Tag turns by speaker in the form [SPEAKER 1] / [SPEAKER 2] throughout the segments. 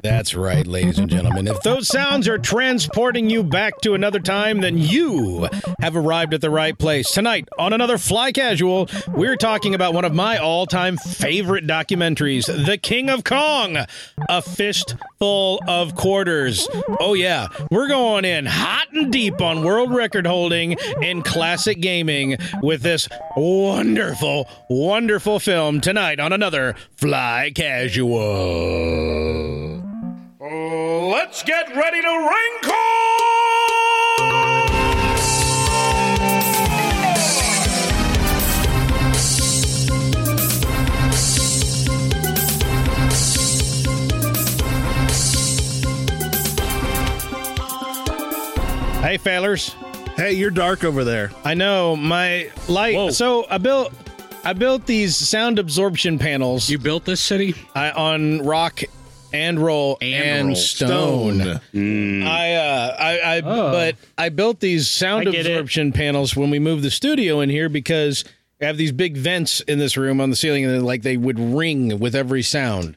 [SPEAKER 1] That's right, ladies and gentlemen. If those sounds are transporting you back to another time, then you have arrived at the right place. Tonight, on another Fly Casual, we're talking about one of my all time favorite documentaries, The King of Kong A Fistful of Quarters. Oh, yeah, we're going in hot and deep on world record holding in classic gaming with this wonderful, wonderful film tonight on another Fly Casual.
[SPEAKER 2] Let's get ready to wrinkle!
[SPEAKER 1] Hey, failers.
[SPEAKER 3] Hey, you're dark over there.
[SPEAKER 1] I know my light.
[SPEAKER 3] Whoa.
[SPEAKER 1] So I built, I built these sound absorption panels
[SPEAKER 4] You built this city?
[SPEAKER 1] I, on rock and roll and,
[SPEAKER 3] roll.
[SPEAKER 1] stone. I, uh, I, I,
[SPEAKER 5] Oh.
[SPEAKER 1] but I built these sound
[SPEAKER 5] I get it.
[SPEAKER 1] absorption panels when we moved the studio in here because I have these big vents in this room on the ceiling, and then, like they would ring with every sound.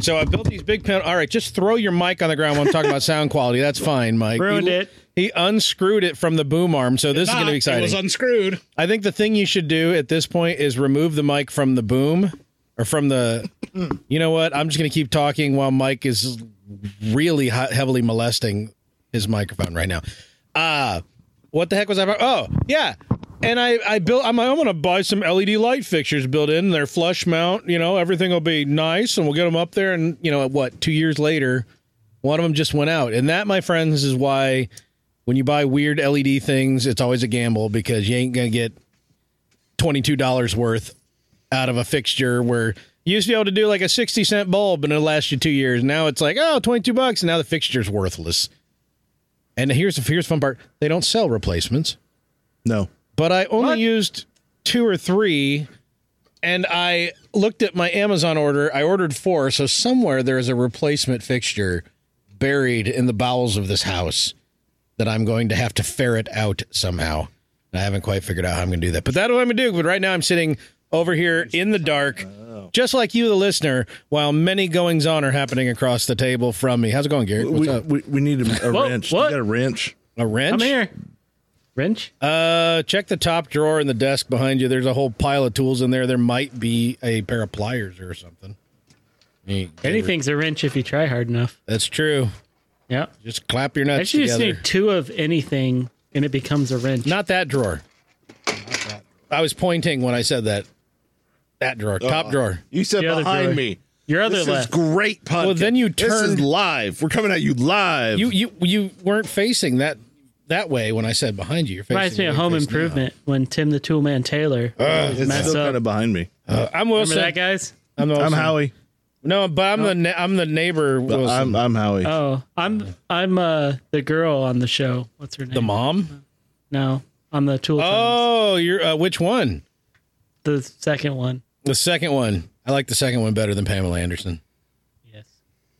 [SPEAKER 1] So I built these big panels. All right, just throw your mic on the ground when I'm talking about sound quality. That's fine, Mike.
[SPEAKER 5] Ruined
[SPEAKER 1] He-
[SPEAKER 5] it.
[SPEAKER 1] He unscrewed it from the boom arm, so this is going
[SPEAKER 4] Ah,
[SPEAKER 1] to be
[SPEAKER 4] It
[SPEAKER 1] exciting.
[SPEAKER 4] was unscrewed.
[SPEAKER 1] I think the thing you should do at this point is remove the mic from the boom or from the. you know what? I'm just going to keep talking while Mike is really hot, heavily molesting his microphone right now. Uh what the heck was I about? Oh, yeah. And I, I built. I'm, I'm going to buy some LED light fixtures built in. They're flush mount. You know, everything will be nice, and we'll get them up there. And you know, what? Two years later, one of them just went out. And that, my friends, is why when you buy weird LED things, it's always a gamble because you ain't gonna get twenty two dollars worth out of a fixture where you used to be able to do like a sixty cent bulb and it'll last you two years. Now it's like, oh, 22 bucks, and now the fixture's worthless. And here's the here's the fun part. They don't sell replacements.
[SPEAKER 3] No.
[SPEAKER 1] But I only used two or three and I looked at my Amazon order. I ordered four, so somewhere there is a replacement fixture buried in the bowels of this house that I'm going to have to ferret out somehow. And I haven't quite figured out how I'm going to do that. But that's what I'm going to do. But right now I'm sitting over here in the dark, just like you, the listener, while many goings on are happening across the table from me. How's it going, Gary? What's
[SPEAKER 3] We,
[SPEAKER 1] up?
[SPEAKER 3] we, we need a, a
[SPEAKER 5] Whoa,
[SPEAKER 3] wrench.
[SPEAKER 5] what?
[SPEAKER 3] You got a wrench?
[SPEAKER 1] A wrench?
[SPEAKER 5] Come here. Wrench?
[SPEAKER 1] Uh, check the top drawer in the desk behind you. There's a whole pile of tools in there. There might be a pair of pliers or something.
[SPEAKER 5] Anything's a wrench if you try hard enough.
[SPEAKER 1] That's true.
[SPEAKER 5] Yeah.
[SPEAKER 1] Just clap your nuts
[SPEAKER 5] Actually, you just
[SPEAKER 1] together.
[SPEAKER 5] need two of anything and it becomes a wrench.
[SPEAKER 1] Not that drawer. I was pointing when I said that. That drawer, top drawer.
[SPEAKER 3] You said
[SPEAKER 5] The other
[SPEAKER 3] behind
[SPEAKER 5] drawer.
[SPEAKER 3] me.
[SPEAKER 5] Your other
[SPEAKER 3] This is
[SPEAKER 5] left.
[SPEAKER 3] great podcast.
[SPEAKER 1] Well, then you
[SPEAKER 3] This is
[SPEAKER 1] turned-
[SPEAKER 3] live. We're coming at you live.
[SPEAKER 1] You you you weren't facing that that way when I said behind you. You're facing
[SPEAKER 5] Reminds me
[SPEAKER 1] the
[SPEAKER 5] of
[SPEAKER 1] way
[SPEAKER 5] Home
[SPEAKER 1] it is now.
[SPEAKER 5] Improvement when Tim the Toolman Taylor.
[SPEAKER 3] it's
[SPEAKER 5] mess
[SPEAKER 3] still
[SPEAKER 5] up.
[SPEAKER 3] kind of behind me.
[SPEAKER 1] Uh, I'm Wilson.
[SPEAKER 5] Remember that, guys?
[SPEAKER 1] I'm, Wilson.
[SPEAKER 3] I'm Howie.
[SPEAKER 1] No, but I'm the ne- I'm the neighbor. Wilson.
[SPEAKER 3] I'm I'm Howie.
[SPEAKER 5] Oh, I'm I'm uh the girl on the show. What's her name?
[SPEAKER 1] the mom.
[SPEAKER 5] No, on the Tool. Times.
[SPEAKER 1] Oh, you're uh, which one?
[SPEAKER 5] the second one.
[SPEAKER 1] The second one. I like the second one better than Pamela Anderson.
[SPEAKER 5] Yes.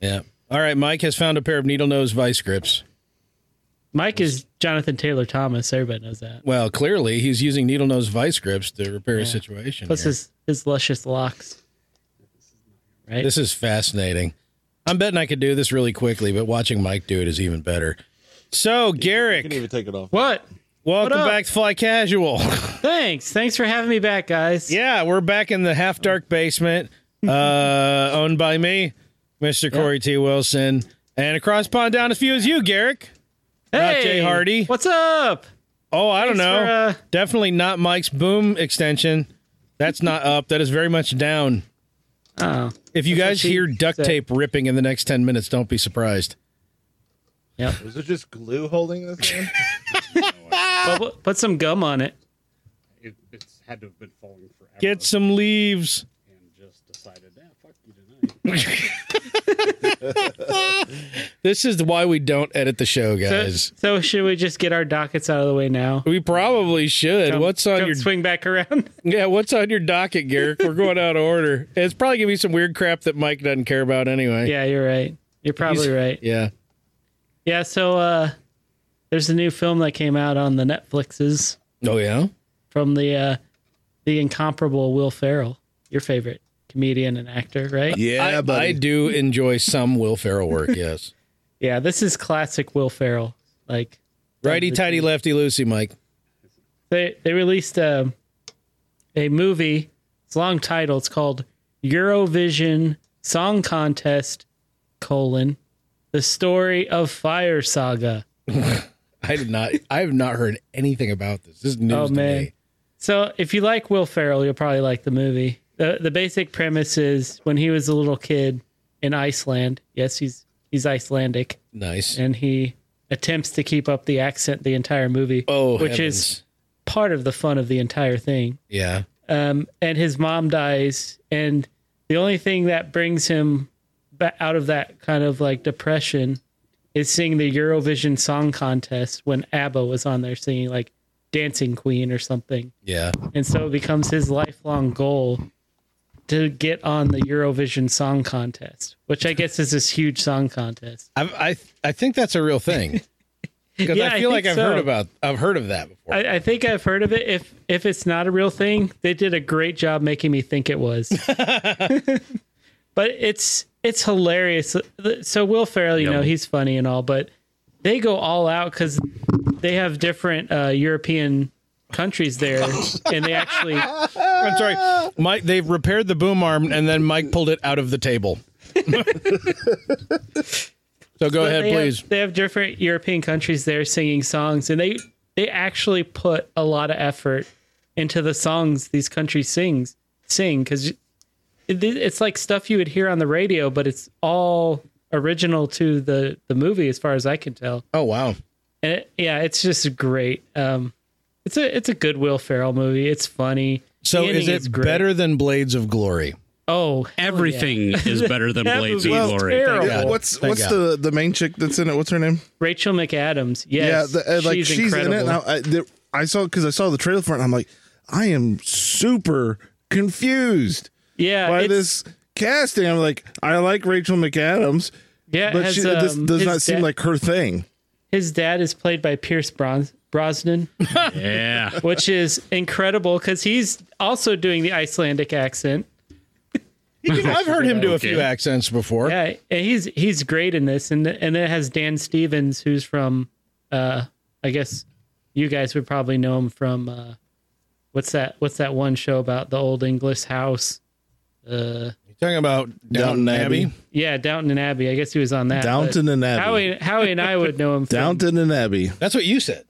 [SPEAKER 1] Yeah. All right. Mike has found a pair of needle nose vice grips.
[SPEAKER 5] Mike is Jonathan Taylor Thomas. Everybody knows that.
[SPEAKER 1] Well, clearly he's using needle nose vice grips to repair his situation.
[SPEAKER 5] Plus
[SPEAKER 1] here.
[SPEAKER 5] his his luscious locks. Right.
[SPEAKER 1] This is fascinating. I'm betting I could do this really quickly, but watching Mike do it is even better. So, Garrick,
[SPEAKER 3] take it off.
[SPEAKER 5] what?
[SPEAKER 1] welcome
[SPEAKER 5] up?
[SPEAKER 1] back to Fly Casual.
[SPEAKER 5] Thanks. Thanks for having me back, guys.
[SPEAKER 1] yeah, we're back in the half dark basement, uh, owned by me, Mr. Corey T. Wilson, and across pond down as few as you, Garrick.
[SPEAKER 5] Hey,
[SPEAKER 1] Not Jay Hardy.
[SPEAKER 5] What's up?
[SPEAKER 1] Oh, I don't
[SPEAKER 5] Thanks
[SPEAKER 1] know.
[SPEAKER 5] for, uh,
[SPEAKER 1] Definitely not Mike's boom extension. That's not up. That is very much down.
[SPEAKER 5] Oh,
[SPEAKER 1] If you guys
[SPEAKER 5] she
[SPEAKER 1] hear duct
[SPEAKER 5] said.
[SPEAKER 1] tape ripping in the next 10 minutes, don't be surprised.
[SPEAKER 3] Was it just glue holding this? thing?
[SPEAKER 5] well, put, put some gum on it.
[SPEAKER 4] It, it's had to have been falling forever.
[SPEAKER 1] Get some leaves.
[SPEAKER 4] and just decided, yeah, fuck you tonight.
[SPEAKER 1] This is why we don't edit the show,
[SPEAKER 5] So,
[SPEAKER 1] guys.
[SPEAKER 5] so should we just get our dockets out of the way now?
[SPEAKER 1] we probably should. what's on
[SPEAKER 5] Don't
[SPEAKER 1] your
[SPEAKER 5] swing back around?
[SPEAKER 1] yeah? What's on your docket, Garrick? We're going out of order. It's probably gonna be some weird crap that Mike doesn't care about anyway.
[SPEAKER 5] yeah, you're right. You're probably right.
[SPEAKER 1] yeah.
[SPEAKER 5] Yeah, so uh there's a new film that came out on the Netflixes
[SPEAKER 1] Oh yeah.
[SPEAKER 5] from the uh the incomparable Will Ferrell, your favorite comedian and actor, right?
[SPEAKER 1] I,
[SPEAKER 3] Yeah, but
[SPEAKER 1] I do enjoy some Will Ferrell work. Yes,
[SPEAKER 5] Yeah, this is classic Will Ferrell. Like
[SPEAKER 1] righty tighty, lefty loosey, Mike.
[SPEAKER 5] they they released a a movie. It's a long title. It's called Eurovision Song Contest: colon The Story of Fire Saga.
[SPEAKER 1] I did not. I have not heard anything about this. This is news
[SPEAKER 5] Oh,
[SPEAKER 1] to
[SPEAKER 5] man.
[SPEAKER 1] me.
[SPEAKER 5] So if you like Will Ferrell, you'll probably like the movie. the The basic premise is when he was a little kid in Iceland. Yes, he's he's Icelandic,
[SPEAKER 1] Nice.
[SPEAKER 5] and he attempts to keep up the accent the entire movie.
[SPEAKER 1] oh,
[SPEAKER 5] which is
[SPEAKER 1] heavens.
[SPEAKER 5] part of the fun of the entire thing.
[SPEAKER 1] yeah.
[SPEAKER 5] um, and his mom dies, and the only thing that brings him ba- out of that kind of like depression is seeing the Eurovision Song Contest when ABBA was on there singing like "Dancing Queen" or something,
[SPEAKER 1] Yeah.
[SPEAKER 5] and so it becomes his lifelong goal to get on the Eurovision Song Contest, which I guess is this huge song contest.
[SPEAKER 1] I I, I think that's a real thing. Because
[SPEAKER 5] Yeah,
[SPEAKER 1] I
[SPEAKER 5] I
[SPEAKER 1] feel like
[SPEAKER 5] think
[SPEAKER 1] I've
[SPEAKER 5] so.
[SPEAKER 1] heard about I've heard of that before.
[SPEAKER 5] I, I think I've heard of it. If if it's not a real thing, they did a great job making me think it was. but it's it's hilarious. So Will Ferrell, you know, he's funny and all, but they go all out because they have different uh, European countries there, and they actually
[SPEAKER 1] I'm sorry, Mike. They've repaired the boom arm, and then Mike pulled it out of the table. so go ahead,
[SPEAKER 5] they have-
[SPEAKER 1] please.
[SPEAKER 5] they have different European countries there singing songs, and they they actually put a lot of effort into the songs these countries sings sing because it's like stuff you would hear on the radio, but it's all original to the the movie as far as I can tell.
[SPEAKER 1] Oh wow,
[SPEAKER 5] And it, yeah, it's just great. Um, it's a it's a good Will Ferrell movie. It's funny.
[SPEAKER 1] so
[SPEAKER 5] The ending
[SPEAKER 1] is it
[SPEAKER 5] great.
[SPEAKER 1] better than Blades of Glory?
[SPEAKER 5] Oh,
[SPEAKER 6] Everything is better than
[SPEAKER 5] That
[SPEAKER 6] Blades of
[SPEAKER 5] movie was
[SPEAKER 6] Glory.
[SPEAKER 5] terrible.
[SPEAKER 1] Yeah.
[SPEAKER 7] What's
[SPEAKER 1] Thank
[SPEAKER 7] what's
[SPEAKER 1] God.
[SPEAKER 7] the the main chick that's in it? What's her name?
[SPEAKER 5] Rachel McAdams. Yes,
[SPEAKER 7] yeah, the, uh, like
[SPEAKER 5] she's,
[SPEAKER 7] she's, in
[SPEAKER 5] incredible.
[SPEAKER 7] it. And I, I, there, I saw because I saw the trailer for it. and I'm like, I am super confused
[SPEAKER 5] yeah,
[SPEAKER 7] by
[SPEAKER 5] it's-
[SPEAKER 7] this casting. I'm like, I like Rachel McAdams,
[SPEAKER 5] yeah, it
[SPEAKER 7] but
[SPEAKER 5] has,
[SPEAKER 7] she, this
[SPEAKER 5] um,
[SPEAKER 7] does
[SPEAKER 5] his
[SPEAKER 7] not seem
[SPEAKER 5] dad-
[SPEAKER 7] like her thing.
[SPEAKER 5] His dad is played by Pierce Bron- Brosnan,
[SPEAKER 6] Yeah.
[SPEAKER 5] which is incredible because he's also doing the Icelandic accent.
[SPEAKER 1] I've heard him do a few
[SPEAKER 6] Okay.
[SPEAKER 1] accents before.
[SPEAKER 5] Yeah, and he's he's great in this, and and then it has Dan Stevens, who's from, uh, I guess you guys would probably know him from, uh, what's that? What's that one show about the old English house? Uh,
[SPEAKER 1] You talking about Downton
[SPEAKER 7] Downton
[SPEAKER 1] Abbey?
[SPEAKER 7] Abbey.
[SPEAKER 5] yeah, Downton and Abbey. I guess he was on that. but
[SPEAKER 7] Downton and Abbey.
[SPEAKER 5] Howie, Howie and I would know him. From
[SPEAKER 7] Downton and Abbey.
[SPEAKER 1] That's what you said.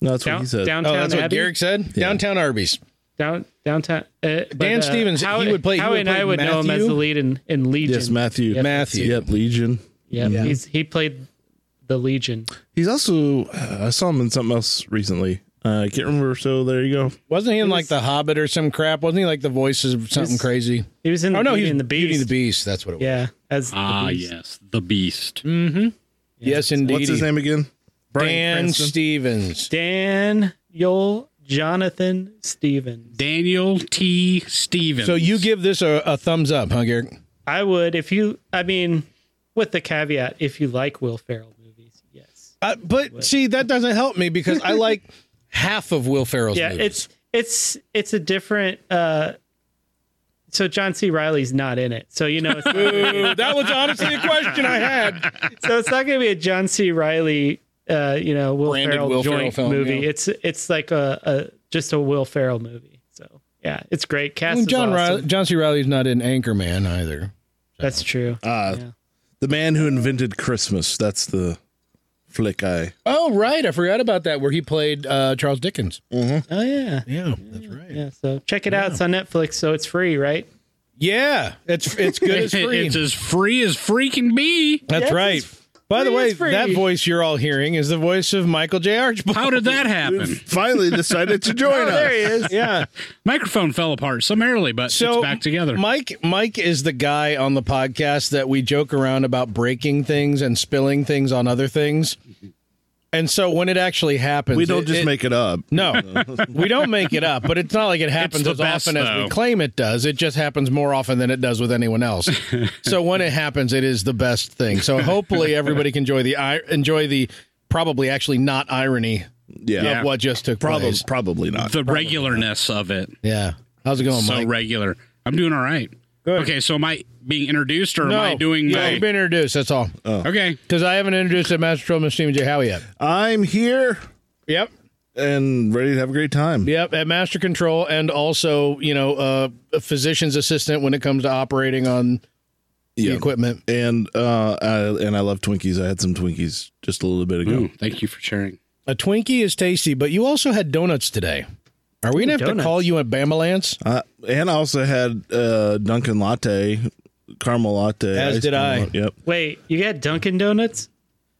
[SPEAKER 7] No, that's what
[SPEAKER 5] Down,
[SPEAKER 7] he said.
[SPEAKER 1] Oh,
[SPEAKER 5] Downtown
[SPEAKER 1] that's what
[SPEAKER 5] Abbey.
[SPEAKER 1] Garrick said. Downtown Arby's.
[SPEAKER 5] Down, downtown. Uh, but,
[SPEAKER 1] Dan
[SPEAKER 5] uh,
[SPEAKER 1] Stevens, he
[SPEAKER 5] Howie-
[SPEAKER 1] would play- he
[SPEAKER 5] Howie
[SPEAKER 1] would
[SPEAKER 5] and
[SPEAKER 1] play
[SPEAKER 5] I would know him as the
[SPEAKER 1] Matthew?
[SPEAKER 5] lead in, in Legion.
[SPEAKER 7] yes, Matthew.
[SPEAKER 5] Yep.
[SPEAKER 1] Matthew.
[SPEAKER 7] Yep, Legion.
[SPEAKER 5] Yep, He's, he played the Legion.
[SPEAKER 7] He's also. Uh, I saw him in something else recently. Uh, I can't remember. So there you go.
[SPEAKER 1] Wasn't he in like The Hobbit or some crap? Wasn't he like the voice of something
[SPEAKER 5] He's-
[SPEAKER 1] crazy?
[SPEAKER 5] He was in
[SPEAKER 1] Oh no,
[SPEAKER 5] Beauty
[SPEAKER 1] he's
[SPEAKER 5] and the Beast.
[SPEAKER 1] Beauty and the Beast. That's what it was.
[SPEAKER 5] Yeah, as the
[SPEAKER 6] Ah,
[SPEAKER 5] Beast.
[SPEAKER 6] yes. The Beast.
[SPEAKER 1] Yes, indeed.
[SPEAKER 7] What's his name again?
[SPEAKER 1] Dan
[SPEAKER 7] Cranston.
[SPEAKER 1] Stevens.
[SPEAKER 5] Daniel Jonathan Stevens.
[SPEAKER 6] Daniel T. Stevens.
[SPEAKER 1] So you give this a, a thumbs up, huh, Garrick?
[SPEAKER 5] I would if you. I mean, with the caveat, if you like Will Ferrell movies, yes.
[SPEAKER 1] Uh, but see, that doesn't help me because I like half of Will Ferrell's
[SPEAKER 5] Yeah,
[SPEAKER 1] movies.
[SPEAKER 5] it's it's it's a different. uh So John C. Riley's not in it, so you know. It's
[SPEAKER 1] Ooh, that was honestly a question I had.
[SPEAKER 5] so it's not going to be a John C. Riley, uh, you know, Will
[SPEAKER 1] Branded
[SPEAKER 5] Ferrell
[SPEAKER 1] Will Ferrell
[SPEAKER 5] joint
[SPEAKER 1] film,
[SPEAKER 5] movie.
[SPEAKER 1] yeah.
[SPEAKER 5] It's it's like a, a just a Will Ferrell movie. So yeah, it's great. Cast is
[SPEAKER 1] John
[SPEAKER 5] awesome.
[SPEAKER 1] Riley, John C. Riley's not in Anchorman either.
[SPEAKER 5] That's true.
[SPEAKER 7] Uh,
[SPEAKER 5] Yeah.
[SPEAKER 7] The man who invented Christmas. That's the flick I.
[SPEAKER 1] Oh right, I forgot about that. Where he played uh, Charles Dickens.
[SPEAKER 5] oh yeah,
[SPEAKER 1] Yeah, that's right. Yeah,
[SPEAKER 5] yeah. So check it out. It's on Netflix, so it's free, right?
[SPEAKER 1] it's it's good as free.
[SPEAKER 6] It's as free as freaking be.
[SPEAKER 1] that's
[SPEAKER 5] Yes,
[SPEAKER 1] right.
[SPEAKER 5] it's
[SPEAKER 1] By the
[SPEAKER 5] free
[SPEAKER 1] way,
[SPEAKER 5] as free.
[SPEAKER 1] that voice you're all hearing is the voice of Michael J. Archibald.
[SPEAKER 6] How did that happen?
[SPEAKER 7] Finally decided to join us.
[SPEAKER 5] Oh, he is.
[SPEAKER 1] yeah.
[SPEAKER 6] Microphone fell apart summarily, but
[SPEAKER 1] So
[SPEAKER 6] it's back together.
[SPEAKER 1] Mike Mike is the guy on the podcast that we joke around about breaking things and spilling things on other things. And so when it actually happens,
[SPEAKER 7] We don't
[SPEAKER 1] it-
[SPEAKER 7] just
[SPEAKER 1] it-
[SPEAKER 7] make it up.
[SPEAKER 1] no, we don't make it up, but it's not like it happens
[SPEAKER 6] the
[SPEAKER 1] as
[SPEAKER 6] best,
[SPEAKER 1] often as
[SPEAKER 6] though.
[SPEAKER 1] we claim it does. It just happens more often than it does with anyone else. so when it happens, it is the best thing. So hopefully everybody can enjoy the ir- enjoy the probably actually not irony
[SPEAKER 7] Yeah.
[SPEAKER 1] of what just took
[SPEAKER 7] Probably,
[SPEAKER 1] place.
[SPEAKER 7] probably not.
[SPEAKER 6] the regularness of it.
[SPEAKER 1] Yeah, how's it going,
[SPEAKER 6] So
[SPEAKER 1] Oh, Mike?
[SPEAKER 6] regular. I'm doing all right.
[SPEAKER 1] ahead.
[SPEAKER 6] Okay, so am I being introduced or am I doing Uh,
[SPEAKER 1] yeah,
[SPEAKER 6] my?
[SPEAKER 1] You've been introduced. That's all.
[SPEAKER 6] okay,
[SPEAKER 1] Because I haven't introduced a Master Patrolman Stephen J. Howe yet.
[SPEAKER 7] I'm here
[SPEAKER 1] Yep.
[SPEAKER 7] and ready to have a great time.
[SPEAKER 1] Yep, at Master Control, and also you know uh, a physician's assistant when it comes to operating on the
[SPEAKER 7] Yeah.
[SPEAKER 1] equipment.
[SPEAKER 7] And uh, I, and I love Twinkies. I had some Twinkies just a little bit ago.
[SPEAKER 6] Ooh,
[SPEAKER 1] Mm.
[SPEAKER 6] thank you for sharing.
[SPEAKER 1] A Twinkie is tasty, but you also had donuts today. Are we gonna have to
[SPEAKER 5] donuts.
[SPEAKER 1] call you a Bamalance?
[SPEAKER 7] Uh, and I also had uh, Dunkin' Latte, caramel latte.
[SPEAKER 1] As
[SPEAKER 7] ice
[SPEAKER 1] did
[SPEAKER 7] cream
[SPEAKER 1] I.
[SPEAKER 7] latte. Yep.
[SPEAKER 5] Wait, you got Dunkin' Donuts?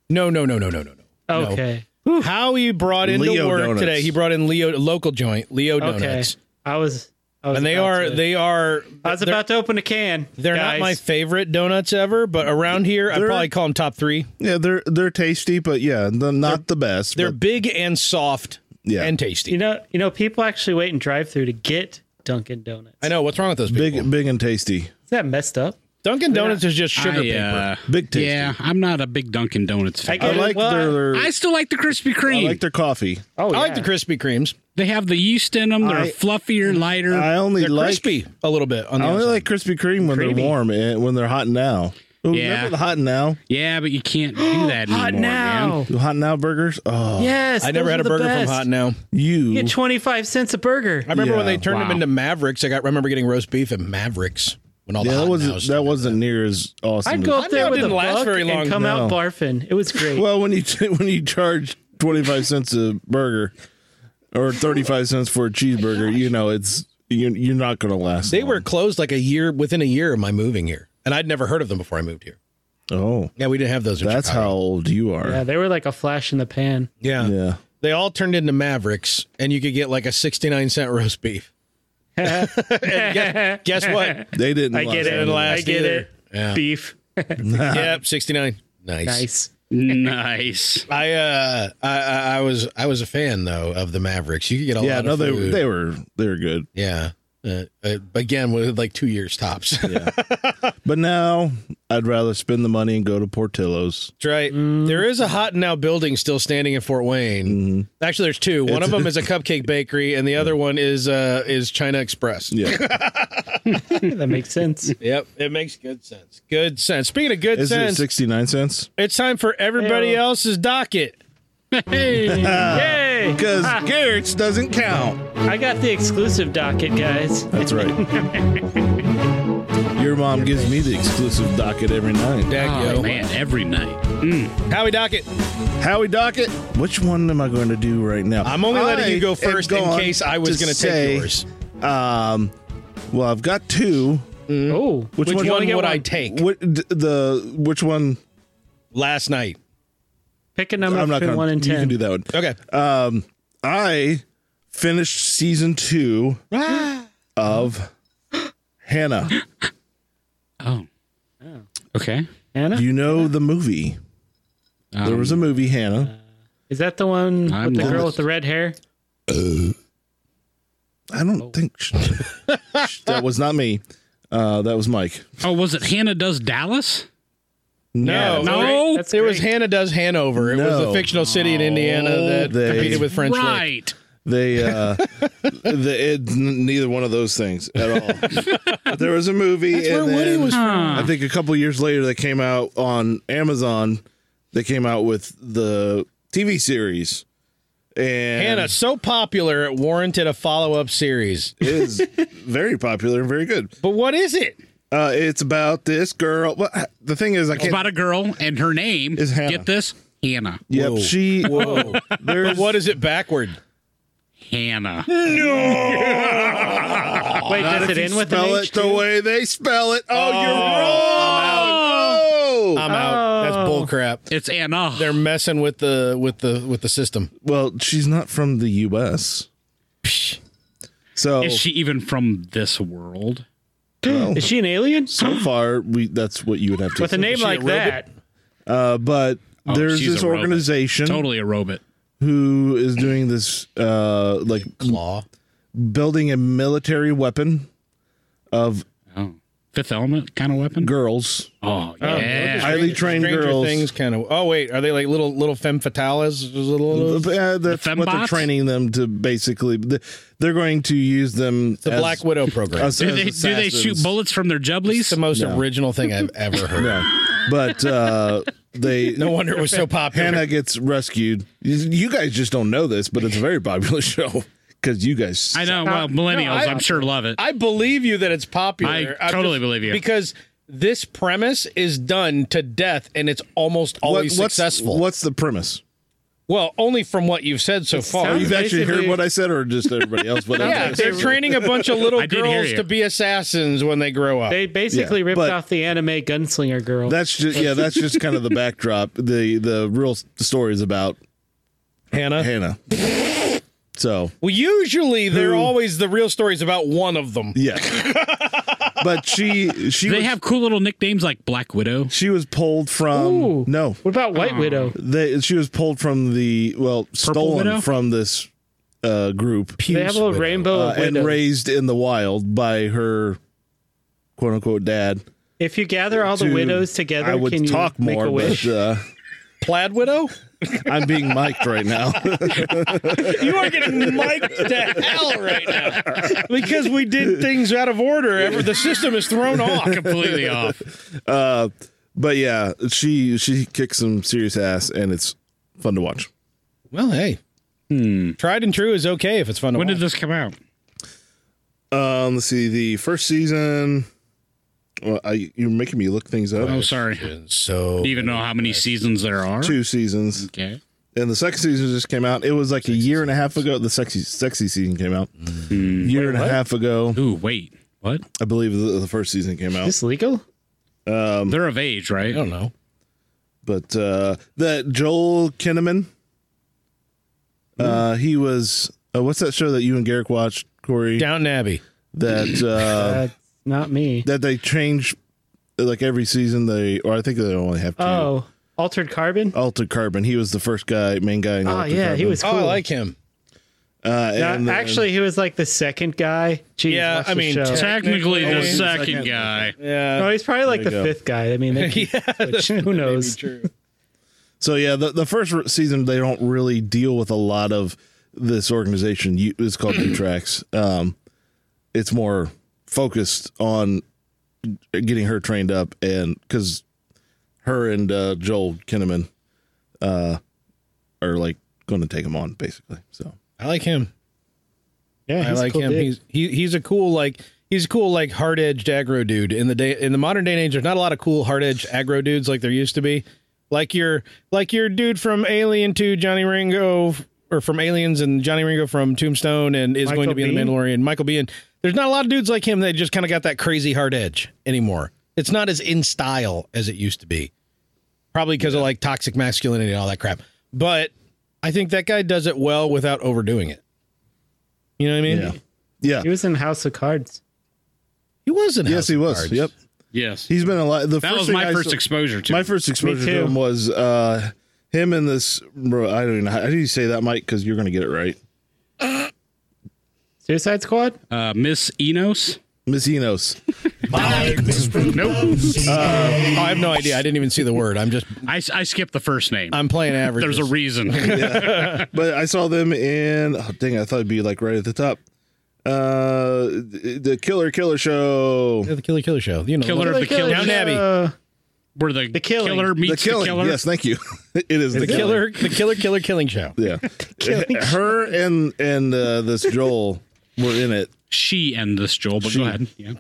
[SPEAKER 1] No, no, no, no, no, no, no.
[SPEAKER 5] Okay.
[SPEAKER 1] No. How he brought into
[SPEAKER 7] Leo
[SPEAKER 1] work
[SPEAKER 7] donuts.
[SPEAKER 1] today? He brought in Leo local joint Leo
[SPEAKER 5] Okay.
[SPEAKER 1] donuts,
[SPEAKER 5] I was. I was
[SPEAKER 1] and they
[SPEAKER 5] about
[SPEAKER 1] are
[SPEAKER 5] to-
[SPEAKER 1] they are.
[SPEAKER 5] I was
[SPEAKER 1] they're-
[SPEAKER 5] about to open a can.
[SPEAKER 1] They're not
[SPEAKER 5] guys.
[SPEAKER 1] my favorite donuts ever, but around here, I
[SPEAKER 7] They're-
[SPEAKER 1] probably call them top three.
[SPEAKER 7] Yeah, they're they're tasty, but yeah, the, not the best.
[SPEAKER 1] They're
[SPEAKER 7] but
[SPEAKER 1] big and soft
[SPEAKER 7] Yeah.
[SPEAKER 1] and tasty.
[SPEAKER 5] You know, you know, people actually wait and drive through to get Dunkin' Donuts.
[SPEAKER 1] I know what's wrong with those people.
[SPEAKER 7] big, big and tasty.
[SPEAKER 5] Is that messed up?
[SPEAKER 1] Dunkin' Donuts is just sugar
[SPEAKER 6] I,
[SPEAKER 1] paper.
[SPEAKER 6] uh,
[SPEAKER 7] Big tasty.
[SPEAKER 6] yeah, I'm not a big Dunkin' Donuts fan.
[SPEAKER 5] I
[SPEAKER 6] I,
[SPEAKER 7] I
[SPEAKER 5] get it.
[SPEAKER 7] like
[SPEAKER 5] Well, I-
[SPEAKER 7] their,
[SPEAKER 6] still like the Krispy
[SPEAKER 7] I
[SPEAKER 6] Kreme.
[SPEAKER 7] like their coffee.
[SPEAKER 5] Oh,
[SPEAKER 1] I like
[SPEAKER 5] yeah.
[SPEAKER 1] the Krispy Kremes.
[SPEAKER 6] they have the yeast in them. They're
[SPEAKER 7] I-
[SPEAKER 6] fluffier, lighter.
[SPEAKER 7] I only
[SPEAKER 1] They're
[SPEAKER 7] like
[SPEAKER 1] crispy a little bit. On the
[SPEAKER 7] I
[SPEAKER 5] Oh,
[SPEAKER 7] only
[SPEAKER 1] outside.
[SPEAKER 7] like Krispy Kreme when
[SPEAKER 5] Creamy.
[SPEAKER 7] they're warm and when they're hot now. Ooh,
[SPEAKER 6] Yeah.
[SPEAKER 7] remember the hot now,
[SPEAKER 6] yeah, but you can't do that anymore.
[SPEAKER 5] Hot now.
[SPEAKER 6] Man.
[SPEAKER 7] the hot now burgers. Oh,
[SPEAKER 5] Yes.
[SPEAKER 1] I never
[SPEAKER 5] those
[SPEAKER 1] had
[SPEAKER 5] are
[SPEAKER 1] a
[SPEAKER 5] the
[SPEAKER 1] burger from
[SPEAKER 5] best.
[SPEAKER 1] Hot Now.
[SPEAKER 7] you
[SPEAKER 5] Get 25 cents a burger.
[SPEAKER 1] I remember when
[SPEAKER 7] Yeah,
[SPEAKER 1] they turned them
[SPEAKER 6] wow.
[SPEAKER 1] into Mavericks. I got remember getting roast beef at Mavericks when all
[SPEAKER 7] yeah,
[SPEAKER 1] the
[SPEAKER 7] that
[SPEAKER 1] Hot
[SPEAKER 7] wasn't
[SPEAKER 1] Nows-
[SPEAKER 7] that wasn't near as awesome.
[SPEAKER 5] I'd
[SPEAKER 7] as-
[SPEAKER 5] go up there
[SPEAKER 1] Now
[SPEAKER 5] with a
[SPEAKER 1] didn't last
[SPEAKER 5] buck
[SPEAKER 1] very long,
[SPEAKER 5] and come out
[SPEAKER 7] no.
[SPEAKER 5] barfing. It was great.
[SPEAKER 7] Well, when you when you charge twenty five cents a burger or thirty five cents for a cheeseburger, you know it's you, you're not going to last.
[SPEAKER 1] They
[SPEAKER 7] long.
[SPEAKER 1] were closed like a year within a year of my moving here, and I'd never heard of them before I moved here.
[SPEAKER 7] oh,
[SPEAKER 1] Yeah, we didn't have those. In
[SPEAKER 7] that's how
[SPEAKER 1] Chicago.
[SPEAKER 7] old you are.
[SPEAKER 5] yeah, they were like a flash in the pan.
[SPEAKER 1] Yeah.
[SPEAKER 7] Yeah.
[SPEAKER 1] they all turned into Mavericks, and you could get like a sixty-nine cent roast beef. and guess, guess what?
[SPEAKER 7] They didn't.
[SPEAKER 5] I get it.
[SPEAKER 1] didn't
[SPEAKER 5] I
[SPEAKER 1] last
[SPEAKER 5] get
[SPEAKER 1] either.
[SPEAKER 5] it.
[SPEAKER 1] Yeah.
[SPEAKER 5] Beef.
[SPEAKER 1] yep, sixty-nine. Nice.
[SPEAKER 5] Nice.
[SPEAKER 6] Nice.
[SPEAKER 1] I uh, I, I I was I was a fan though of the Mavericks. You could get a
[SPEAKER 7] Yeah,
[SPEAKER 1] lot
[SPEAKER 7] no,
[SPEAKER 1] of
[SPEAKER 7] they
[SPEAKER 1] food.
[SPEAKER 7] they were they were good,
[SPEAKER 1] Yeah. Uh, uh, again, with like two years tops. That's
[SPEAKER 7] but now I'd rather spend the money and go to Portillo's.
[SPEAKER 1] right. There is a
[SPEAKER 7] Mm-hmm.
[SPEAKER 1] hot now building still standing in Fort Wayne. Actually, there's two. One of them is a cupcake bakery, and the other one is uh is China Express.
[SPEAKER 7] Yeah,
[SPEAKER 5] that makes sense.
[SPEAKER 1] Yep, it makes good sense. Good sense. Speaking of good
[SPEAKER 7] is it
[SPEAKER 1] sense,
[SPEAKER 7] sixty nine cents?
[SPEAKER 1] it's time for everybody
[SPEAKER 5] Heyo.
[SPEAKER 1] else's docket.
[SPEAKER 5] Yay!
[SPEAKER 7] Because Garrett's doesn't count.
[SPEAKER 5] I got the exclusive docket, guys.
[SPEAKER 7] That's right. Your mom gives me the exclusive docket every night.
[SPEAKER 1] Dag
[SPEAKER 6] Oh
[SPEAKER 1] yo.
[SPEAKER 6] man, every night.
[SPEAKER 1] Howie docket.
[SPEAKER 7] Howie Docket, which one am I going to do right now?
[SPEAKER 1] I'm only letting you
[SPEAKER 7] I
[SPEAKER 1] go
[SPEAKER 7] am
[SPEAKER 1] first in
[SPEAKER 7] going
[SPEAKER 1] case I was going to
[SPEAKER 7] say,
[SPEAKER 1] take yours.
[SPEAKER 7] Um, well, I've got two.
[SPEAKER 5] Oh,
[SPEAKER 7] Mm-hmm. Which,
[SPEAKER 1] Which
[SPEAKER 7] do
[SPEAKER 1] one
[SPEAKER 7] you
[SPEAKER 1] would
[SPEAKER 7] want?
[SPEAKER 1] I take?
[SPEAKER 7] What, d- the which one?
[SPEAKER 1] Last night.
[SPEAKER 5] pick a number
[SPEAKER 7] I'm not going.
[SPEAKER 5] between one and
[SPEAKER 7] You
[SPEAKER 5] ten.
[SPEAKER 7] can do that one.
[SPEAKER 1] Okay.
[SPEAKER 7] I finished season two of Hannah.
[SPEAKER 6] Oh. Okay. Um,
[SPEAKER 5] Hannah,
[SPEAKER 7] You know the movie. There was a movie Hannah.
[SPEAKER 5] is that the one
[SPEAKER 6] I'm
[SPEAKER 5] with the girl
[SPEAKER 6] lost.
[SPEAKER 5] with the red hair?
[SPEAKER 7] I
[SPEAKER 1] Oh.
[SPEAKER 7] don't think sh- sh- that was not me. Uh, that was Mike.
[SPEAKER 6] Oh, was it Hannah Does Dallas?
[SPEAKER 1] no.
[SPEAKER 6] No.
[SPEAKER 5] Great, That's
[SPEAKER 1] It was
[SPEAKER 5] great.
[SPEAKER 1] Hannah Does Hanover. It was
[SPEAKER 7] No. Oh,
[SPEAKER 1] a fictional city in Indiana that
[SPEAKER 7] they-
[SPEAKER 1] competed with French Lick.
[SPEAKER 6] right.
[SPEAKER 7] They uh the it, n- neither one of those things at all. But there was a movie and
[SPEAKER 1] where Woody
[SPEAKER 7] then
[SPEAKER 1] was
[SPEAKER 6] from.
[SPEAKER 7] I think a couple years later they came out on Amazon. They came out with the TV series. And
[SPEAKER 1] Hannah, so popular it warranted a follow up series.
[SPEAKER 7] it is very popular and very good.
[SPEAKER 1] But what is it?
[SPEAKER 7] Uh it's about this girl. Well, the thing is I
[SPEAKER 6] It's
[SPEAKER 7] can't
[SPEAKER 6] about a girl and her name
[SPEAKER 7] Is Hannah.
[SPEAKER 6] Get this? Hannah.
[SPEAKER 7] Yep,
[SPEAKER 1] Whoa.
[SPEAKER 7] she
[SPEAKER 1] Whoa.
[SPEAKER 7] there's
[SPEAKER 1] what is it backward?
[SPEAKER 6] Hannah.
[SPEAKER 5] Wait,
[SPEAKER 7] Oh, Not
[SPEAKER 5] does
[SPEAKER 7] if
[SPEAKER 5] it
[SPEAKER 7] you
[SPEAKER 5] end with an
[SPEAKER 7] spell
[SPEAKER 5] H?
[SPEAKER 7] it the way they spell it. Oh, you're wrong.
[SPEAKER 1] I'm out. That's bull crap.
[SPEAKER 6] It's Anna.
[SPEAKER 1] They're messing with the with the with the system.
[SPEAKER 7] Well, she's not from the U.S. So
[SPEAKER 6] Is she even from this world?
[SPEAKER 5] Is she an alien?
[SPEAKER 7] so far, we that's what you would have to.
[SPEAKER 5] With a name
[SPEAKER 1] she a
[SPEAKER 5] like
[SPEAKER 1] robot?
[SPEAKER 5] that,
[SPEAKER 7] uh, but
[SPEAKER 6] Oh,
[SPEAKER 7] there's
[SPEAKER 6] she's
[SPEAKER 7] this
[SPEAKER 6] a robot.
[SPEAKER 7] organization
[SPEAKER 6] Totally a robot.
[SPEAKER 7] who is doing this, uh, like
[SPEAKER 1] Claw.
[SPEAKER 7] building a military weapon of
[SPEAKER 6] Oh. Fifth Element kind of weapon?
[SPEAKER 7] Girls,
[SPEAKER 6] Oh yeah,
[SPEAKER 7] highly trained
[SPEAKER 1] Stranger
[SPEAKER 7] girls.
[SPEAKER 1] Things kind of. Oh wait, are they like little little femme fatales? Little,
[SPEAKER 7] Uh, that's
[SPEAKER 6] The
[SPEAKER 7] what they're
[SPEAKER 6] fembots?
[SPEAKER 7] training them to basically. th- They're going to use them.
[SPEAKER 1] the
[SPEAKER 7] as-
[SPEAKER 1] Black Widow program.
[SPEAKER 7] as-
[SPEAKER 6] do
[SPEAKER 7] as
[SPEAKER 6] they do they shoot
[SPEAKER 7] assassins.
[SPEAKER 6] bullets from their
[SPEAKER 1] It's
[SPEAKER 6] jubblies?
[SPEAKER 1] the most
[SPEAKER 7] No.
[SPEAKER 1] original thing I've ever heard.
[SPEAKER 7] No, but uh, they.
[SPEAKER 1] No wonder it was so popular.
[SPEAKER 7] Hannah gets rescued. You- You guys just don't know this, but it's a very popular show because you guys.
[SPEAKER 6] I know. Well, millennials,
[SPEAKER 1] I-
[SPEAKER 6] I'm sure love it.
[SPEAKER 1] I believe you that it's popular.
[SPEAKER 6] I
[SPEAKER 1] I'm
[SPEAKER 6] totally believe you.
[SPEAKER 1] because this premise is done to death, and it's almost always
[SPEAKER 7] what's,
[SPEAKER 1] successful.
[SPEAKER 7] What's the premise?
[SPEAKER 1] well, only from what you've said so far.
[SPEAKER 5] sounds-
[SPEAKER 7] You've actually heard
[SPEAKER 5] Basically-
[SPEAKER 7] what I said, or just everybody else? What I'm
[SPEAKER 1] yeah,
[SPEAKER 7] saying.
[SPEAKER 1] they're training a bunch of little
[SPEAKER 6] I did hear
[SPEAKER 1] girls
[SPEAKER 6] you.
[SPEAKER 1] to be assassins when they grow up.
[SPEAKER 5] They basically ripped
[SPEAKER 7] but-
[SPEAKER 5] off the anime gunslinger girl.
[SPEAKER 7] That's just yeah. That's just kind of the backdrop. The the real s- story is about
[SPEAKER 1] Hannah.
[SPEAKER 7] Hannah. So
[SPEAKER 1] Well, usually they're always the real stories about one of them.
[SPEAKER 7] yeah, but she she
[SPEAKER 6] they
[SPEAKER 7] was,
[SPEAKER 6] have cool little nicknames like Black Widow.
[SPEAKER 7] she was pulled from
[SPEAKER 5] Ooh.
[SPEAKER 7] no.
[SPEAKER 5] What about White Widow?
[SPEAKER 7] They, she was pulled from the well stolen
[SPEAKER 6] Widow?
[SPEAKER 7] from this uh, group
[SPEAKER 5] They have a little rainbow
[SPEAKER 7] uh,
[SPEAKER 5] of
[SPEAKER 7] and
[SPEAKER 5] widows.
[SPEAKER 7] raised in the wild by her quote unquote dad.
[SPEAKER 5] if you gather all the
[SPEAKER 7] to-
[SPEAKER 5] widows together,
[SPEAKER 7] I would
[SPEAKER 5] can you
[SPEAKER 7] talk
[SPEAKER 5] make
[SPEAKER 7] more,
[SPEAKER 5] a wish?
[SPEAKER 7] but uh,
[SPEAKER 1] Plaid Widow?
[SPEAKER 7] I'm being mic'd right now.
[SPEAKER 1] You are getting mic'd to hell right now because we did things out of order. Ever the system is thrown off.
[SPEAKER 6] Completely off.
[SPEAKER 7] Uh, but yeah, she she kicks some serious ass, and it's fun to watch.
[SPEAKER 1] Well, hey, tried and true is okay if it's fun to
[SPEAKER 6] When
[SPEAKER 1] watch.
[SPEAKER 6] did this come out?
[SPEAKER 7] Um, let's see the first season. Well, I, you're making me look things up.
[SPEAKER 6] Oh, sorry.
[SPEAKER 1] so
[SPEAKER 6] Do you even know how many seasons there are?
[SPEAKER 7] Two seasons,
[SPEAKER 6] Okay.
[SPEAKER 7] and the second season just came out. It was like a year and a half ago. The sexy sexy season came out
[SPEAKER 5] Mm.
[SPEAKER 7] year and a half ago,
[SPEAKER 6] Ooh, wait. What?
[SPEAKER 7] I believe. The, the first season came out.
[SPEAKER 5] Is this legal?
[SPEAKER 6] They're of age, right?
[SPEAKER 1] I don't know.
[SPEAKER 7] but uh that Joel Kinnaman, uh, he was uh, what's that show that you and Garrick watched, Corey?
[SPEAKER 1] Down Abbey.
[SPEAKER 7] That uh,
[SPEAKER 5] That's not me.
[SPEAKER 7] that they change like every season. They or I think they only have two.
[SPEAKER 5] Oh, altered carbon.
[SPEAKER 7] Altered Carbon. He was the first guy, main guy. In
[SPEAKER 5] Oh,
[SPEAKER 7] Altered
[SPEAKER 5] yeah,
[SPEAKER 7] Carbon.
[SPEAKER 5] he was cool.
[SPEAKER 1] Oh, I like him.
[SPEAKER 7] Uh,
[SPEAKER 5] Uh,
[SPEAKER 7] and then-
[SPEAKER 5] actually, he was like the second guy. Jeez,
[SPEAKER 1] Yeah,
[SPEAKER 5] watch
[SPEAKER 1] I
[SPEAKER 5] the
[SPEAKER 1] mean,
[SPEAKER 5] show.
[SPEAKER 1] tech-
[SPEAKER 6] Technically, the
[SPEAKER 1] Technically,
[SPEAKER 6] second guy.
[SPEAKER 1] Yeah.
[SPEAKER 5] no, he's probably like the
[SPEAKER 7] There you go.
[SPEAKER 5] fifth guy. I mean, they could switch. who knows?
[SPEAKER 7] so yeah, the, the first re- season they don't really deal with a lot of this organization. You, it's called New Tracks. Um, it's more focused on getting her trained up, and because her and uh, Joel Kinnaman uh, are like going to take him on basically. So
[SPEAKER 1] I like him.
[SPEAKER 5] Yeah,
[SPEAKER 1] I
[SPEAKER 5] he's a
[SPEAKER 1] like
[SPEAKER 5] cool
[SPEAKER 1] him.
[SPEAKER 5] dude.
[SPEAKER 1] He's he, he's a cool like he's a cool like hard edged aggro dude in the day in the modern day and age. There's not a lot of cool hard edged aggro dudes like there used to be. Like your like your dude from Alien to Johnny Ringo or from Aliens and Johnny Ringo from Tombstone and is going to
[SPEAKER 5] Michael
[SPEAKER 1] be in
[SPEAKER 5] Biehn?
[SPEAKER 1] the Mandalorian. Michael Biehn. There's not a lot of dudes like him that just kind of got that crazy hard edge anymore. It's not as in style as it used to be. Probably because of like toxic masculinity and all that crap. But I think that guy does it well without overdoing it. You know what I mean?
[SPEAKER 7] yeah, yeah,
[SPEAKER 5] He was in House of Cards.
[SPEAKER 1] He was in
[SPEAKER 7] yes,
[SPEAKER 1] House
[SPEAKER 7] he
[SPEAKER 1] of
[SPEAKER 7] was.
[SPEAKER 1] Cards.
[SPEAKER 7] Yep,
[SPEAKER 6] Yes.
[SPEAKER 7] he's been a lot. The
[SPEAKER 6] that
[SPEAKER 7] first
[SPEAKER 6] was
[SPEAKER 7] thing
[SPEAKER 6] my
[SPEAKER 7] I
[SPEAKER 6] first
[SPEAKER 7] saw-
[SPEAKER 6] exposure to
[SPEAKER 7] My
[SPEAKER 6] it.
[SPEAKER 7] first exposure
[SPEAKER 5] too.
[SPEAKER 7] to him was uh, him and this. Bro, I don't even know. How do you say that, Mike? Because you're going to get it right.
[SPEAKER 5] Suicide Squad.
[SPEAKER 6] uh, Miss Enos.
[SPEAKER 7] Miss Enos.
[SPEAKER 6] Nope.
[SPEAKER 1] Oh, I have no idea. I didn't even see the word. I'm just
[SPEAKER 6] I, I skipped the first name.
[SPEAKER 1] I'm playing average.
[SPEAKER 6] There's a reason.
[SPEAKER 7] But I saw them in. Oh, dang, I thought it'd be like right at the top. Uh, the Killer Killer Show.
[SPEAKER 1] the Killer Killer Show. You know,
[SPEAKER 6] Killer of the Killer.
[SPEAKER 1] Down Abbey.
[SPEAKER 5] Uh,
[SPEAKER 6] Where the,
[SPEAKER 5] Killing.
[SPEAKER 6] killer
[SPEAKER 7] The
[SPEAKER 6] meets the,
[SPEAKER 7] Killing.
[SPEAKER 6] killer.
[SPEAKER 7] Yes, thank you. it is
[SPEAKER 1] the Killer the Killer Killer Killing Show.
[SPEAKER 7] Yeah, her and and uh, this Joel were in it.
[SPEAKER 6] She and this Joel, but go ahead. Yeah.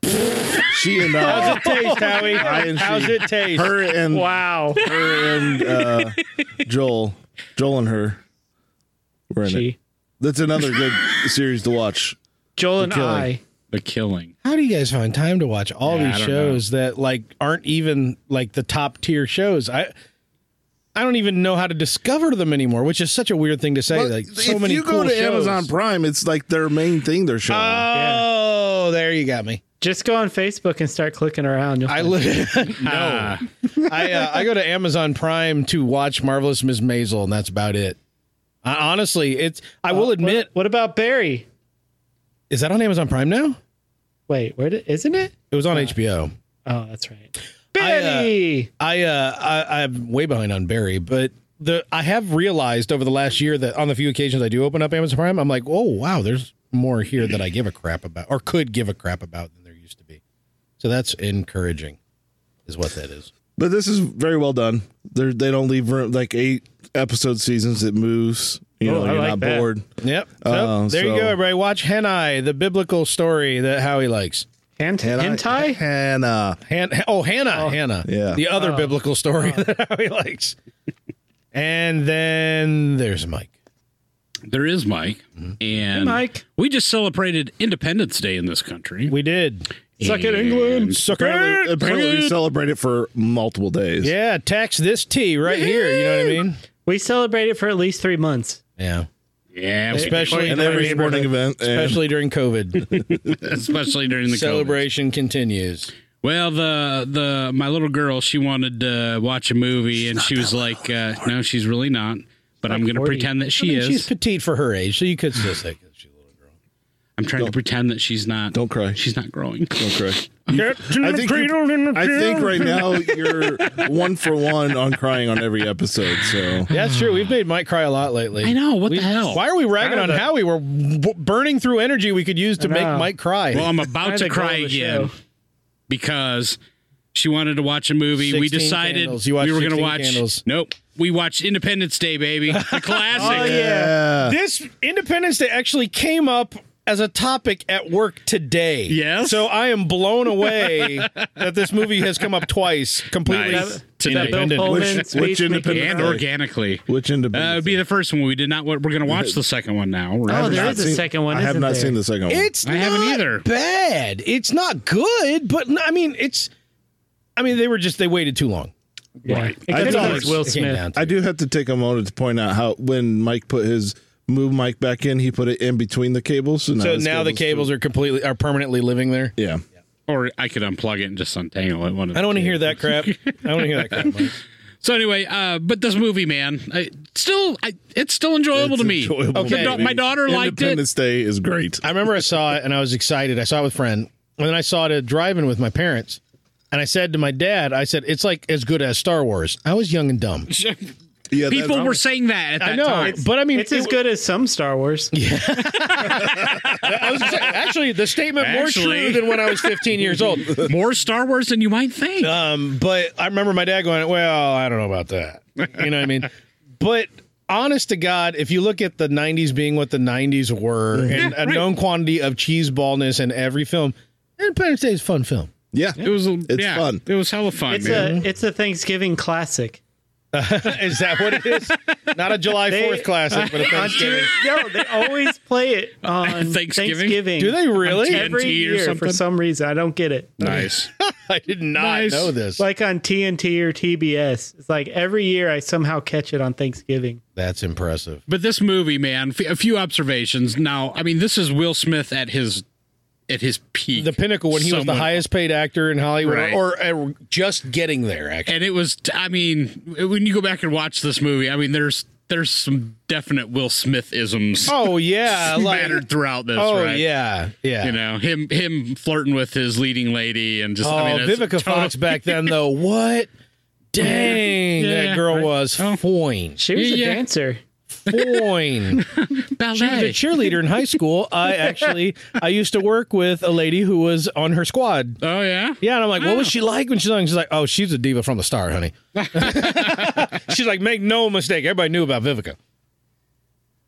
[SPEAKER 7] She and uh,
[SPEAKER 5] taste, Howie.
[SPEAKER 7] and
[SPEAKER 5] How's
[SPEAKER 7] she.
[SPEAKER 5] it taste?
[SPEAKER 7] her and
[SPEAKER 5] wow.
[SPEAKER 7] her and uh, Joel, Joel and her were in it.
[SPEAKER 5] She.
[SPEAKER 7] That's another good series to watch.
[SPEAKER 5] Joel and
[SPEAKER 7] Killing.
[SPEAKER 5] I.
[SPEAKER 6] The killing.
[SPEAKER 1] How do you guys find time to watch all
[SPEAKER 6] Yeah, I
[SPEAKER 1] these
[SPEAKER 6] don't
[SPEAKER 1] shows that like aren't even like the top tier shows? I I don't even know how to discover them anymore, which is such a weird thing to say. like so
[SPEAKER 7] if
[SPEAKER 1] many
[SPEAKER 7] you go
[SPEAKER 1] cool
[SPEAKER 7] to
[SPEAKER 1] shows.
[SPEAKER 7] Amazon Prime, it's like their main thing they're showing.
[SPEAKER 1] Oh, there you got me.
[SPEAKER 5] Just go on Facebook and start clicking around. You'll
[SPEAKER 1] I
[SPEAKER 5] find-
[SPEAKER 1] look. no, I uh, I go to Amazon Prime to watch Marvelous Ms. Maisel, and that's about it. I, honestly, it's. I will admit,
[SPEAKER 5] Oh, What about Barry?
[SPEAKER 1] is that on Amazon Prime now?
[SPEAKER 5] Wait, where did, isn't it?
[SPEAKER 1] It was on HBO.
[SPEAKER 5] Oh, that's right.
[SPEAKER 1] I, uh,
[SPEAKER 5] Betty.
[SPEAKER 1] I, uh, I I'm way behind on Barry, but the I have realized over the last year that on the few occasions I do open up Amazon Prime, I'm like, oh wow, there's more here that I give a crap about or could give a crap about than there used to be. So that's encouraging, is what that is.
[SPEAKER 7] But this is very well done. They're, they don't leave room like eight episode seasons. It moves. You
[SPEAKER 5] Oh,
[SPEAKER 7] know,
[SPEAKER 5] I
[SPEAKER 7] you're
[SPEAKER 5] like
[SPEAKER 7] not
[SPEAKER 5] that.
[SPEAKER 7] bored.
[SPEAKER 1] Yep. So
[SPEAKER 7] Uh,
[SPEAKER 1] there you
[SPEAKER 7] so-
[SPEAKER 1] go, everybody. Watch Henai, the biblical story that Howie likes.
[SPEAKER 5] Hant-
[SPEAKER 7] Hannah-
[SPEAKER 5] hentai?
[SPEAKER 7] Hannah.
[SPEAKER 1] Han- oh, Hannah, Hannah.
[SPEAKER 7] Yeah.
[SPEAKER 1] The other
[SPEAKER 5] Oh.
[SPEAKER 1] biblical story that Howie likes. and then there's Mike.
[SPEAKER 6] There is Mike, and
[SPEAKER 5] Mike.
[SPEAKER 6] we just celebrated Independence Day in this country.
[SPEAKER 1] We did.
[SPEAKER 5] Suck it, England.
[SPEAKER 1] Sucker.
[SPEAKER 7] Apparently, apparently we celebrate it for multiple days.
[SPEAKER 1] Yeah, tax this tea right here. You know what I mean?
[SPEAKER 5] We celebrated for at least three months.
[SPEAKER 1] Yeah,
[SPEAKER 6] yeah, we did.
[SPEAKER 1] especially
[SPEAKER 7] And
[SPEAKER 1] during-
[SPEAKER 7] every sporting event.
[SPEAKER 1] especially during COVID.
[SPEAKER 6] especially during the
[SPEAKER 1] The
[SPEAKER 6] celebration.
[SPEAKER 1] celebration continues.
[SPEAKER 6] Well, the the my little girl, she wanted to watch a movie, and she was like, uh, "No, she's really not." But I'm going to
[SPEAKER 5] 40.
[SPEAKER 6] pretend that
[SPEAKER 1] I
[SPEAKER 6] she
[SPEAKER 1] mean,
[SPEAKER 6] is.
[SPEAKER 1] She's petite for her age, so you could still say she's a little girl.
[SPEAKER 6] I'm trying to pretend that she's not.
[SPEAKER 7] Don't cry.
[SPEAKER 6] She's not growing.
[SPEAKER 7] And, okay. I think, you- I think right now you're one for one on crying on every episode. So
[SPEAKER 1] That's true. We've made Mike cry a lot lately.
[SPEAKER 6] I know. What
[SPEAKER 1] We-
[SPEAKER 6] the hell?
[SPEAKER 1] Why are we ragging on Howie? We're b- burning through energy we could use to
[SPEAKER 5] I
[SPEAKER 1] make
[SPEAKER 5] know.
[SPEAKER 1] Mike cry.
[SPEAKER 6] Well, I'm
[SPEAKER 5] Kinda
[SPEAKER 6] about to
[SPEAKER 5] goal
[SPEAKER 6] cry
[SPEAKER 5] of the
[SPEAKER 6] again
[SPEAKER 5] show.
[SPEAKER 6] because she wanted to watch a movie. We
[SPEAKER 1] 16
[SPEAKER 6] decided
[SPEAKER 1] Candles.
[SPEAKER 6] we
[SPEAKER 1] You
[SPEAKER 6] were
[SPEAKER 1] watched
[SPEAKER 6] going to
[SPEAKER 1] 16
[SPEAKER 6] watch.
[SPEAKER 1] Candles.
[SPEAKER 6] Nope. We watched Independence Day, baby. The classic.
[SPEAKER 7] yeah.
[SPEAKER 1] This Independence Day actually came up as a topic at work today.
[SPEAKER 6] Yes?
[SPEAKER 1] So I am blown away that this movie has come up twice completely.
[SPEAKER 6] Nice.
[SPEAKER 5] That Bill
[SPEAKER 6] Today.
[SPEAKER 5] Pullman
[SPEAKER 7] Which-
[SPEAKER 5] speech
[SPEAKER 7] which
[SPEAKER 5] making
[SPEAKER 7] independent-
[SPEAKER 5] it
[SPEAKER 6] and
[SPEAKER 5] up.
[SPEAKER 6] organically.
[SPEAKER 7] Which
[SPEAKER 6] That
[SPEAKER 7] independent?
[SPEAKER 6] would be the first one. We did not. We're going to watch the second one now. We're-
[SPEAKER 5] Oh,
[SPEAKER 7] I've
[SPEAKER 5] there
[SPEAKER 7] not
[SPEAKER 5] is a
[SPEAKER 7] seen-
[SPEAKER 5] second one.
[SPEAKER 7] I have
[SPEAKER 5] isn't
[SPEAKER 7] not
[SPEAKER 5] there?
[SPEAKER 7] seen the second one.
[SPEAKER 1] It's
[SPEAKER 6] I haven't
[SPEAKER 1] not
[SPEAKER 6] either.
[SPEAKER 1] Bad. It's not good, but n- I mean, it's. I mean, they were just they waited too long.
[SPEAKER 5] Yeah.
[SPEAKER 6] Right.
[SPEAKER 5] It
[SPEAKER 7] I
[SPEAKER 5] could
[SPEAKER 7] thought
[SPEAKER 5] have
[SPEAKER 7] it
[SPEAKER 5] been Will
[SPEAKER 1] It came down
[SPEAKER 5] Smith.
[SPEAKER 1] to
[SPEAKER 7] I
[SPEAKER 1] it.
[SPEAKER 7] do have to take a moment to point out how when Mike put his move Mike back in, he put it in between the cables. So now,
[SPEAKER 1] So
[SPEAKER 7] his
[SPEAKER 1] now the cables are completely are permanently living there.
[SPEAKER 7] Yeah.
[SPEAKER 6] Or I could unplug it and just untangle it. One of
[SPEAKER 1] I
[SPEAKER 6] the
[SPEAKER 1] don't want to
[SPEAKER 6] two.
[SPEAKER 1] hear that crap. I don't want to hear that crap. Mike.
[SPEAKER 6] So anyway, uh, but this movie, man, I, still, I, it's still enjoyable to me.
[SPEAKER 7] enjoyable
[SPEAKER 1] Okay.
[SPEAKER 6] My da- my daughter liked it.
[SPEAKER 7] Independence Day is great.
[SPEAKER 1] I remember I saw it and I was excited. I saw it with a friend, and then I saw it at driving with my parents. And I said to my dad, I said, it's like as good as Star Wars. I was young and dumb.
[SPEAKER 7] Yeah, that-
[SPEAKER 6] People were saying that at that
[SPEAKER 1] I know,
[SPEAKER 6] time.
[SPEAKER 1] but I mean,
[SPEAKER 5] It's as
[SPEAKER 1] it-
[SPEAKER 5] good as some Star Wars.
[SPEAKER 1] I was gonna say, actually, the statement more
[SPEAKER 6] Actually.
[SPEAKER 1] true than when I was 15 years old.
[SPEAKER 6] More Star Wars than you might think.
[SPEAKER 1] Um, but I remember my dad going, "Well, I don't know about that." You know what I mean? But honest to God, if you look at the '90s being what the '90s were, and
[SPEAKER 6] Yeah,
[SPEAKER 1] a
[SPEAKER 6] right.
[SPEAKER 1] known quantity of cheese ballness in every film, Independence Day is a fun film.
[SPEAKER 7] yeah.
[SPEAKER 6] It was, it's yeah,
[SPEAKER 7] fun.
[SPEAKER 6] It was hella fun,
[SPEAKER 5] It's
[SPEAKER 6] man.
[SPEAKER 5] a it's a Thanksgiving classic.
[SPEAKER 1] Is that what it is? Not a July
[SPEAKER 5] They-
[SPEAKER 1] Fourth classic, but a Thanksgiving.
[SPEAKER 5] No, they always play it on
[SPEAKER 6] Thanksgiving?
[SPEAKER 5] Thanksgiving.
[SPEAKER 1] Do they really?
[SPEAKER 6] I'm
[SPEAKER 5] Every
[SPEAKER 6] TNT or
[SPEAKER 5] year
[SPEAKER 6] something?
[SPEAKER 5] for some reason. I don't get it.
[SPEAKER 6] nice.
[SPEAKER 1] I did not
[SPEAKER 6] Nice.
[SPEAKER 1] know this.
[SPEAKER 5] Like on TNT or TBS. It's like every year I somehow catch it on Thanksgiving.
[SPEAKER 1] That's impressive.
[SPEAKER 6] But this movie, man, f- a few observations. Now, I mean, this is Will Smith at his at his peak.
[SPEAKER 1] The pinnacle when he was
[SPEAKER 6] Someone-
[SPEAKER 1] the highest paid actor in Hollywood,
[SPEAKER 6] Right.
[SPEAKER 1] or, or just getting there. Actually,
[SPEAKER 6] and it was t- I mean, when you go back and watch this movie, I mean, there's there's some definite Will Smith isms
[SPEAKER 1] oh yeah, like-
[SPEAKER 6] scattered throughout this,
[SPEAKER 1] oh
[SPEAKER 6] right?
[SPEAKER 1] yeah, yeah.
[SPEAKER 6] You know, him him flirting with his leading lady and just
[SPEAKER 1] Oh,
[SPEAKER 6] I mean, it's
[SPEAKER 1] Vivica
[SPEAKER 6] total-
[SPEAKER 1] Fox back then, though. What? Dang,
[SPEAKER 6] Yeah,
[SPEAKER 1] that girl
[SPEAKER 6] right.
[SPEAKER 1] was
[SPEAKER 6] Oh.
[SPEAKER 1] foin.
[SPEAKER 5] She was
[SPEAKER 6] Yeah,
[SPEAKER 5] a
[SPEAKER 6] yeah.
[SPEAKER 5] dancer.
[SPEAKER 1] Foin. She was a
[SPEAKER 6] ballet.
[SPEAKER 1] cheerleader in high school. I actually, I used to work with a lady who was on her squad.
[SPEAKER 6] Oh yeah.
[SPEAKER 1] Yeah, and I'm like, what was she like when she was on? She's like, oh, she's a diva from the star, honey. she's like, make no mistake, everybody knew about Vivica.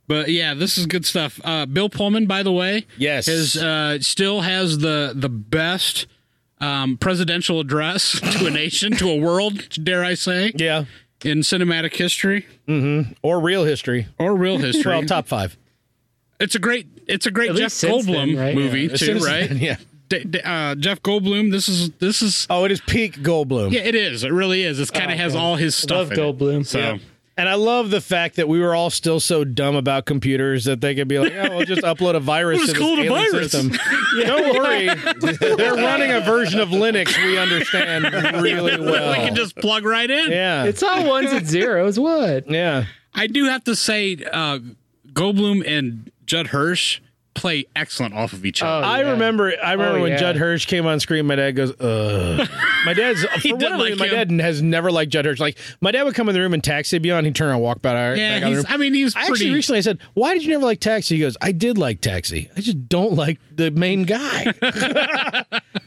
[SPEAKER 6] But yeah, this is good stuff. Uh, Bill Pullman, by the way,
[SPEAKER 1] Yes.
[SPEAKER 6] is uh, still has the the best um, presidential address to a nation, to a world, dare I say,
[SPEAKER 1] Yeah,
[SPEAKER 6] in cinematic history
[SPEAKER 1] or real history.
[SPEAKER 6] or real history.
[SPEAKER 1] Well, top five.
[SPEAKER 6] It's a great, it's a great
[SPEAKER 5] At
[SPEAKER 6] Jeff
[SPEAKER 5] least since then,
[SPEAKER 6] Goldblum
[SPEAKER 5] right?
[SPEAKER 6] movie
[SPEAKER 1] As
[SPEAKER 6] too,
[SPEAKER 1] soon as-
[SPEAKER 6] right?
[SPEAKER 1] Yeah.
[SPEAKER 6] D- d- uh, Jeff Goldblum. This is this is.
[SPEAKER 1] Oh, it is peak Goldblum.
[SPEAKER 6] Yeah, it is. It really is. It's kind of has all his
[SPEAKER 5] Oh,
[SPEAKER 6] stuff.
[SPEAKER 5] Love
[SPEAKER 6] in it.
[SPEAKER 5] Goldblum.
[SPEAKER 6] So
[SPEAKER 5] Yeah.
[SPEAKER 1] And I love the fact that we were all still so dumb about computers that they could be like, "Oh, we'll just upload a virus
[SPEAKER 6] We'll
[SPEAKER 1] to
[SPEAKER 6] just
[SPEAKER 1] this
[SPEAKER 6] call it a
[SPEAKER 1] alien
[SPEAKER 6] virus.
[SPEAKER 1] system." Don't worry, they're running a version of Linux we understand really well.
[SPEAKER 6] we can just plug right in.
[SPEAKER 1] yeah,
[SPEAKER 5] It's all ones and zeros. What?
[SPEAKER 1] yeah.
[SPEAKER 6] I do have to say, uh, Goldblum and Judd Hirsch play excellent off of each other.
[SPEAKER 5] Oh,
[SPEAKER 1] I
[SPEAKER 5] yeah.
[SPEAKER 1] remember. I remember
[SPEAKER 5] Oh,
[SPEAKER 1] when
[SPEAKER 5] yeah.
[SPEAKER 1] Judd Hirsch came on screen. My dad goes, "Ugh." My dad's for
[SPEAKER 6] didn't
[SPEAKER 1] whatever reason,
[SPEAKER 6] like
[SPEAKER 1] my dad has never liked Judd Hirsch. Like my dad would come in the room and Taxi would be on. He'd turn around, and walk back out. back out
[SPEAKER 6] yeah,
[SPEAKER 1] of the
[SPEAKER 6] he's,
[SPEAKER 1] room.
[SPEAKER 6] I mean, he's
[SPEAKER 1] I
[SPEAKER 6] pretty.
[SPEAKER 1] actually recently I said, "Why did you never like Taxi?" He goes, "I did like Taxi. I just don't like the main guy."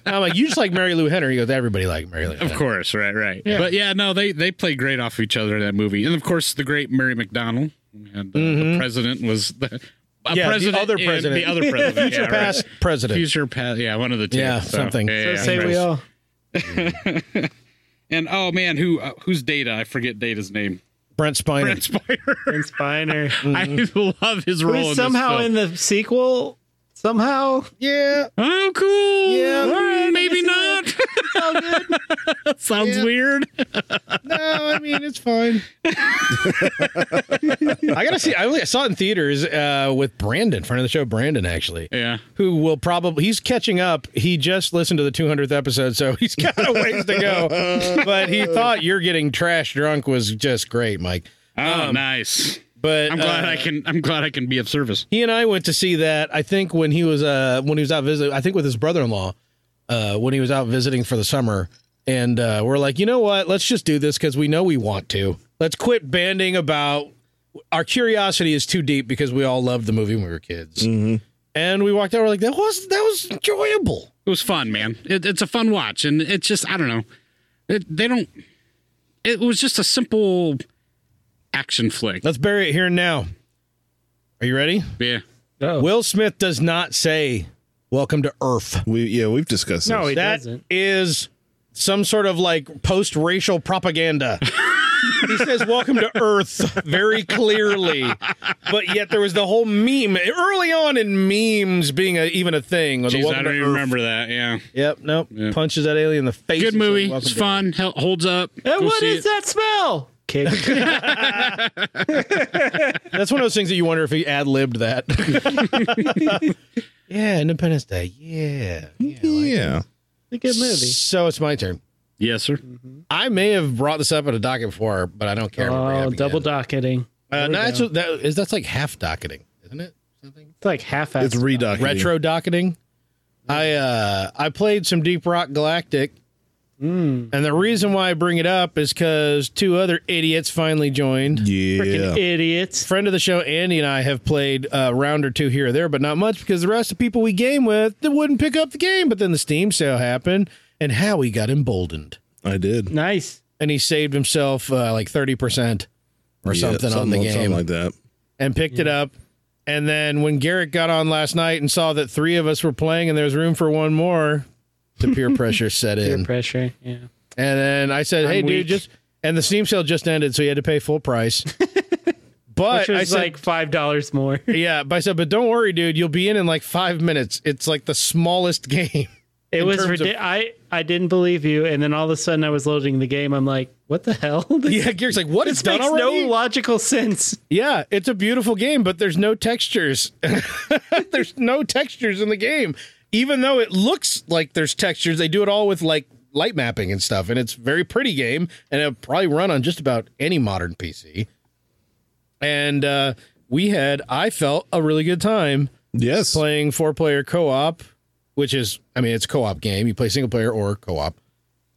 [SPEAKER 1] I'm like, "You just like Mary Lou Henner." He goes, "Everybody liked Mary Lou."
[SPEAKER 6] Of
[SPEAKER 1] Henner."
[SPEAKER 6] course, right, right. But yeah, no, they they play great off of each other in that movie, and of course the great Mary McDonald and uh, the president was the a
[SPEAKER 1] Mm-hmm. Yeah, the
[SPEAKER 6] president
[SPEAKER 1] other
[SPEAKER 6] and
[SPEAKER 1] president.
[SPEAKER 6] the other president, yeah, right.
[SPEAKER 1] Past president.
[SPEAKER 6] future past, yeah, one of the two,
[SPEAKER 1] Yeah, something.
[SPEAKER 5] So say we all.
[SPEAKER 6] And oh man, who uh, who's Data? I forget Data's name.
[SPEAKER 1] Brent Spiner.
[SPEAKER 6] Brent Spiner.
[SPEAKER 5] And Spiner.
[SPEAKER 6] I love his role.
[SPEAKER 5] Who's somehow in
[SPEAKER 6] this film.
[SPEAKER 5] the sequel? Somehow?
[SPEAKER 1] Yeah.
[SPEAKER 6] Oh, cool.
[SPEAKER 1] Yeah.
[SPEAKER 6] Mm,
[SPEAKER 1] All right, I
[SPEAKER 6] maybe not.
[SPEAKER 5] guess
[SPEAKER 6] Sounds weird.
[SPEAKER 1] No, I mean it's fine. I gotta see. I, only, I saw it in theaters uh, with Brandon, friend of the show, Brandon actually,
[SPEAKER 6] Yeah.
[SPEAKER 1] who will probably he's catching up. He just listened to the 200th episode, so he's got a ways to go. But he thought you're getting trash drunk was just great, Mike.
[SPEAKER 6] Oh, nice.
[SPEAKER 1] But
[SPEAKER 6] I'm glad
[SPEAKER 1] uh,
[SPEAKER 6] I can. I'm glad I can be of service.
[SPEAKER 1] he and I went to see that. I think when he was uh when he was out visiting, I think with his brother in law, uh, when he was out visiting for the summer, and uh, we're like, you know what? Let's just do this because we know we want to. Let's quit banding about. Our curiosity is too deep because we all loved the movie when we were kids, and we walked out. We're like, that was that was enjoyable.
[SPEAKER 6] It was fun, man. It, it's a fun watch, and it's just I don't know. It, they don't. It was just a simple action flick.
[SPEAKER 1] Let's bury it here and now. Are you ready?
[SPEAKER 6] Yeah.
[SPEAKER 5] No.
[SPEAKER 1] Will Smith does not say, "Welcome to Earth."
[SPEAKER 7] We yeah, we've discussed
[SPEAKER 5] No,
[SPEAKER 7] this.
[SPEAKER 5] he
[SPEAKER 1] That
[SPEAKER 5] doesn't.
[SPEAKER 1] is some sort of like post racial propaganda. he says, Welcome to Earth very clearly. But yet there was the whole meme early on in memes being a, even a thing. with the
[SPEAKER 6] Jeez, I
[SPEAKER 1] welcome
[SPEAKER 6] don't
[SPEAKER 1] to
[SPEAKER 6] even
[SPEAKER 1] Earth.
[SPEAKER 6] remember that. Yeah.
[SPEAKER 1] Yep, nope. Punches that alien in the face.
[SPEAKER 6] Good
[SPEAKER 1] and says,
[SPEAKER 6] movie.
[SPEAKER 1] "Welcome
[SPEAKER 6] It's
[SPEAKER 1] to
[SPEAKER 6] fun. Hel- holds up.
[SPEAKER 5] And
[SPEAKER 6] Go
[SPEAKER 5] what
[SPEAKER 6] see
[SPEAKER 5] is
[SPEAKER 6] it.
[SPEAKER 5] that smell? Kick.
[SPEAKER 1] Earth." That's one of those things that you wonder if he ad libbed that. yeah, Independence Day. Yeah. yeah.
[SPEAKER 7] Yeah.
[SPEAKER 5] a good movie.
[SPEAKER 1] So it's my turn.
[SPEAKER 6] Yes, sir.
[SPEAKER 1] I may have brought this up at a docket before, but I don't care. if I bring it
[SPEAKER 5] Oh,
[SPEAKER 1] up again.
[SPEAKER 5] double docketing.
[SPEAKER 1] Uh, no, that's, that is that's like half docketing, isn't it?
[SPEAKER 5] It's like half assed
[SPEAKER 7] It's redocumented.
[SPEAKER 1] Retro docketing. I uh, I played some Deep Rock Galactic,
[SPEAKER 7] Hmm.
[SPEAKER 1] and the reason why I bring it up is because two other idiots finally joined.
[SPEAKER 7] Yeah.
[SPEAKER 5] Freaking idiots.
[SPEAKER 1] Friend of the show, Andy and I have played a round or two here or there, but not much because the rest of the people we game with they wouldn't pick up the game. But then the Steam sale happened, and Howie got emboldened,
[SPEAKER 7] I did.
[SPEAKER 5] Nice.
[SPEAKER 1] and he saved himself uh, like thirty percent or
[SPEAKER 7] Yeah,
[SPEAKER 1] something, on the game.
[SPEAKER 7] Something like that.
[SPEAKER 1] and picked it up. And then when Garrett got on last night and saw that three of us were playing and there was room for one more, the peer pressure set
[SPEAKER 5] Peer
[SPEAKER 1] in.
[SPEAKER 5] pressure. Yeah.
[SPEAKER 1] and then I said, "Hey, dude,
[SPEAKER 5] weak.
[SPEAKER 1] just." And the Steam sale just ended, so you had to pay full price. but
[SPEAKER 5] Which
[SPEAKER 1] I
[SPEAKER 5] was
[SPEAKER 1] said,
[SPEAKER 5] like five dollars more.
[SPEAKER 1] "Yeah," but I said, "But don't worry, dude. You'll be in in like five minutes. It's like the smallest game."
[SPEAKER 5] It
[SPEAKER 1] in
[SPEAKER 5] was
[SPEAKER 1] terms of-
[SPEAKER 5] ridiculous. I I didn't believe you, and then all of a sudden I was loading the game. I'm like, what the hell?
[SPEAKER 1] yeah, Garrett's like, "What? It's
[SPEAKER 5] this
[SPEAKER 1] done
[SPEAKER 5] makes
[SPEAKER 1] already?"
[SPEAKER 5] no logical sense.
[SPEAKER 1] Yeah, it's a beautiful game, but there's no textures. there's no textures in the game. Even though it looks like there's textures, they do it all with like light mapping and stuff, and it's a very pretty game, and it'll probably run on just about any modern PC. And uh, we had, I felt, a really good time
[SPEAKER 7] Yes.
[SPEAKER 1] playing four player co op, which is, I mean, it's a co op game. You play single player or co op.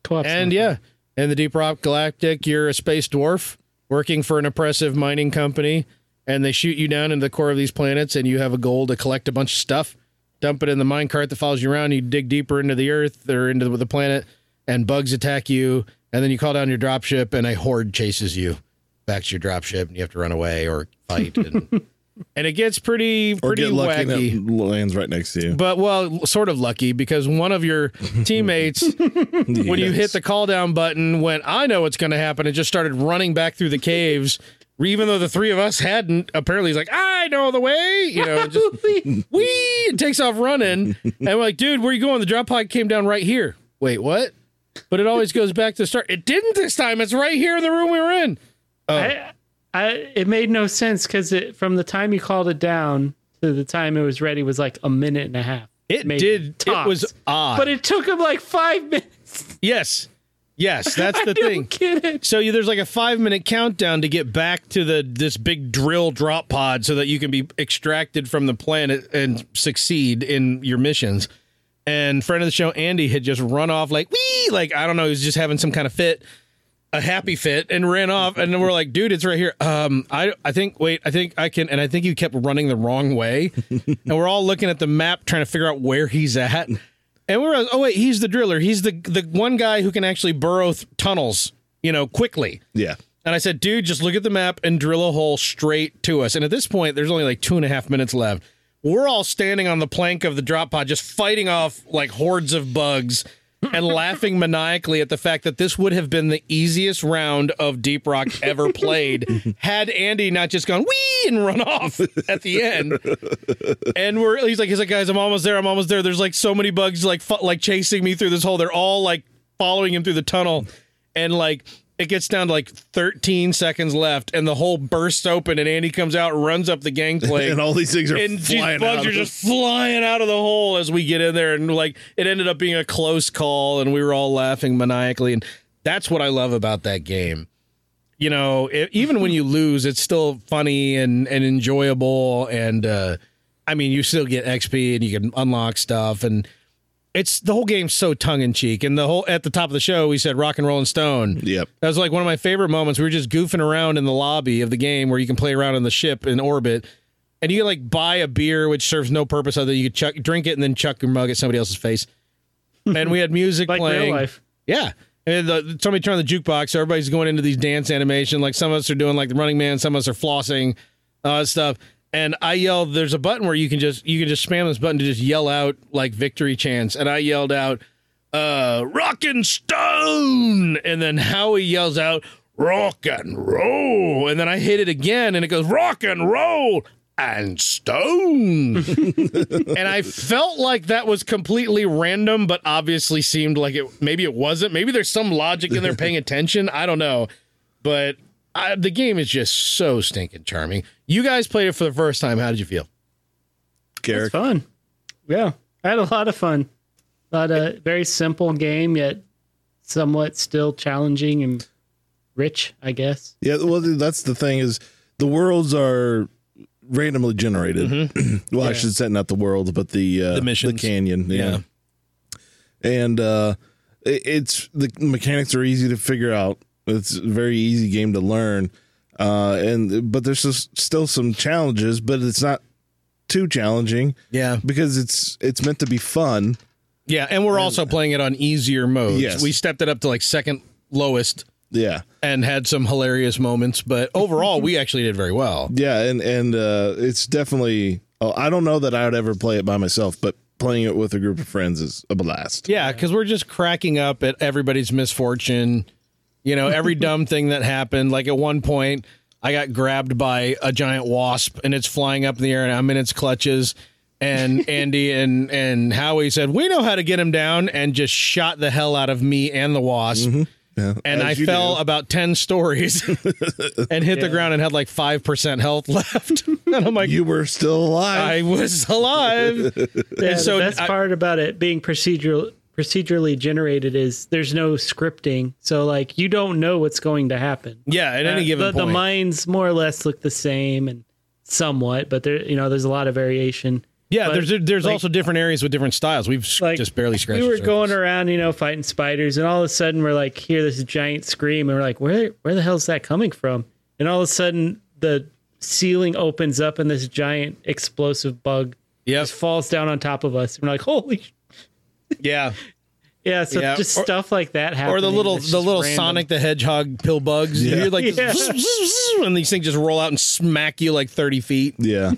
[SPEAKER 5] Co-op's
[SPEAKER 1] And
[SPEAKER 5] not-
[SPEAKER 1] yeah, in the Deep Rock Galactic, you're a space dwarf working for an oppressive mining company, and they shoot you down into the core of these planets, and you have a goal to collect a bunch of stuff, dump it in the minecart that follows you around. You dig deeper into the Earth or into the planet, and bugs attack you, and then you call down your dropship, and a horde chases you back to your dropship, and you have to run away or fight. And, and it gets pretty
[SPEAKER 7] or
[SPEAKER 1] pretty
[SPEAKER 7] get lucky
[SPEAKER 1] wacky.
[SPEAKER 7] that lands right next to you.
[SPEAKER 1] But well, sort of lucky because one of your teammates, when you hit the call down button, went, "I know what's going to happen," and just started running back through the caves. Even though the three of us hadn't, apparently he's like, "I know the way," you know, just wee, and takes off running. And we're like, "Dude, where you going?" The drop pod came down right here. Wait, what? But it always goes back to the start. It didn't this time. It's right here in the room we were in.
[SPEAKER 5] I, I it made no sense because it from the time you called it down to the time it was ready was like a minute and a half.
[SPEAKER 1] It
[SPEAKER 5] Maybe
[SPEAKER 1] did. It
[SPEAKER 5] tops.
[SPEAKER 1] was odd.
[SPEAKER 5] but it took him like five minutes.
[SPEAKER 1] Yes. Yes, that's the thing.
[SPEAKER 5] Get it?
[SPEAKER 1] So you, there's like a five minute countdown to get back to the this big drill drop pod so that you can be extracted from the planet and succeed in your missions. And friend of the show Andy had just run off like wee, like I don't know, he was just having some kind of fit, a happy fit, and ran off. And then we're like, dude, it's right here. Um, I I think wait, I think I can, and I think you kept running the wrong way. and we're all looking at the map trying to figure out where he's at. And we're oh wait, he's the driller. He's the the one guy who can actually burrow th- tunnels, you know, quickly.
[SPEAKER 7] Yeah.
[SPEAKER 1] And I said, dude, just look at the map and drill a hole straight to us. And at this point, there's only like two and a half minutes left. We're all standing on the plank of the drop pod, just fighting off like hordes of bugs and laughing maniacally at the fact that this would have been the easiest round of Deep Rock ever played had Andy not just gone wee and run off at the end. And we're he's like he's like guys, I'm almost there. I'm almost there. There's like so many bugs like fu- like chasing me through this hole. They're all like following him through the tunnel, and like it gets down to like 13 seconds left, and the hole bursts open, and Andy comes out, runs up the gangplank,
[SPEAKER 7] And all these things are
[SPEAKER 1] and these
[SPEAKER 7] flying out.
[SPEAKER 1] bugs are
[SPEAKER 7] of
[SPEAKER 1] just flying out of the hole as we get in there and like it ended up being a close call and we were all laughing maniacally and that's what i love about that game you know it, even when you lose it's still funny and and enjoyable and uh i mean you still get xp and you can unlock stuff and it's the whole game's so tongue-in-cheek and the whole at the top of the show we said rock and roll and stone
[SPEAKER 7] Yep.
[SPEAKER 1] that was like one of my favorite moments. We were just goofing around in the lobby of the game where you can play around on the ship in orbit. And you can like buy a beer which serves no purpose other than you could chuck drink it and then chuck your mug at somebody else's face. And we had music
[SPEAKER 5] Like
[SPEAKER 1] playing.
[SPEAKER 5] real life.
[SPEAKER 1] Yeah. And the, somebody turned on the jukebox, so everybody's going into these dance animation. Like some of us are doing like the running man, some of us are flossing uh, stuff. And I yelled, there's a button where you can just you can just spam this button to just yell out like victory chants. And I yelled out, uh, Rockin' Stone. And then Howie yells out, Rock and roll. And then I hit it again and it goes, Rock and roll and stone. and I felt like that was completely random, but obviously seemed like it. Maybe it wasn't. Maybe there's some logic in there paying attention. I don't know, but I, the game is just so stinking charming. You guys played it for the first time. How did you feel?
[SPEAKER 7] Garrick.
[SPEAKER 5] It's fun. Yeah, I had a lot of fun. A lot of very simple game, yet somewhat still challenging and rich, I guess.
[SPEAKER 7] Yeah, well, dude, that's the thing is the worlds are randomly generated. well, I should say not the worlds, but Mm-hmm. the uh,
[SPEAKER 1] The missions.
[SPEAKER 7] the canyon. Yeah, and uh, it, it's the mechanics are easy to figure out. It's a very easy game to learn, uh, and but there's just still some challenges, but it's not too challenging
[SPEAKER 1] Yeah,
[SPEAKER 7] because it's it's meant to be fun.
[SPEAKER 1] yeah, and we're also playing it on easier modes.
[SPEAKER 7] Yes.
[SPEAKER 1] We stepped it up to like second lowest
[SPEAKER 7] Yeah.
[SPEAKER 1] and had some hilarious moments, but overall, we actually did very well.
[SPEAKER 7] Yeah, and and uh, it's definitely. Oh, I don't know that I would ever play it by myself, but playing it with a group of friends is a blast.
[SPEAKER 1] Yeah, because we're just cracking up at everybody's misfortune. You know, every dumb thing that happened. Like at one point, I got grabbed by a giant wasp and it's flying up in the air and I'm in its clutches. And Andy and and Howie said, "We know how to get him down," and just shot the hell out of me and the wasp. and
[SPEAKER 7] Mm-hmm. as
[SPEAKER 1] I
[SPEAKER 7] you
[SPEAKER 1] fell
[SPEAKER 7] do.
[SPEAKER 1] about ten stories and hit the ground and had like five percent health left. and I'm like,
[SPEAKER 7] You were still alive.
[SPEAKER 1] I was alive.
[SPEAKER 5] Yeah,
[SPEAKER 1] so
[SPEAKER 5] the best
[SPEAKER 1] I-
[SPEAKER 5] part about it being procedural procedurally generated is there's no scripting. So like you don't know what's going to happen. Uh,
[SPEAKER 1] Yeah, at any given
[SPEAKER 5] the,
[SPEAKER 1] point.
[SPEAKER 5] the mines more or less look the same and somewhat, but there you know, there's a lot of variation.
[SPEAKER 1] Yeah,
[SPEAKER 5] But,
[SPEAKER 1] there's there's
[SPEAKER 5] like-
[SPEAKER 1] also different areas with different styles. We've s-
[SPEAKER 5] Like,
[SPEAKER 1] just barely scratched.
[SPEAKER 5] we were
[SPEAKER 1] the surface.
[SPEAKER 5] going around, you know, fighting spiders, and all of a sudden we're like, hear this giant scream, and we're like, where where the hell's that coming from? And all of a sudden the ceiling opens up, and this giant explosive bug
[SPEAKER 1] Yep.
[SPEAKER 5] just falls down on top of us. And we're like, holy, sh-"
[SPEAKER 1] Yeah.
[SPEAKER 5] yeah. So
[SPEAKER 1] Yeah,
[SPEAKER 5] just
[SPEAKER 1] or-
[SPEAKER 5] stuff like that happens.
[SPEAKER 1] Or the little the little Sonic the Hedgehog pill bugs.
[SPEAKER 7] Yeah.
[SPEAKER 1] You're like,
[SPEAKER 5] Yeah.
[SPEAKER 1] and these things just roll out and smack you like thirty feet.
[SPEAKER 7] Yeah,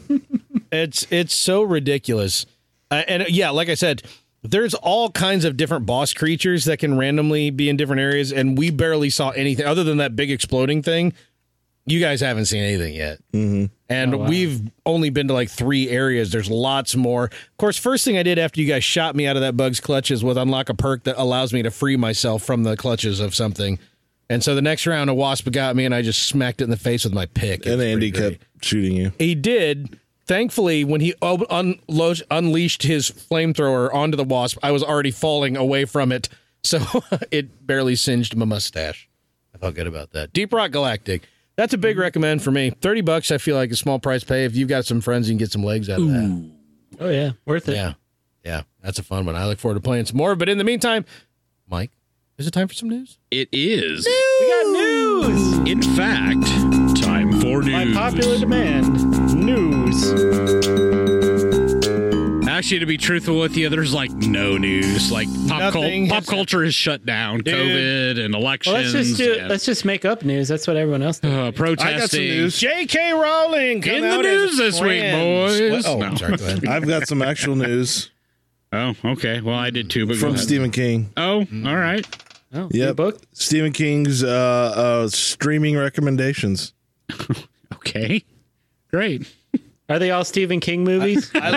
[SPEAKER 1] It's it's so ridiculous. Uh, and uh, yeah, like I said, there's all kinds of different boss creatures that can randomly be in different areas, and we barely saw anything other than that big exploding thing. You guys haven't seen anything yet,
[SPEAKER 7] Mm-hmm.
[SPEAKER 1] and we've only been to like three areas. There's lots more. Of course, first thing I did after you guys shot me out of that bug's clutches was unlock a perk that allows me to free myself from the clutches of something. And so the next round, a wasp got me, and I just smacked it in the face with my pick. It
[SPEAKER 7] and
[SPEAKER 1] was
[SPEAKER 7] Andy
[SPEAKER 1] pretty great.
[SPEAKER 7] kept shooting you.
[SPEAKER 1] He did. Thankfully, when he ob- unlo- unleashed his flamethrower onto the wasp, I was already falling away from it. so it barely singed my mustache. I felt good about that. Deep Rock Galactic. That's a big
[SPEAKER 6] Mm-hmm.
[SPEAKER 1] recommend for me. Thirty bucks, I feel like a small price pay. If you've got some friends, you can get some legs out of that.
[SPEAKER 5] Oh yeah, worth it.
[SPEAKER 1] Yeah. Yeah. That's a fun one. I look forward to playing some more. But in the meantime, Mike, is it time for some news?
[SPEAKER 6] It is,
[SPEAKER 5] We got news
[SPEAKER 6] in fact, time for news.
[SPEAKER 5] by popular demand. News.
[SPEAKER 6] Actually, to be truthful with you, there's like no news. Like pop, cul-
[SPEAKER 1] Nothing
[SPEAKER 6] pop
[SPEAKER 1] has-
[SPEAKER 6] culture is shut down. COVID and elections.
[SPEAKER 5] Well, let's just do.
[SPEAKER 6] and,
[SPEAKER 5] Let's just make up news. That's what everyone else. Does.
[SPEAKER 6] uh, protesting.
[SPEAKER 7] I got some news.
[SPEAKER 1] J.K. Rowling
[SPEAKER 6] In the news this week, boys.
[SPEAKER 1] Oh,
[SPEAKER 6] No.
[SPEAKER 1] I'm sorry. Go ahead.
[SPEAKER 7] I've got some actual news
[SPEAKER 6] Oh, okay. Well, I did too. But go
[SPEAKER 7] from
[SPEAKER 6] ahead.
[SPEAKER 7] Stephen King.
[SPEAKER 6] Oh, all right.
[SPEAKER 5] Oh,
[SPEAKER 7] Yep.
[SPEAKER 5] new book.
[SPEAKER 7] Stephen King's uh, uh, streaming recommendations.
[SPEAKER 6] Okay. Great.
[SPEAKER 5] Are they all Stephen King movies?
[SPEAKER 1] I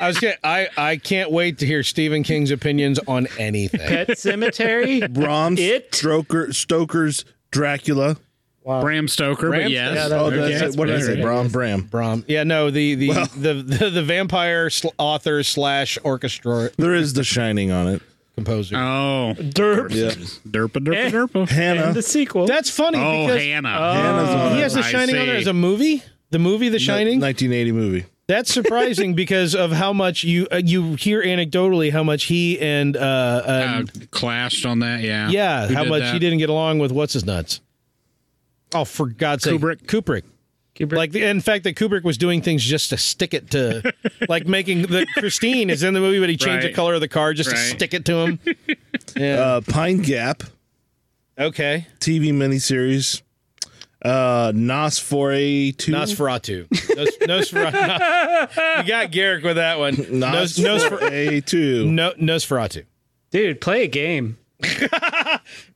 [SPEAKER 1] was gonna, I I can't wait to hear Stephen King's opinions on anything.
[SPEAKER 5] Pet Cemetery.
[SPEAKER 7] Bram
[SPEAKER 5] It?
[SPEAKER 7] Stroker, Stoker's Dracula.
[SPEAKER 6] Bram Stoker, but
[SPEAKER 1] Bram-
[SPEAKER 6] yes.
[SPEAKER 5] Yeah,
[SPEAKER 7] Oh,
[SPEAKER 5] Okay,
[SPEAKER 7] that's
[SPEAKER 5] that's
[SPEAKER 7] it. What did I
[SPEAKER 6] better.
[SPEAKER 7] say? Bram Bram.
[SPEAKER 1] Brom. Yeah, no, the the the, the the vampire sl- author slash orchestra
[SPEAKER 7] There is The Shining on it.
[SPEAKER 1] composer.
[SPEAKER 6] Oh,
[SPEAKER 5] Derp.
[SPEAKER 7] Yeah.
[SPEAKER 6] derpa, derpa,
[SPEAKER 5] Eh.
[SPEAKER 6] derpa.
[SPEAKER 5] And
[SPEAKER 7] Hannah.
[SPEAKER 5] the sequel.
[SPEAKER 1] That's funny
[SPEAKER 6] Oh,
[SPEAKER 1] because
[SPEAKER 6] Hannah. Oh,
[SPEAKER 7] Hannah's on
[SPEAKER 1] he
[SPEAKER 7] it.
[SPEAKER 1] has The
[SPEAKER 6] I
[SPEAKER 1] Shining on there
[SPEAKER 6] see.
[SPEAKER 1] as a movie. The movie The Shining.
[SPEAKER 7] 1980 movie.
[SPEAKER 1] That's surprising because of how much you uh, you hear anecdotally how much he and uh,
[SPEAKER 6] Uh,
[SPEAKER 1] uh,
[SPEAKER 6] clashed on that, yeah.
[SPEAKER 1] yeah
[SPEAKER 6] Who
[SPEAKER 1] how
[SPEAKER 6] did
[SPEAKER 1] much
[SPEAKER 6] that?
[SPEAKER 1] he didn't get along with what's his nuts. Oh, for God's
[SPEAKER 6] Kubrick.
[SPEAKER 1] sake, Kubrick.
[SPEAKER 5] Kubrick.
[SPEAKER 1] Like the in fact that Kubrick was doing things just to stick it to, like making the Christine is in the movie, but he changed
[SPEAKER 6] Right.
[SPEAKER 1] the color of the car just to
[SPEAKER 6] Right.
[SPEAKER 1] stick it to him. yeah.
[SPEAKER 7] Uh, Pine Gap
[SPEAKER 1] okay.
[SPEAKER 7] TV miniseries. Uh, Nos 4A2.
[SPEAKER 1] Nosferatu. Nos, Nosferatu. you got Garrick with that one. Nos,
[SPEAKER 7] Nos
[SPEAKER 1] Nosfer,
[SPEAKER 7] 4A2.
[SPEAKER 1] no, Nosferatu.
[SPEAKER 5] Dude, play a game.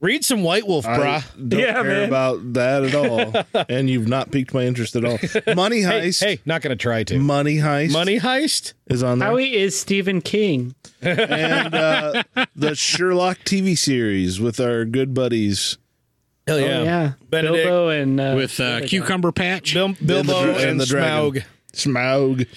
[SPEAKER 1] Read some White Wolf,
[SPEAKER 7] I
[SPEAKER 1] brah.
[SPEAKER 7] don't
[SPEAKER 5] Yeah,
[SPEAKER 7] care
[SPEAKER 5] man.
[SPEAKER 7] about that at all. and you've not piqued my interest at all. Money
[SPEAKER 1] Hey,
[SPEAKER 7] Heist.
[SPEAKER 1] hey, not gonna try to.
[SPEAKER 7] Money Heist
[SPEAKER 1] Money heist.
[SPEAKER 7] is on there.
[SPEAKER 5] Howie is Stephen King.
[SPEAKER 7] And uh, the Sherlock TV series with our good buddies.
[SPEAKER 1] Hell
[SPEAKER 5] Oh, yeah. Bilbo and uh,
[SPEAKER 6] With uh, Cucumber Patch.
[SPEAKER 1] Bil- Bilbo and,
[SPEAKER 7] And the dra- and the dragon.
[SPEAKER 1] Smaug.
[SPEAKER 7] Smaug.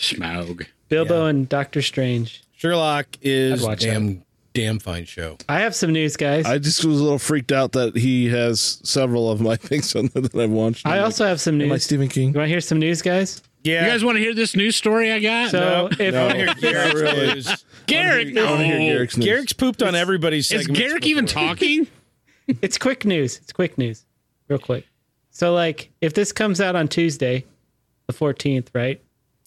[SPEAKER 6] Smaug.
[SPEAKER 5] Bilbo and Doctor Strange.
[SPEAKER 1] Sherlock is
[SPEAKER 5] I'd watch
[SPEAKER 1] damn damn fine show.
[SPEAKER 5] I have some news, guys. I,
[SPEAKER 7] I just was a little freaked out that he has several of my things on there that I've watched. I'm
[SPEAKER 5] also have some
[SPEAKER 7] like, am I
[SPEAKER 5] news.
[SPEAKER 7] Stephen King.
[SPEAKER 5] you want to hear some news, guys?
[SPEAKER 1] Yeah.
[SPEAKER 6] You guys want to hear this news story I got?
[SPEAKER 5] So if
[SPEAKER 1] Garrick's,
[SPEAKER 7] really.
[SPEAKER 1] news.
[SPEAKER 6] Garrick.
[SPEAKER 7] I want to Oh, hear
[SPEAKER 6] no.
[SPEAKER 7] Garrick's news.
[SPEAKER 1] Garrick's pooped on everybody's
[SPEAKER 6] Is
[SPEAKER 1] segments
[SPEAKER 6] Garrick even
[SPEAKER 1] before.
[SPEAKER 6] talking?
[SPEAKER 5] it's quick news. It's quick news. Real quick. So like if this comes out on Tuesday, the 14th, right?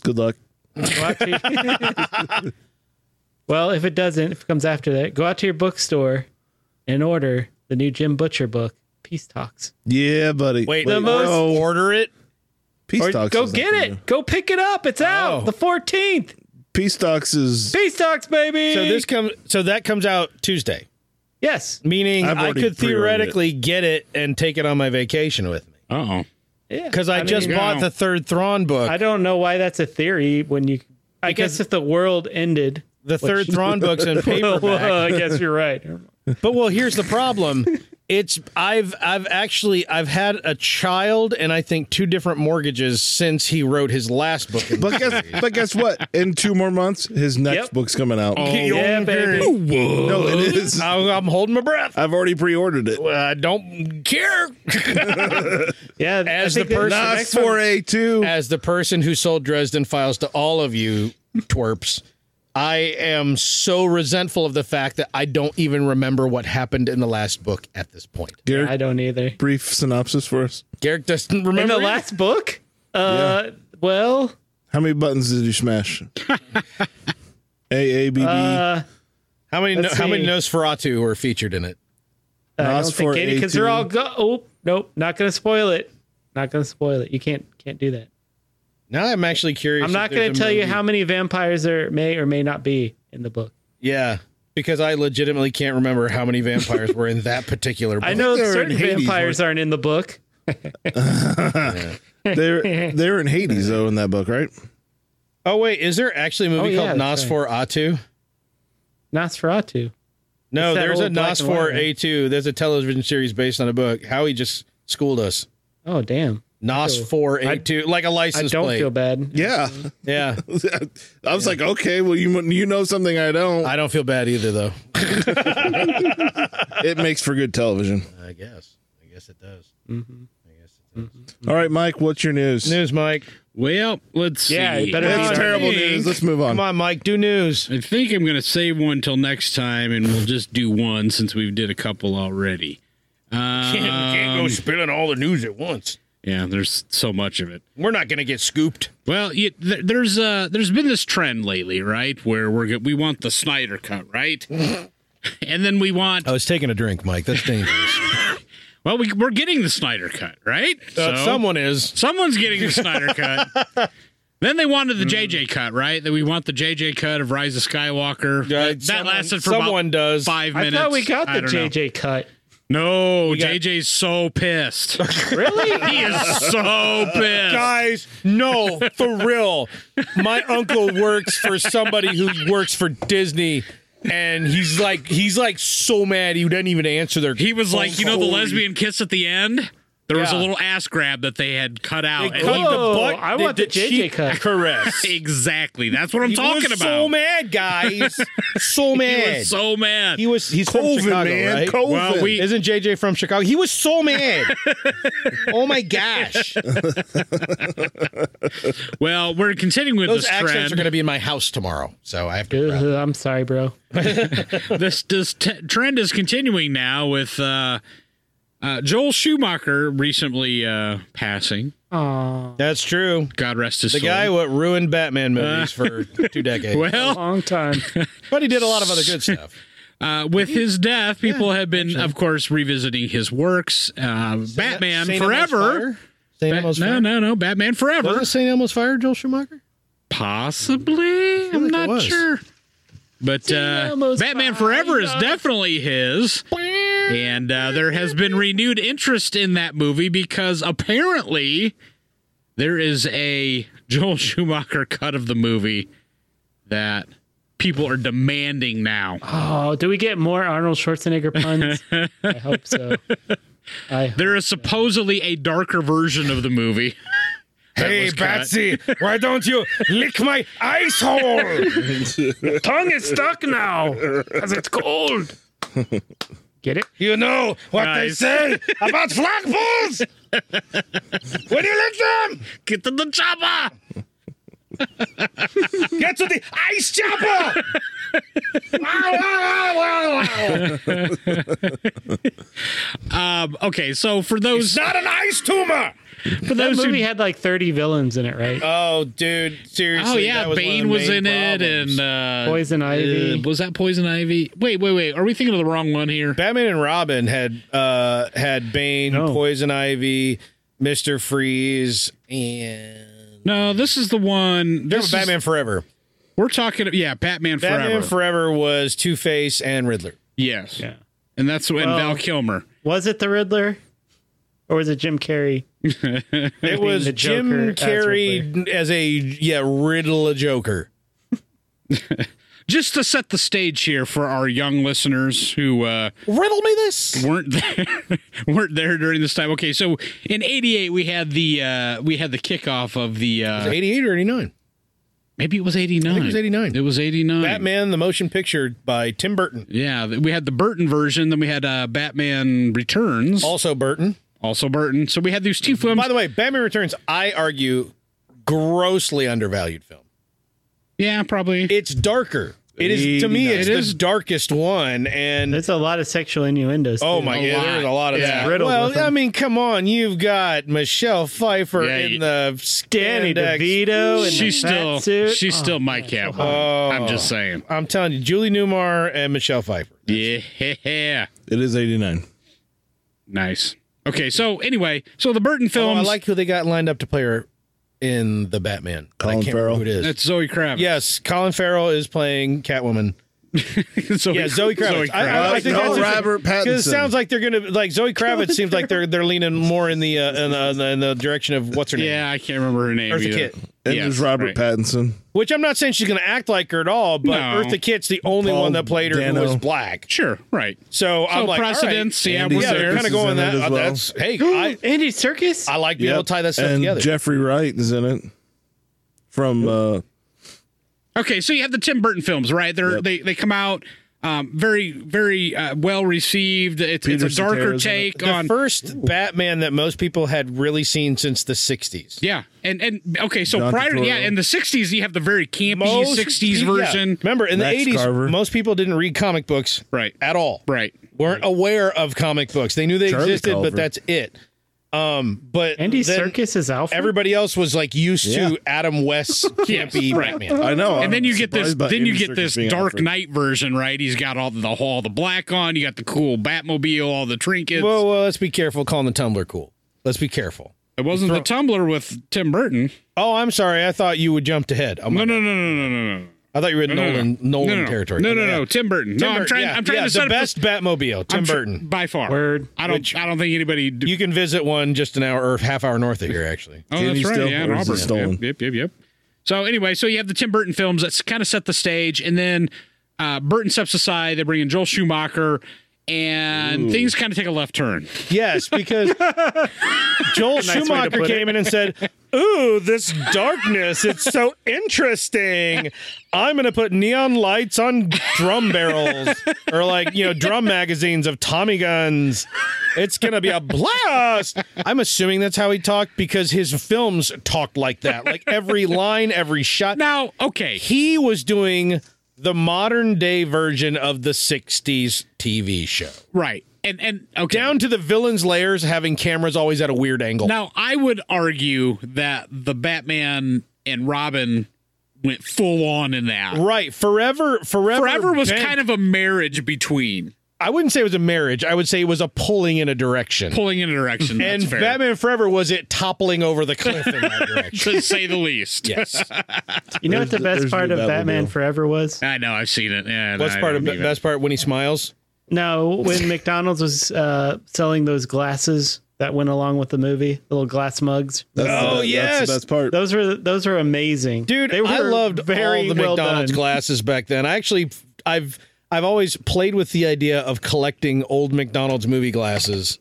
[SPEAKER 7] Good luck.
[SPEAKER 5] Go out to- well, if it doesn't, if it comes after that, go out to your bookstore and order the new Jim Butcher book, Peace Talks.
[SPEAKER 7] Yeah, buddy.
[SPEAKER 1] Wait,
[SPEAKER 5] The most-
[SPEAKER 1] no. order it?
[SPEAKER 7] Peace
[SPEAKER 5] Or
[SPEAKER 7] Talks.
[SPEAKER 5] go
[SPEAKER 7] is
[SPEAKER 5] get
[SPEAKER 7] not
[SPEAKER 5] it.
[SPEAKER 7] new.
[SPEAKER 5] Go pick it up. It's out
[SPEAKER 1] Oh.
[SPEAKER 5] the 14th.
[SPEAKER 7] Peace Talks is.
[SPEAKER 5] Peace Talks, baby.
[SPEAKER 1] So this comes so that comes out Tuesday.
[SPEAKER 5] yes,
[SPEAKER 1] Meaning
[SPEAKER 7] I've
[SPEAKER 1] I
[SPEAKER 7] already
[SPEAKER 1] could
[SPEAKER 7] pre-ordered it.
[SPEAKER 1] theoretically get it and take it on my vacation with me.
[SPEAKER 6] Uh oh.
[SPEAKER 5] yeah.
[SPEAKER 1] Because I, just
[SPEAKER 5] mean,
[SPEAKER 1] bought
[SPEAKER 6] yeah.
[SPEAKER 1] the third Thrawn book.
[SPEAKER 5] I don't know why that's a theory when you. I guess if the world ended,
[SPEAKER 1] the third Thrawn book's in paperback.
[SPEAKER 5] well, I guess you're right.
[SPEAKER 1] But well, here's the problem. It's I've I've actually I've had a child and I think two different mortgages since he wrote his last book.
[SPEAKER 7] But guess, but guess what? In two more months, his next
[SPEAKER 5] Yep. Oh.
[SPEAKER 7] book's coming out.
[SPEAKER 5] yeah, baby.
[SPEAKER 7] No, it is.
[SPEAKER 1] I'm, I'm holding my breath.
[SPEAKER 7] I've already pre-ordered it.
[SPEAKER 1] I don't care.
[SPEAKER 5] Yeah, I
[SPEAKER 1] As
[SPEAKER 5] think
[SPEAKER 1] the
[SPEAKER 5] that-
[SPEAKER 1] person-
[SPEAKER 5] the
[SPEAKER 7] Not
[SPEAKER 5] next one-
[SPEAKER 7] for a two.
[SPEAKER 1] As the person who sold Dresden Files to all of you twerps, I am so resentful of the fact that I don't even remember what happened in the last book at this point.
[SPEAKER 5] I don't either.
[SPEAKER 7] Brief synopsis for us.
[SPEAKER 1] Garrick doesn't remember
[SPEAKER 5] In the
[SPEAKER 1] either.
[SPEAKER 5] last book, uh, well,
[SPEAKER 7] How many buttons did you smash? A A B B.
[SPEAKER 5] uh,
[SPEAKER 1] how many
[SPEAKER 5] Let's
[SPEAKER 1] how many
[SPEAKER 5] see.
[SPEAKER 1] Nosferatu were featured in it.
[SPEAKER 5] I don't
[SPEAKER 7] Nos
[SPEAKER 5] think
[SPEAKER 7] for
[SPEAKER 5] any because they're
[SPEAKER 7] A2.
[SPEAKER 5] all go. Oh nope, not gonna spoil it. Not gonna spoil it. You can't can't do that.
[SPEAKER 1] Now I'm actually curious.
[SPEAKER 5] I'm
[SPEAKER 1] if
[SPEAKER 5] not
[SPEAKER 1] there's
[SPEAKER 5] gonna
[SPEAKER 1] a
[SPEAKER 5] tell you
[SPEAKER 1] movie.
[SPEAKER 5] how many vampires there may or may not be in the book.
[SPEAKER 1] Yeah, because I legitimately can't remember how many vampires were in that particular. Book.
[SPEAKER 5] I know
[SPEAKER 7] they're in
[SPEAKER 5] certain
[SPEAKER 7] Hades,
[SPEAKER 5] vampires aren't in the book.
[SPEAKER 7] They're they're in Hades though in that book, right?
[SPEAKER 1] Oh wait, is there actually a movie
[SPEAKER 5] Oh, yeah,
[SPEAKER 1] called
[SPEAKER 5] that's
[SPEAKER 1] Nosfer Atu?
[SPEAKER 5] Nosferatu.
[SPEAKER 1] No,
[SPEAKER 5] It's that
[SPEAKER 1] there's a
[SPEAKER 5] old black and white
[SPEAKER 1] Nosfer A2. There's a television series based on a book. Howie just schooled us.
[SPEAKER 5] Oh damn.
[SPEAKER 1] Nos four eight two, like a
[SPEAKER 5] I
[SPEAKER 1] license
[SPEAKER 5] don't
[SPEAKER 1] plate.
[SPEAKER 5] feel bad.
[SPEAKER 7] Yeah,
[SPEAKER 1] yeah,
[SPEAKER 7] I was like, okay, well, you you know something I don't.
[SPEAKER 1] I don't feel bad either, though.
[SPEAKER 7] it makes for good television.
[SPEAKER 1] I guess. I guess it does.
[SPEAKER 7] All right, Mike, what's your news?
[SPEAKER 1] News, Mike.
[SPEAKER 6] Well, let's
[SPEAKER 5] Yeah,
[SPEAKER 6] see.
[SPEAKER 5] it better
[SPEAKER 7] That's
[SPEAKER 5] be
[SPEAKER 7] terrible news. Let's move on.
[SPEAKER 1] Come on, Mike. Do news.
[SPEAKER 6] I think I'm going to save one till next time, and we'll just do one since we did a couple already. Um,
[SPEAKER 1] spilling all the news at once.
[SPEAKER 6] yeah, there's so much of it.
[SPEAKER 1] We're not going to get scooped.
[SPEAKER 6] Well, you, th- there's uh, there's been this trend lately, right, where we're go- we want the Snyder cut, right, and then we want
[SPEAKER 1] I was taking a drink, Mike. That's dangerous.
[SPEAKER 6] well, we, we're getting the Snyder cut, right?
[SPEAKER 1] Uh,
[SPEAKER 6] So-
[SPEAKER 1] someone is.
[SPEAKER 6] Someone's getting the Snyder cut. Then they wanted the JJ
[SPEAKER 1] Mm.
[SPEAKER 6] cut, right? That we want the JJ cut of Rise of Skywalker.
[SPEAKER 1] Uh,
[SPEAKER 6] that
[SPEAKER 1] someone-
[SPEAKER 6] lasted for
[SPEAKER 1] someone
[SPEAKER 6] about
[SPEAKER 1] does.
[SPEAKER 6] five
[SPEAKER 5] I
[SPEAKER 6] minutes.
[SPEAKER 5] thought we got
[SPEAKER 6] I
[SPEAKER 5] the
[SPEAKER 6] don't know.
[SPEAKER 5] JJ cut.
[SPEAKER 6] No,
[SPEAKER 1] got-
[SPEAKER 6] JJ's so pissed. Really? he is so pissed.
[SPEAKER 1] Guys, no, for real. My uncle works for somebody who works for Disney, and he's like, he's like so mad he didn't even answer their.
[SPEAKER 6] He was like, you know, the lesbian kiss at the end. There was a
[SPEAKER 1] Yeah.
[SPEAKER 6] little ass grab that they had cut out.
[SPEAKER 1] They
[SPEAKER 6] And
[SPEAKER 1] cut
[SPEAKER 6] he-
[SPEAKER 1] the
[SPEAKER 5] Oh,
[SPEAKER 1] butt.
[SPEAKER 5] I
[SPEAKER 1] they
[SPEAKER 5] want the
[SPEAKER 1] did
[SPEAKER 5] JJ
[SPEAKER 1] cheek
[SPEAKER 5] cut.
[SPEAKER 1] Caress.
[SPEAKER 6] exactly. That's what I'm
[SPEAKER 1] He
[SPEAKER 6] talking
[SPEAKER 1] was
[SPEAKER 6] about.
[SPEAKER 1] So mad, guys. so mad.
[SPEAKER 6] He was so mad.
[SPEAKER 1] He was he's from
[SPEAKER 7] Colvin,
[SPEAKER 1] Chicago,
[SPEAKER 7] man.
[SPEAKER 1] right?
[SPEAKER 7] Colvin.
[SPEAKER 6] Well, we-
[SPEAKER 1] Isn't JJ from Chicago? He was so mad. oh my gosh.
[SPEAKER 6] well, we're continuing with
[SPEAKER 1] Those
[SPEAKER 6] this
[SPEAKER 1] accents
[SPEAKER 6] trend.
[SPEAKER 1] are going to be in my house tomorrow, so I have to.
[SPEAKER 5] Ugh, I'm sorry, bro.
[SPEAKER 6] this this t- trend is continuing now with uh, uh, Joel Schumacher recently uh, passing.
[SPEAKER 5] Aw,
[SPEAKER 1] That's true.
[SPEAKER 6] God rest his
[SPEAKER 1] The
[SPEAKER 6] soul.
[SPEAKER 1] guy what ruined Batman movies for two decades,
[SPEAKER 6] well,
[SPEAKER 5] long time.
[SPEAKER 1] but he did a lot of other good stuff.
[SPEAKER 6] uh, with his death, people have been, of course, revisiting his works. Uh, Batman
[SPEAKER 1] Saint Elmo's
[SPEAKER 6] Forever.
[SPEAKER 1] Fire? Saint
[SPEAKER 6] Ba-
[SPEAKER 1] Elmo's
[SPEAKER 6] no,
[SPEAKER 1] Fire.
[SPEAKER 6] no, no. Batman Forever.
[SPEAKER 1] Wasn't Saint Elmo's Fire Joel Schumacher?
[SPEAKER 6] Possibly.
[SPEAKER 1] like
[SPEAKER 6] I'm
[SPEAKER 1] it
[SPEAKER 6] not
[SPEAKER 1] was.
[SPEAKER 6] sure. But uh,
[SPEAKER 5] Elmo's
[SPEAKER 6] Batman
[SPEAKER 5] Fire,
[SPEAKER 6] Forever is
[SPEAKER 5] guys.
[SPEAKER 6] definitely his. And uh, there has been renewed interest in that movie because apparently there is a Joel Schumacher cut of the movie that people are demanding now.
[SPEAKER 5] Oh, do we get more Arnold Schwarzenegger puns? I hope so. I
[SPEAKER 6] There is supposedly a darker version of the movie.
[SPEAKER 1] Hey
[SPEAKER 6] was cut.
[SPEAKER 1] Batsy, why don't you lick my ice hole?
[SPEAKER 5] tongue is stuck now because it's cold. Get it?
[SPEAKER 1] You know what
[SPEAKER 6] Nice.
[SPEAKER 1] say about flagpoles? when you lick them,
[SPEAKER 6] Get to the chopper!
[SPEAKER 1] get to the ice chopper. Wow, wow, wow, wow, wow.
[SPEAKER 6] Um, okay, so for those
[SPEAKER 1] Not an ice tumor.
[SPEAKER 6] for
[SPEAKER 5] That
[SPEAKER 6] those who
[SPEAKER 5] movie had like 30 villains in it, right?
[SPEAKER 1] Oh, dude, seriously.
[SPEAKER 6] Oh yeah, Bane was in it, and uh,
[SPEAKER 5] Poison Ivy.
[SPEAKER 6] uh, was that Poison Ivy? Wait, wait, wait. Are we thinking of the wrong one here?
[SPEAKER 1] Batman and Robin had uh had Bane,
[SPEAKER 5] No.
[SPEAKER 1] Poison Ivy, Mister Freeze, and
[SPEAKER 6] No, this is the one.
[SPEAKER 1] There
[SPEAKER 6] This
[SPEAKER 1] was
[SPEAKER 6] is-
[SPEAKER 1] Batman Forever.
[SPEAKER 6] We're talking. Yeah, Batman,
[SPEAKER 1] Batman
[SPEAKER 6] Forever.
[SPEAKER 1] Forever was Two Face and Riddler.
[SPEAKER 6] yes.
[SPEAKER 5] Yeah.
[SPEAKER 6] And that's when
[SPEAKER 5] Well-
[SPEAKER 6] Val Kilmer.
[SPEAKER 5] Was it the Riddler? Or was it Jim Carrey?
[SPEAKER 1] It was
[SPEAKER 5] the
[SPEAKER 1] Jim
[SPEAKER 5] Joker as
[SPEAKER 1] Carrey as a yeah Riddler Joker.
[SPEAKER 6] Just to set the stage here for our young listeners who uh,
[SPEAKER 1] Riddle me this.
[SPEAKER 6] weren't there, weren't there during this time. Okay, so in '88 we had the uh, we had the kickoff of the uh,
[SPEAKER 1] 88 or 89.
[SPEAKER 6] maybe it was '89.
[SPEAKER 1] it was 89.
[SPEAKER 6] It was '89.
[SPEAKER 1] Batman the Motion Picture by Tim Burton.
[SPEAKER 6] Yeah, th- we had the Burton version. Then we had uh, Batman Returns.
[SPEAKER 1] Also Burton.
[SPEAKER 6] also Burton. So we had these two films.
[SPEAKER 1] Oh. By the way, Batman Returns I argue grossly undervalued film.
[SPEAKER 6] yeah, probably.
[SPEAKER 1] It's darker. It is to me it's
[SPEAKER 6] It
[SPEAKER 1] the
[SPEAKER 6] is-
[SPEAKER 1] darkest one and
[SPEAKER 5] There's a lot of sexual innuendos.
[SPEAKER 1] Oh
[SPEAKER 5] too.
[SPEAKER 1] my
[SPEAKER 6] A
[SPEAKER 1] god,
[SPEAKER 6] lot.
[SPEAKER 1] there's a lot of
[SPEAKER 6] It's
[SPEAKER 1] that.
[SPEAKER 5] riddled
[SPEAKER 1] Well,
[SPEAKER 5] with 'em.
[SPEAKER 1] I mean, come on. You've got Michelle Pfeiffer
[SPEAKER 6] Yeah,
[SPEAKER 1] in
[SPEAKER 6] you-
[SPEAKER 1] the
[SPEAKER 5] Danny
[SPEAKER 1] spandex.
[SPEAKER 5] DeVito and
[SPEAKER 6] she's still
[SPEAKER 5] suit.
[SPEAKER 6] she's still my cat. woman. I'm just saying.
[SPEAKER 1] I'm telling you, Julie Newmar and Michelle Pfeiffer.
[SPEAKER 6] Yeah,
[SPEAKER 7] It is eighty nine.
[SPEAKER 6] nice. Okay, so anyway, so the Burton
[SPEAKER 1] Oh,
[SPEAKER 6] films.
[SPEAKER 1] I like who they got lined up to play her in the Batman. but I
[SPEAKER 7] Colin
[SPEAKER 1] can't remember
[SPEAKER 7] Farrell.
[SPEAKER 1] Who it is?
[SPEAKER 6] that's Zoe Kravitz.
[SPEAKER 1] yes, Colin Farrell is playing Catwoman.
[SPEAKER 6] Zoe,
[SPEAKER 1] Yeah, Zoe Kravitz. I, I- I think
[SPEAKER 7] Kravitz.
[SPEAKER 1] that's just-
[SPEAKER 7] Robert
[SPEAKER 1] 'cause
[SPEAKER 7] Pattinson.
[SPEAKER 1] It sounds like they're gonna like Zoe Kravitz. seems like they're they're leaning more in the uh, in the, in the direction of what's her name?
[SPEAKER 6] yeah, I can't remember her name.
[SPEAKER 1] Eartha
[SPEAKER 6] either.
[SPEAKER 1] Kitt.
[SPEAKER 7] And
[SPEAKER 6] Yes,
[SPEAKER 7] there's Robert
[SPEAKER 6] right.
[SPEAKER 7] Pattinson.
[SPEAKER 1] Which I'm not saying she's going to act like her at all, but
[SPEAKER 6] No.
[SPEAKER 1] Eartha Kitt's the only
[SPEAKER 7] Paul
[SPEAKER 1] one that played her
[SPEAKER 7] Dano.
[SPEAKER 1] who was black.
[SPEAKER 6] Sure, right.
[SPEAKER 1] So,
[SPEAKER 6] So
[SPEAKER 1] I'm like, all right.
[SPEAKER 6] precedence, yeah,
[SPEAKER 7] Andy
[SPEAKER 6] we're
[SPEAKER 1] yeah, they're
[SPEAKER 6] there.
[SPEAKER 7] Serkis
[SPEAKER 1] kind of
[SPEAKER 7] is
[SPEAKER 1] going
[SPEAKER 7] in it
[SPEAKER 1] that. uh,
[SPEAKER 7] as well.
[SPEAKER 1] That's hey, I
[SPEAKER 5] Andy Circus.
[SPEAKER 1] I like being
[SPEAKER 7] Yep.
[SPEAKER 1] able to tie that stuff
[SPEAKER 7] and
[SPEAKER 1] together.
[SPEAKER 7] Jeffrey Wright is in it. From uh
[SPEAKER 6] Okay, so you have the Tim Burton films, right? They're they they come out um, very very uh, well received. It's, it's a
[SPEAKER 7] Peter
[SPEAKER 6] darker
[SPEAKER 7] Sotera's in it.
[SPEAKER 6] take
[SPEAKER 1] the
[SPEAKER 6] on
[SPEAKER 1] first Batman that most people had really seen since the 60s.
[SPEAKER 6] yeah, and and okay, so
[SPEAKER 7] Don
[SPEAKER 6] prior to yeah,
[SPEAKER 7] Totoro.
[SPEAKER 6] in the '60s you have the very campy '60s
[SPEAKER 1] yeah.
[SPEAKER 6] version,
[SPEAKER 1] Remember, in
[SPEAKER 7] Max
[SPEAKER 1] the 80s,
[SPEAKER 7] Carver.
[SPEAKER 1] most people didn't read comic books
[SPEAKER 6] right?
[SPEAKER 1] at all.
[SPEAKER 6] Right.
[SPEAKER 1] Weren't aware of comic books. They knew they
[SPEAKER 7] Charlie
[SPEAKER 1] existed,
[SPEAKER 7] Culver.
[SPEAKER 1] but that's it. Um, but
[SPEAKER 5] Andy
[SPEAKER 1] then
[SPEAKER 5] Circus is Alfred.
[SPEAKER 1] Everybody else was like used
[SPEAKER 7] Yeah.
[SPEAKER 1] to Adam West's campy
[SPEAKER 6] right.
[SPEAKER 1] Batman.
[SPEAKER 7] I know.
[SPEAKER 6] and then you get this then you get this dark knight version right he's got all the all the black on you got the cool batmobile all the trinkets
[SPEAKER 1] Well, well, let's be careful calling the Tumblr cool. Let's be careful.
[SPEAKER 6] it wasn't the tumbler with tim burton
[SPEAKER 1] Oh, I'm sorry. I thought you would jumped ahead. Oh, my
[SPEAKER 6] no no no no no no no
[SPEAKER 1] I thought you were in
[SPEAKER 6] no, no,
[SPEAKER 1] Nolan
[SPEAKER 6] no,
[SPEAKER 1] Nolan
[SPEAKER 6] no, no.
[SPEAKER 1] territory.
[SPEAKER 6] no no
[SPEAKER 1] Yeah.
[SPEAKER 6] no tim burton
[SPEAKER 1] Tim
[SPEAKER 6] no i'm
[SPEAKER 1] Burton,
[SPEAKER 6] trying
[SPEAKER 1] yeah,
[SPEAKER 6] i'm trying
[SPEAKER 1] yeah,
[SPEAKER 6] to set
[SPEAKER 1] the
[SPEAKER 6] up
[SPEAKER 1] best Batmobile. Tim
[SPEAKER 6] I'm tr-
[SPEAKER 1] Burton.
[SPEAKER 6] by far
[SPEAKER 5] Word.
[SPEAKER 6] i don't
[SPEAKER 1] Which-
[SPEAKER 6] i don't think anybody d-
[SPEAKER 1] You can visit one just an hour or half hour north of here, actually.
[SPEAKER 6] oh
[SPEAKER 7] Can
[SPEAKER 6] that's
[SPEAKER 7] he
[SPEAKER 6] right
[SPEAKER 7] still-
[SPEAKER 6] yeah
[SPEAKER 7] or is it
[SPEAKER 6] Robert.
[SPEAKER 7] stolen?
[SPEAKER 6] yep yep yep, yep. so anyway so you have the tim burton films that kind of set the stage and then uh, burton steps aside they bring in joel schumacher and things kind of take a left turn
[SPEAKER 1] Yes, because Joel Schumacher came in and said, "Ooh, this darkness, it's so interesting. I'm going to put neon lights on drum barrels or like, you know, drum magazines of Tommy guns. It's going to be a blast." I'm assuming that's how he talked because his films talked like that. Like every line, every shot.
[SPEAKER 6] now okay
[SPEAKER 1] he was doing the modern day version of the 60s TV show.
[SPEAKER 6] Right. And and okay.
[SPEAKER 1] Down to the villains' layers having cameras always at a weird angle.
[SPEAKER 6] now I would argue that the Batman and Robin went full on in that.
[SPEAKER 1] right. Forever forever
[SPEAKER 6] Forever was
[SPEAKER 1] bent-
[SPEAKER 6] kind of a marriage between
[SPEAKER 1] I wouldn't say it was a marriage. I would say it was a pulling in a direction.
[SPEAKER 6] pulling in a direction. That's
[SPEAKER 1] and
[SPEAKER 6] fair.
[SPEAKER 1] Batman Forever was it toppling over the cliff in that direction.
[SPEAKER 6] to say the least.
[SPEAKER 1] Yes.
[SPEAKER 5] you know what the
[SPEAKER 7] There's-
[SPEAKER 5] best
[SPEAKER 7] there's
[SPEAKER 5] part
[SPEAKER 7] your
[SPEAKER 5] of Batman
[SPEAKER 7] Batmobile.
[SPEAKER 5] Forever was?
[SPEAKER 6] I know, I've seen it. Yeah,
[SPEAKER 1] What's
[SPEAKER 6] I
[SPEAKER 1] part of
[SPEAKER 6] don't even-
[SPEAKER 1] best part when he smiles?
[SPEAKER 5] No, when McDonald's was uh, selling those glasses that went along with the movie, the little glass mugs.
[SPEAKER 1] Oh, yes.
[SPEAKER 7] that's the best part.
[SPEAKER 5] Those were those were amazing,
[SPEAKER 1] Dude,
[SPEAKER 5] They were
[SPEAKER 1] I loved all the
[SPEAKER 5] well
[SPEAKER 1] McDonald's
[SPEAKER 5] done.
[SPEAKER 1] glasses back then. I actually I've I've always played with the idea of collecting old McDonald's movie glasses.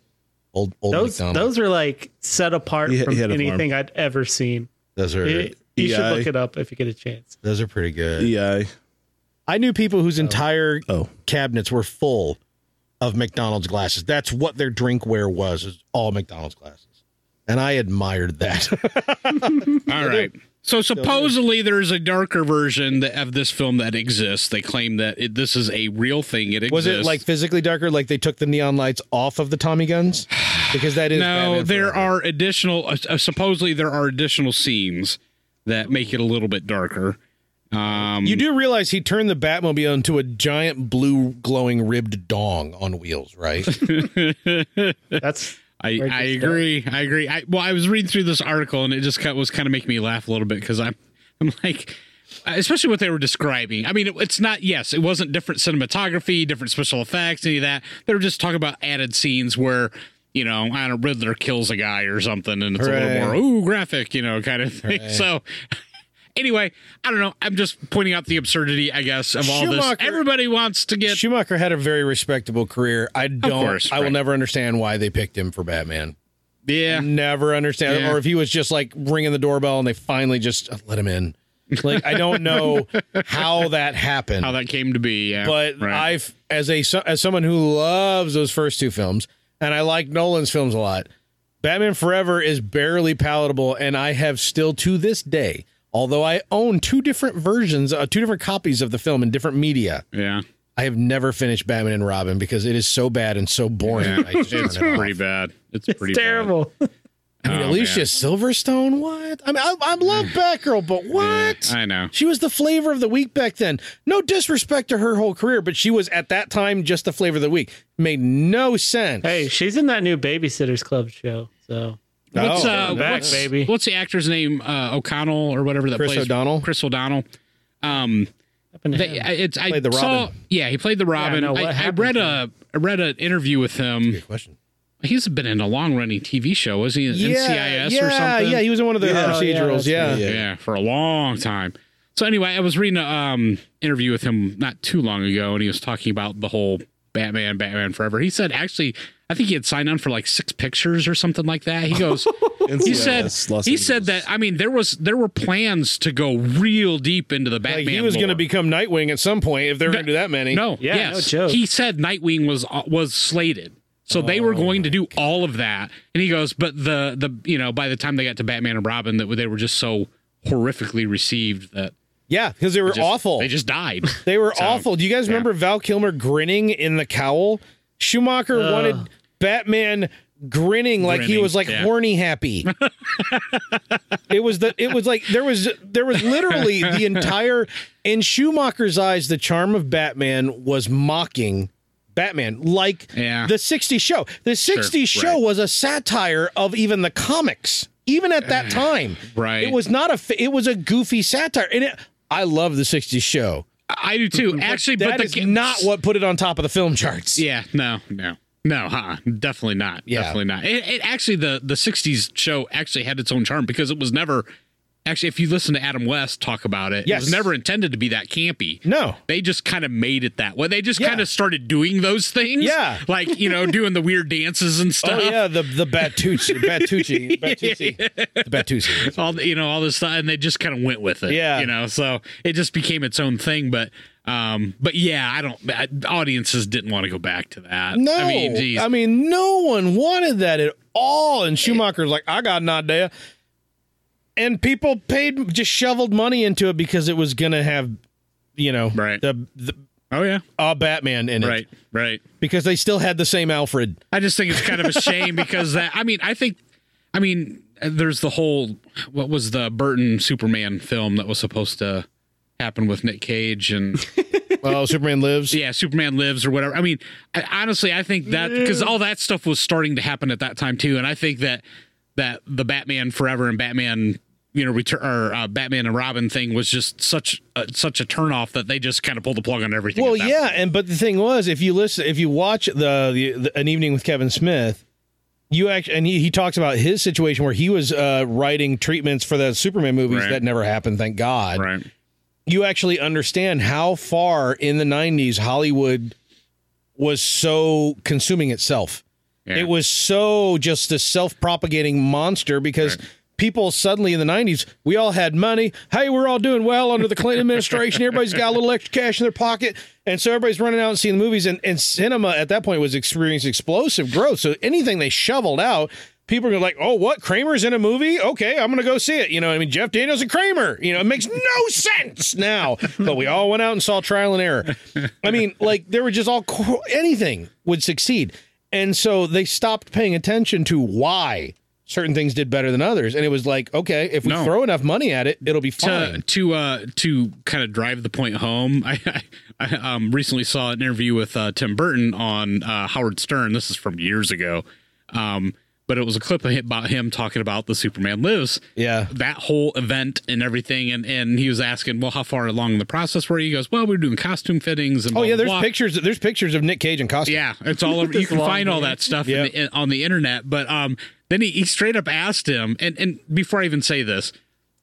[SPEAKER 1] Old old
[SPEAKER 5] Those
[SPEAKER 1] McDonald's.
[SPEAKER 5] those were like set apart
[SPEAKER 7] He- he
[SPEAKER 5] from
[SPEAKER 7] had a farm.
[SPEAKER 5] anything I'd ever seen.
[SPEAKER 1] Those are
[SPEAKER 5] It- you
[SPEAKER 7] EI.
[SPEAKER 5] should look it up if you get a chance.
[SPEAKER 1] those are pretty good.
[SPEAKER 7] EI.
[SPEAKER 1] I knew people whose entire
[SPEAKER 7] E Oh.
[SPEAKER 1] cabinets were full of McDonald's glasses. That's what their drinkware was, is all McDonald's glasses. And I admired that.
[SPEAKER 6] All right. So supposedly there's a darker version that- of this film that exists. They claim that it, this is a real thing. It exists.
[SPEAKER 1] was it like physically darker? Like they took the neon lights off of the Tommy guns? Because that is
[SPEAKER 6] No,
[SPEAKER 1] Batman
[SPEAKER 6] there
[SPEAKER 1] Forever.
[SPEAKER 6] are additional. Uh, uh, supposedly, there are additional scenes that make it a little bit darker. Um,
[SPEAKER 1] You do realize he turned the Batmobile into a giant blue glowing ribbed dong on wheels, right?
[SPEAKER 5] That's
[SPEAKER 6] I,
[SPEAKER 5] Where'd
[SPEAKER 6] I
[SPEAKER 5] you start?
[SPEAKER 6] agree. I agree. I, well, I was reading through this article and it just kind was kind of making me laugh a little bit because I'm, I'm like, especially what they were describing. I mean, it, it's not. Yes, it wasn't different cinematography, different special effects, any of that. They were just talking about added scenes where. You know, I don't know, Riddler kills a guy or something, and it's a
[SPEAKER 1] Hooray.
[SPEAKER 6] little more ooh graphic, you know, kind of thing. So, anyway, I don't know. I'm just pointing out the absurdity, I guess, of all this.
[SPEAKER 1] Schumacher-
[SPEAKER 6] Everybody wants to get
[SPEAKER 1] Schumacher had a very respectable career. I don't
[SPEAKER 6] course,
[SPEAKER 1] I will
[SPEAKER 6] right.
[SPEAKER 1] never understand why they picked him for Batman.
[SPEAKER 6] yeah.
[SPEAKER 1] Never understand
[SPEAKER 6] Yeah.
[SPEAKER 1] or if he was just like ringing the doorbell and they finally just let him in. Like I don't know how that happened.
[SPEAKER 6] How that came to be, yeah.
[SPEAKER 1] but
[SPEAKER 6] right.
[SPEAKER 1] I've as a so- as someone who loves those first two films and I like Nolan's films a lot. Batman Forever is barely palatable, and I have still to this day, although I own two different versions, uh, two different copies of the film in different media.
[SPEAKER 6] yeah.
[SPEAKER 1] I have never finished Batman and Robin because it is so bad and so boring. I just turn
[SPEAKER 6] it's
[SPEAKER 1] it off.
[SPEAKER 6] pretty bad. It's pretty
[SPEAKER 5] terrible.
[SPEAKER 1] I mean,
[SPEAKER 6] Oh,
[SPEAKER 1] Alicia
[SPEAKER 6] man.
[SPEAKER 1] Silverstone, what? I mean, I, I love Batgirl, but
[SPEAKER 6] Bad.
[SPEAKER 1] what?
[SPEAKER 6] I know.
[SPEAKER 1] She was the flavor of the week back then. No disrespect to her whole career, but she was at that time just the flavor of the week. Made no sense.
[SPEAKER 5] Hey, she's in that new Babysitters Club show. So
[SPEAKER 6] What's
[SPEAKER 1] Oh,
[SPEAKER 6] uh,
[SPEAKER 5] back,
[SPEAKER 6] what's,
[SPEAKER 5] baby.
[SPEAKER 6] what's the actor's name? Uh, O'Connell or whatever that
[SPEAKER 1] Chris
[SPEAKER 6] plays
[SPEAKER 1] O'Donnell?
[SPEAKER 6] Chris O'Donnell. Um,
[SPEAKER 5] happened to
[SPEAKER 6] they,
[SPEAKER 5] him.
[SPEAKER 6] I- it's I
[SPEAKER 1] Played the
[SPEAKER 6] saw.
[SPEAKER 1] Robin.
[SPEAKER 6] Yeah, he played the Robin.
[SPEAKER 5] know, what
[SPEAKER 6] I, I
[SPEAKER 5] happened
[SPEAKER 6] read
[SPEAKER 5] to
[SPEAKER 6] a I read an interview with him
[SPEAKER 1] Good question.
[SPEAKER 6] He's been in a long running TV show, wasn't he? in NCIS
[SPEAKER 1] yeah,
[SPEAKER 6] or something?
[SPEAKER 1] Yeah, he was in one of the
[SPEAKER 7] Yeah.
[SPEAKER 5] Oh, yeah,
[SPEAKER 1] procedurals.
[SPEAKER 5] that's
[SPEAKER 1] yeah,
[SPEAKER 7] right.
[SPEAKER 6] yeah. for a long time. So anyway, I was reading an um, interview with him not too long ago, and he was talking about the whole Batman, Batman Forever. He said actually, I think he had signed on for like six pictures or something like that. He goes, he said, he said that. I mean, there was there were plans to go real deep into the Batman.
[SPEAKER 1] Like he was going to
[SPEAKER 6] lore.
[SPEAKER 1] become Nightwing at some point if they were going to do that many.
[SPEAKER 6] No,
[SPEAKER 5] Yeah, no
[SPEAKER 6] yes.
[SPEAKER 5] joke.
[SPEAKER 6] He said Nightwing was uh, was slated. So they were going to do all of that. And he goes, but the the you know, by the time they got to Batman and Robin that they were just so horrifically received that
[SPEAKER 1] yeah, because they were
[SPEAKER 6] just-
[SPEAKER 1] awful.
[SPEAKER 6] They just died.
[SPEAKER 1] They were
[SPEAKER 6] So,
[SPEAKER 1] awful. Do you guys
[SPEAKER 6] yeah.
[SPEAKER 1] remember Val Kilmer grinning in the cowl? Schumacher wanted Batman grinning like he
[SPEAKER 6] Grinning,
[SPEAKER 1] was like
[SPEAKER 6] yeah.
[SPEAKER 1] horny happy. it was the it was like there was there was literally the entire in Schumacher's eyes the charm of Batman was mocking Batman like
[SPEAKER 6] Yeah.
[SPEAKER 1] the 60s show. The 60s show
[SPEAKER 6] right.
[SPEAKER 1] was a satire of even the comics even at that time.
[SPEAKER 6] Eh, Right.
[SPEAKER 1] It was not a fa- it was a goofy satire and it I love the 60s show.
[SPEAKER 6] I do too. Actually,
[SPEAKER 1] That
[SPEAKER 6] but the
[SPEAKER 1] is not what put it on top of the film charts.
[SPEAKER 6] Yeah, no, no. No, huh? Definitely not.
[SPEAKER 1] Yeah.
[SPEAKER 6] Definitely not. It, it actually the the '60s show actually had its own charm because it was never actually. If you listen to Adam West talk about it, it
[SPEAKER 1] Yes.
[SPEAKER 6] was never intended to be that campy.
[SPEAKER 1] No.
[SPEAKER 6] they just kind of made it that way. They just
[SPEAKER 1] Yeah.
[SPEAKER 6] kind of started doing those things.
[SPEAKER 1] Yeah.
[SPEAKER 6] like you know, doing the weird dances and
[SPEAKER 1] Oh
[SPEAKER 6] stuff.
[SPEAKER 1] yeah, the the Batucci, Batucci, Batucci, the Batucci.
[SPEAKER 6] all the- you know all this stuff and they just kind of went with it
[SPEAKER 1] Yeah.
[SPEAKER 6] you know so it just became its own thing but um but yeah i don't I, audiences didn't want to go back to that
[SPEAKER 1] No,
[SPEAKER 6] i mean geez.
[SPEAKER 1] no one wanted that at all. And Schumacher's like, I got an idea, and people paid just shoveled money into it because it was gonna have, you know,
[SPEAKER 6] Right.
[SPEAKER 1] the, the
[SPEAKER 6] oh yeah
[SPEAKER 1] uh, Batman in it,
[SPEAKER 6] right right
[SPEAKER 1] Because they still had the same Alfred.
[SPEAKER 6] I just think it's kind of a shame because that. I mean, I think, I mean, there's the whole what was the Burton Superman film that was supposed to happen with Nick Cage and
[SPEAKER 1] Well, Superman lives.
[SPEAKER 6] yeah, Superman Lives or whatever. I mean, I, honestly, I think that because all that stuff was starting to happen at that time too, and I think that that the Batman Forever and Batman. You know, return or uh, Batman and Robin thing was just such a, such a turnoff that they just kind of pulled the plug on everything.
[SPEAKER 1] Well,
[SPEAKER 6] at that
[SPEAKER 1] yeah, and but the thing was, if you listen, if you watch the, the, the an evening with Kevin Smith, you actually and he, he talks about his situation where he was uh, writing treatments for the Superman movies
[SPEAKER 6] Right.
[SPEAKER 1] that never happened, thank God.
[SPEAKER 6] point. right?
[SPEAKER 1] You actually understand how far in the '90s Hollywood was so consuming itself.
[SPEAKER 6] Yeah.
[SPEAKER 1] It was so just this self-propagating monster because. People suddenly in the 90s, we all had money. Hey, we're all doing well under the Clinton administration. Everybody's got a little extra cash in their pocket. And so everybody's running out and seeing the movies. And, and cinema at that point was experiencing explosive growth. So anything they shoveled out, people were like, oh, what? Kramer's in a movie? Okay, I'm going to go see it. You know, what I mean, Jeff Daniels and Kramer. You know, it makes no sense now. But we all went out and saw trial and error. I mean, like, there were just all, qu- anything would succeed. And so they stopped paying attention to why certain things did better than others. And it was like, okay, if we
[SPEAKER 6] No.
[SPEAKER 1] throw enough money at it, it'll be fine.
[SPEAKER 6] to to uh to kind of drive the point home i i, I um recently saw an interview with uh, tim burton on uh, howard stern this is from years ago um but it was a clip of him- about him talking about the superman lives
[SPEAKER 1] Yeah.
[SPEAKER 6] that whole event and everything and and he was asking well how far along in the process were you he goes well we were doing costume fittings and
[SPEAKER 1] Oh
[SPEAKER 6] blah,
[SPEAKER 1] yeah,
[SPEAKER 6] blah,
[SPEAKER 1] there's
[SPEAKER 6] blah."
[SPEAKER 1] pictures. There's pictures of Nick Cage in costume.
[SPEAKER 6] Yeah, it's all over. you can
[SPEAKER 5] long
[SPEAKER 6] find all that stuff in
[SPEAKER 1] Yeah.
[SPEAKER 6] the, in, on the internet. But um, then he, he straight up asked him, and and before I even say this,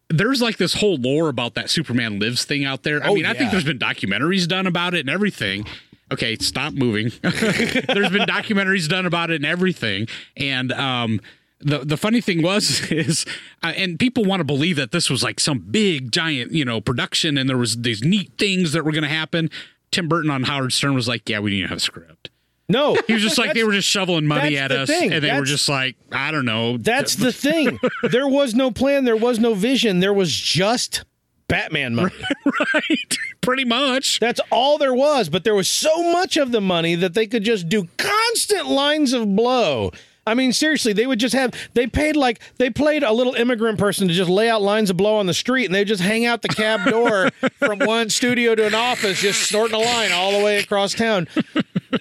[SPEAKER 6] there's like this whole lore about that Superman Lives thing out there. I mean, I
[SPEAKER 1] yeah.
[SPEAKER 6] think there's been documentaries done about it and everything. Okay, stop moving. there's been documentaries done about it and everything, and um. The, the funny thing was is uh, and people want to believe that this was like some big giant you know production and there was these neat things that were going to happen tim burton on howard stern was like yeah we need to have a script
[SPEAKER 1] No,
[SPEAKER 6] he was just like they were just shoveling money
[SPEAKER 1] that's
[SPEAKER 6] at
[SPEAKER 1] the
[SPEAKER 6] us,
[SPEAKER 1] thing.
[SPEAKER 6] and they were
[SPEAKER 1] That's-
[SPEAKER 6] just like, I don't know.
[SPEAKER 1] that's the thing. There was no plan. There was no vision. There was just Batman money.
[SPEAKER 6] right, pretty much.
[SPEAKER 1] That's all there was. But there was so much of the money that they could just do constant lines of blow. I mean, seriously, they would just have, they paid like, they played a little immigrant person to just lay out lines of blow on the street and they would just hang out the cab door from one studio to an office, just snorting a line all the way across town.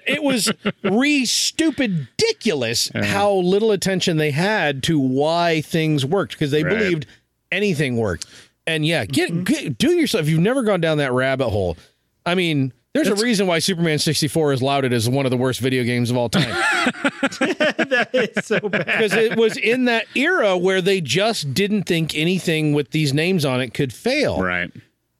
[SPEAKER 1] It was re stupid ridiculous how little attention they had to why things worked because they
[SPEAKER 6] Right.
[SPEAKER 1] believed
[SPEAKER 6] Mm-hmm.
[SPEAKER 1] anything worked. And yeah, get, get do yourself. If you've never gone down that rabbit hole, I mean, There's a reason why Superman 64 is lauded as one of the worst video games of all time.
[SPEAKER 5] that is so bad.
[SPEAKER 1] because it was in that era where they just didn't think anything with these names on it could fail.
[SPEAKER 6] Right.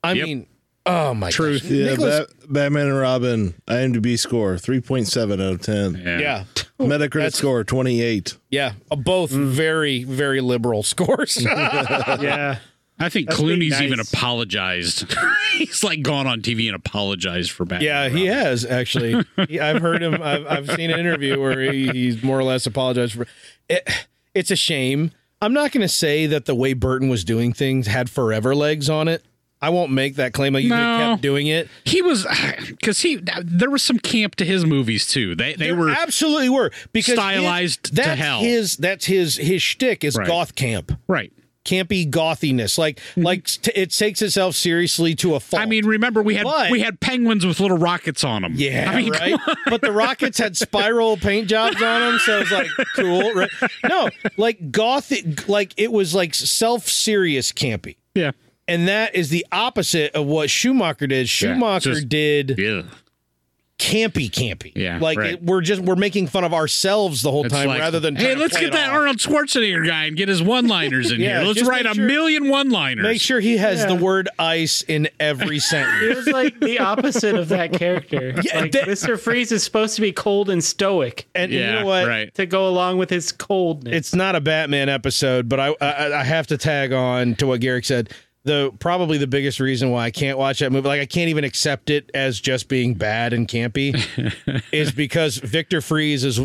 [SPEAKER 1] I
[SPEAKER 6] Yep.
[SPEAKER 1] mean, oh my
[SPEAKER 6] Truth.
[SPEAKER 1] gosh.
[SPEAKER 7] Yeah,
[SPEAKER 1] Nicholas-
[SPEAKER 7] Bat- Batman and Robin IMDb score 3.7 out of 10.
[SPEAKER 1] yeah,
[SPEAKER 7] Metacritic
[SPEAKER 1] That's-
[SPEAKER 7] score 28.
[SPEAKER 1] yeah, Uh, both
[SPEAKER 6] Mm.
[SPEAKER 1] very, very liberal scores.
[SPEAKER 5] Yeah.
[SPEAKER 6] I think
[SPEAKER 5] That's being
[SPEAKER 6] Clooney's
[SPEAKER 5] nice.
[SPEAKER 6] even apologized. He's like gone on TV and apologized for Batman.
[SPEAKER 1] yeah, he has actually. He- I've heard him. I've, I've seen an interview where he, he's more or less apologized for. It, it's a shame. I'm not going to say that the way Burton was doing things had forever legs on it. I won't make that claim. Like you could've
[SPEAKER 6] No.
[SPEAKER 1] kept doing it.
[SPEAKER 6] He was because he there was some camp to his movies too. They they
[SPEAKER 1] There
[SPEAKER 6] were
[SPEAKER 1] absolutely were because his-
[SPEAKER 6] stylized to
[SPEAKER 1] that's
[SPEAKER 6] hell.
[SPEAKER 1] His that's his his shtick is
[SPEAKER 6] Right.
[SPEAKER 1] goth camp,
[SPEAKER 6] right.
[SPEAKER 1] campy gothiness. Like like t- it takes itself seriously to a fault.
[SPEAKER 6] I mean, remember we had
[SPEAKER 1] But-
[SPEAKER 6] we had penguins with little rockets on them.
[SPEAKER 1] yeah,
[SPEAKER 6] I mean, come
[SPEAKER 1] right. But the Rockets had spiral paint jobs on them, so it's like cool. Right? No, like goth, like it was like self serious campy.
[SPEAKER 6] Yeah.
[SPEAKER 1] And that is the opposite of what Schumacher did. Schumacher
[SPEAKER 6] just-
[SPEAKER 1] did
[SPEAKER 6] Yeah.
[SPEAKER 1] campy, campy.
[SPEAKER 6] Yeah,
[SPEAKER 1] like
[SPEAKER 6] right.
[SPEAKER 1] it, we're just we're making fun of ourselves the whole
[SPEAKER 6] It's
[SPEAKER 1] time
[SPEAKER 6] like,
[SPEAKER 1] rather than
[SPEAKER 6] hey,
[SPEAKER 1] trying to
[SPEAKER 6] let's
[SPEAKER 1] play
[SPEAKER 6] get
[SPEAKER 1] it
[SPEAKER 6] that
[SPEAKER 1] off.
[SPEAKER 6] Arnold Schwarzenegger guy and get his one liners in
[SPEAKER 1] Yeah,
[SPEAKER 6] here. Let's
[SPEAKER 1] just
[SPEAKER 6] write
[SPEAKER 1] make
[SPEAKER 6] a
[SPEAKER 1] sure-
[SPEAKER 6] million one liners.
[SPEAKER 1] Make sure he has
[SPEAKER 5] Yeah.
[SPEAKER 1] the word ice in every
[SPEAKER 5] It
[SPEAKER 1] sentence.
[SPEAKER 5] was like the opposite of that character.
[SPEAKER 1] Yeah,
[SPEAKER 5] like,
[SPEAKER 1] that-
[SPEAKER 5] Mr. Freeze is supposed to be cold and stoic
[SPEAKER 1] And
[SPEAKER 6] yeah,
[SPEAKER 1] you know what?
[SPEAKER 6] right.
[SPEAKER 5] to go along with his coldness.
[SPEAKER 1] It's not a Batman episode, but I, I I have to tag on to what Garrick said. The probably the biggest reason why I can't watch that movie, like I can't even accept it as just being bad and campy, is because Victor Freeze is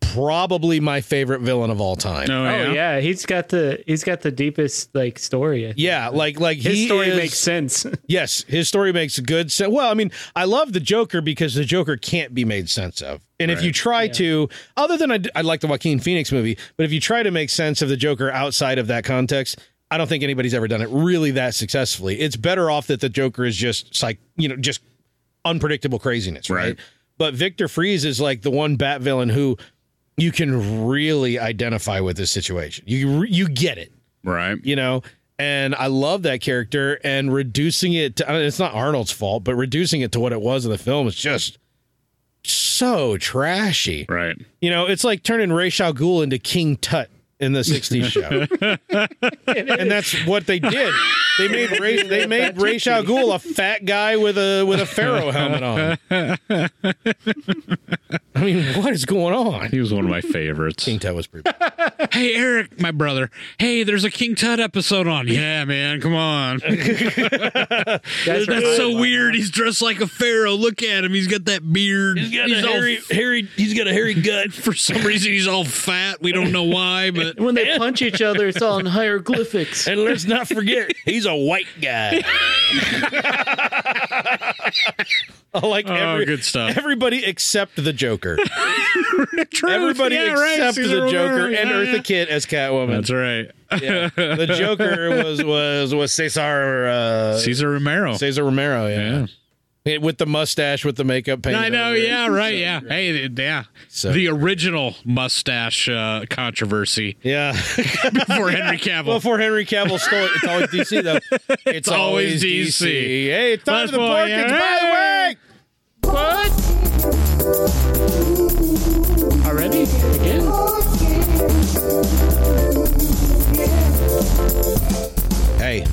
[SPEAKER 1] probably my favorite villain of all time.
[SPEAKER 6] Oh,
[SPEAKER 5] oh
[SPEAKER 6] yeah.
[SPEAKER 5] yeah. he's got the he's got the deepest like story. I think.
[SPEAKER 1] Yeah, like like
[SPEAKER 5] His
[SPEAKER 1] he
[SPEAKER 5] story
[SPEAKER 1] is-
[SPEAKER 5] makes sense.
[SPEAKER 1] Yes, his story makes good sense. Well, I mean, I love the Joker because the Joker can't be made sense of. And if you try to, other than I, I like the Joaquin Phoenix movie, but if you try to make sense of the Joker outside of that context, I don't think anybody's ever done it really that successfully. It's better off that the Joker is just psych, you know, just unpredictable craziness, right?
[SPEAKER 6] Right.
[SPEAKER 1] But Victor Freeze is like the one bat villain who you can really identify with this situation. You you get it
[SPEAKER 6] Right.
[SPEAKER 1] you know and i love that character and reducing it to I mean, it's not arnold's fault but reducing it to what it was in the film is just so trashy
[SPEAKER 6] Right.
[SPEAKER 1] you know it's like turning Ra's al Ghul into king tut in the 60s show and that's what they did they made Ray, they made Ra's al Ghul a fat guy with a with a pharaoh helmet on i mean what is going on
[SPEAKER 6] He was one of my favorites.
[SPEAKER 1] king tut was pretty bad.
[SPEAKER 6] Hey, Eric, my brother. Hey, there's a King Tut episode on. Yeah, man, come on.
[SPEAKER 5] That's,
[SPEAKER 6] That's so weird. He's dressed like a pharaoh. Look at him. He's got that beard. He's got a hairy, hairy. He's got a hairy gut. For some reason, he's all fat. We don't know why, but
[SPEAKER 5] When they punch each other, it's all in hieroglyphics.
[SPEAKER 1] and let's not forget he's a white guy I like every,
[SPEAKER 6] oh, good stuff.
[SPEAKER 1] Everybody except the Joker. Everybody
[SPEAKER 6] Yeah, right.
[SPEAKER 1] except
[SPEAKER 6] Caesar
[SPEAKER 1] the Joker
[SPEAKER 6] Romero.
[SPEAKER 1] and
[SPEAKER 6] Yeah,
[SPEAKER 1] Eartha Uh,
[SPEAKER 6] yeah.
[SPEAKER 1] Kitt as Catwoman.
[SPEAKER 6] That's right.
[SPEAKER 1] Yeah. The Joker was was was Cesar uh,
[SPEAKER 6] Caesar Romero.
[SPEAKER 1] Cesar Romero. Yeah.
[SPEAKER 6] Yeah.
[SPEAKER 1] Yeah, with the mustache, with the makeup paint.
[SPEAKER 6] I know.
[SPEAKER 1] over it.
[SPEAKER 6] Yeah. Right. Yeah. Hey. Yeah.
[SPEAKER 1] So-
[SPEAKER 6] The original mustache uh, controversy
[SPEAKER 1] Yeah.
[SPEAKER 6] before Henry Cavill.
[SPEAKER 1] Before Henry Cavill stole it, it's always DC though. It's,
[SPEAKER 6] always DC.
[SPEAKER 1] Hey, it's time
[SPEAKER 6] Last
[SPEAKER 1] for the
[SPEAKER 6] boy,
[SPEAKER 1] Porkins.
[SPEAKER 6] yeah.
[SPEAKER 1] By the way.
[SPEAKER 5] Already? Again?
[SPEAKER 1] Hey,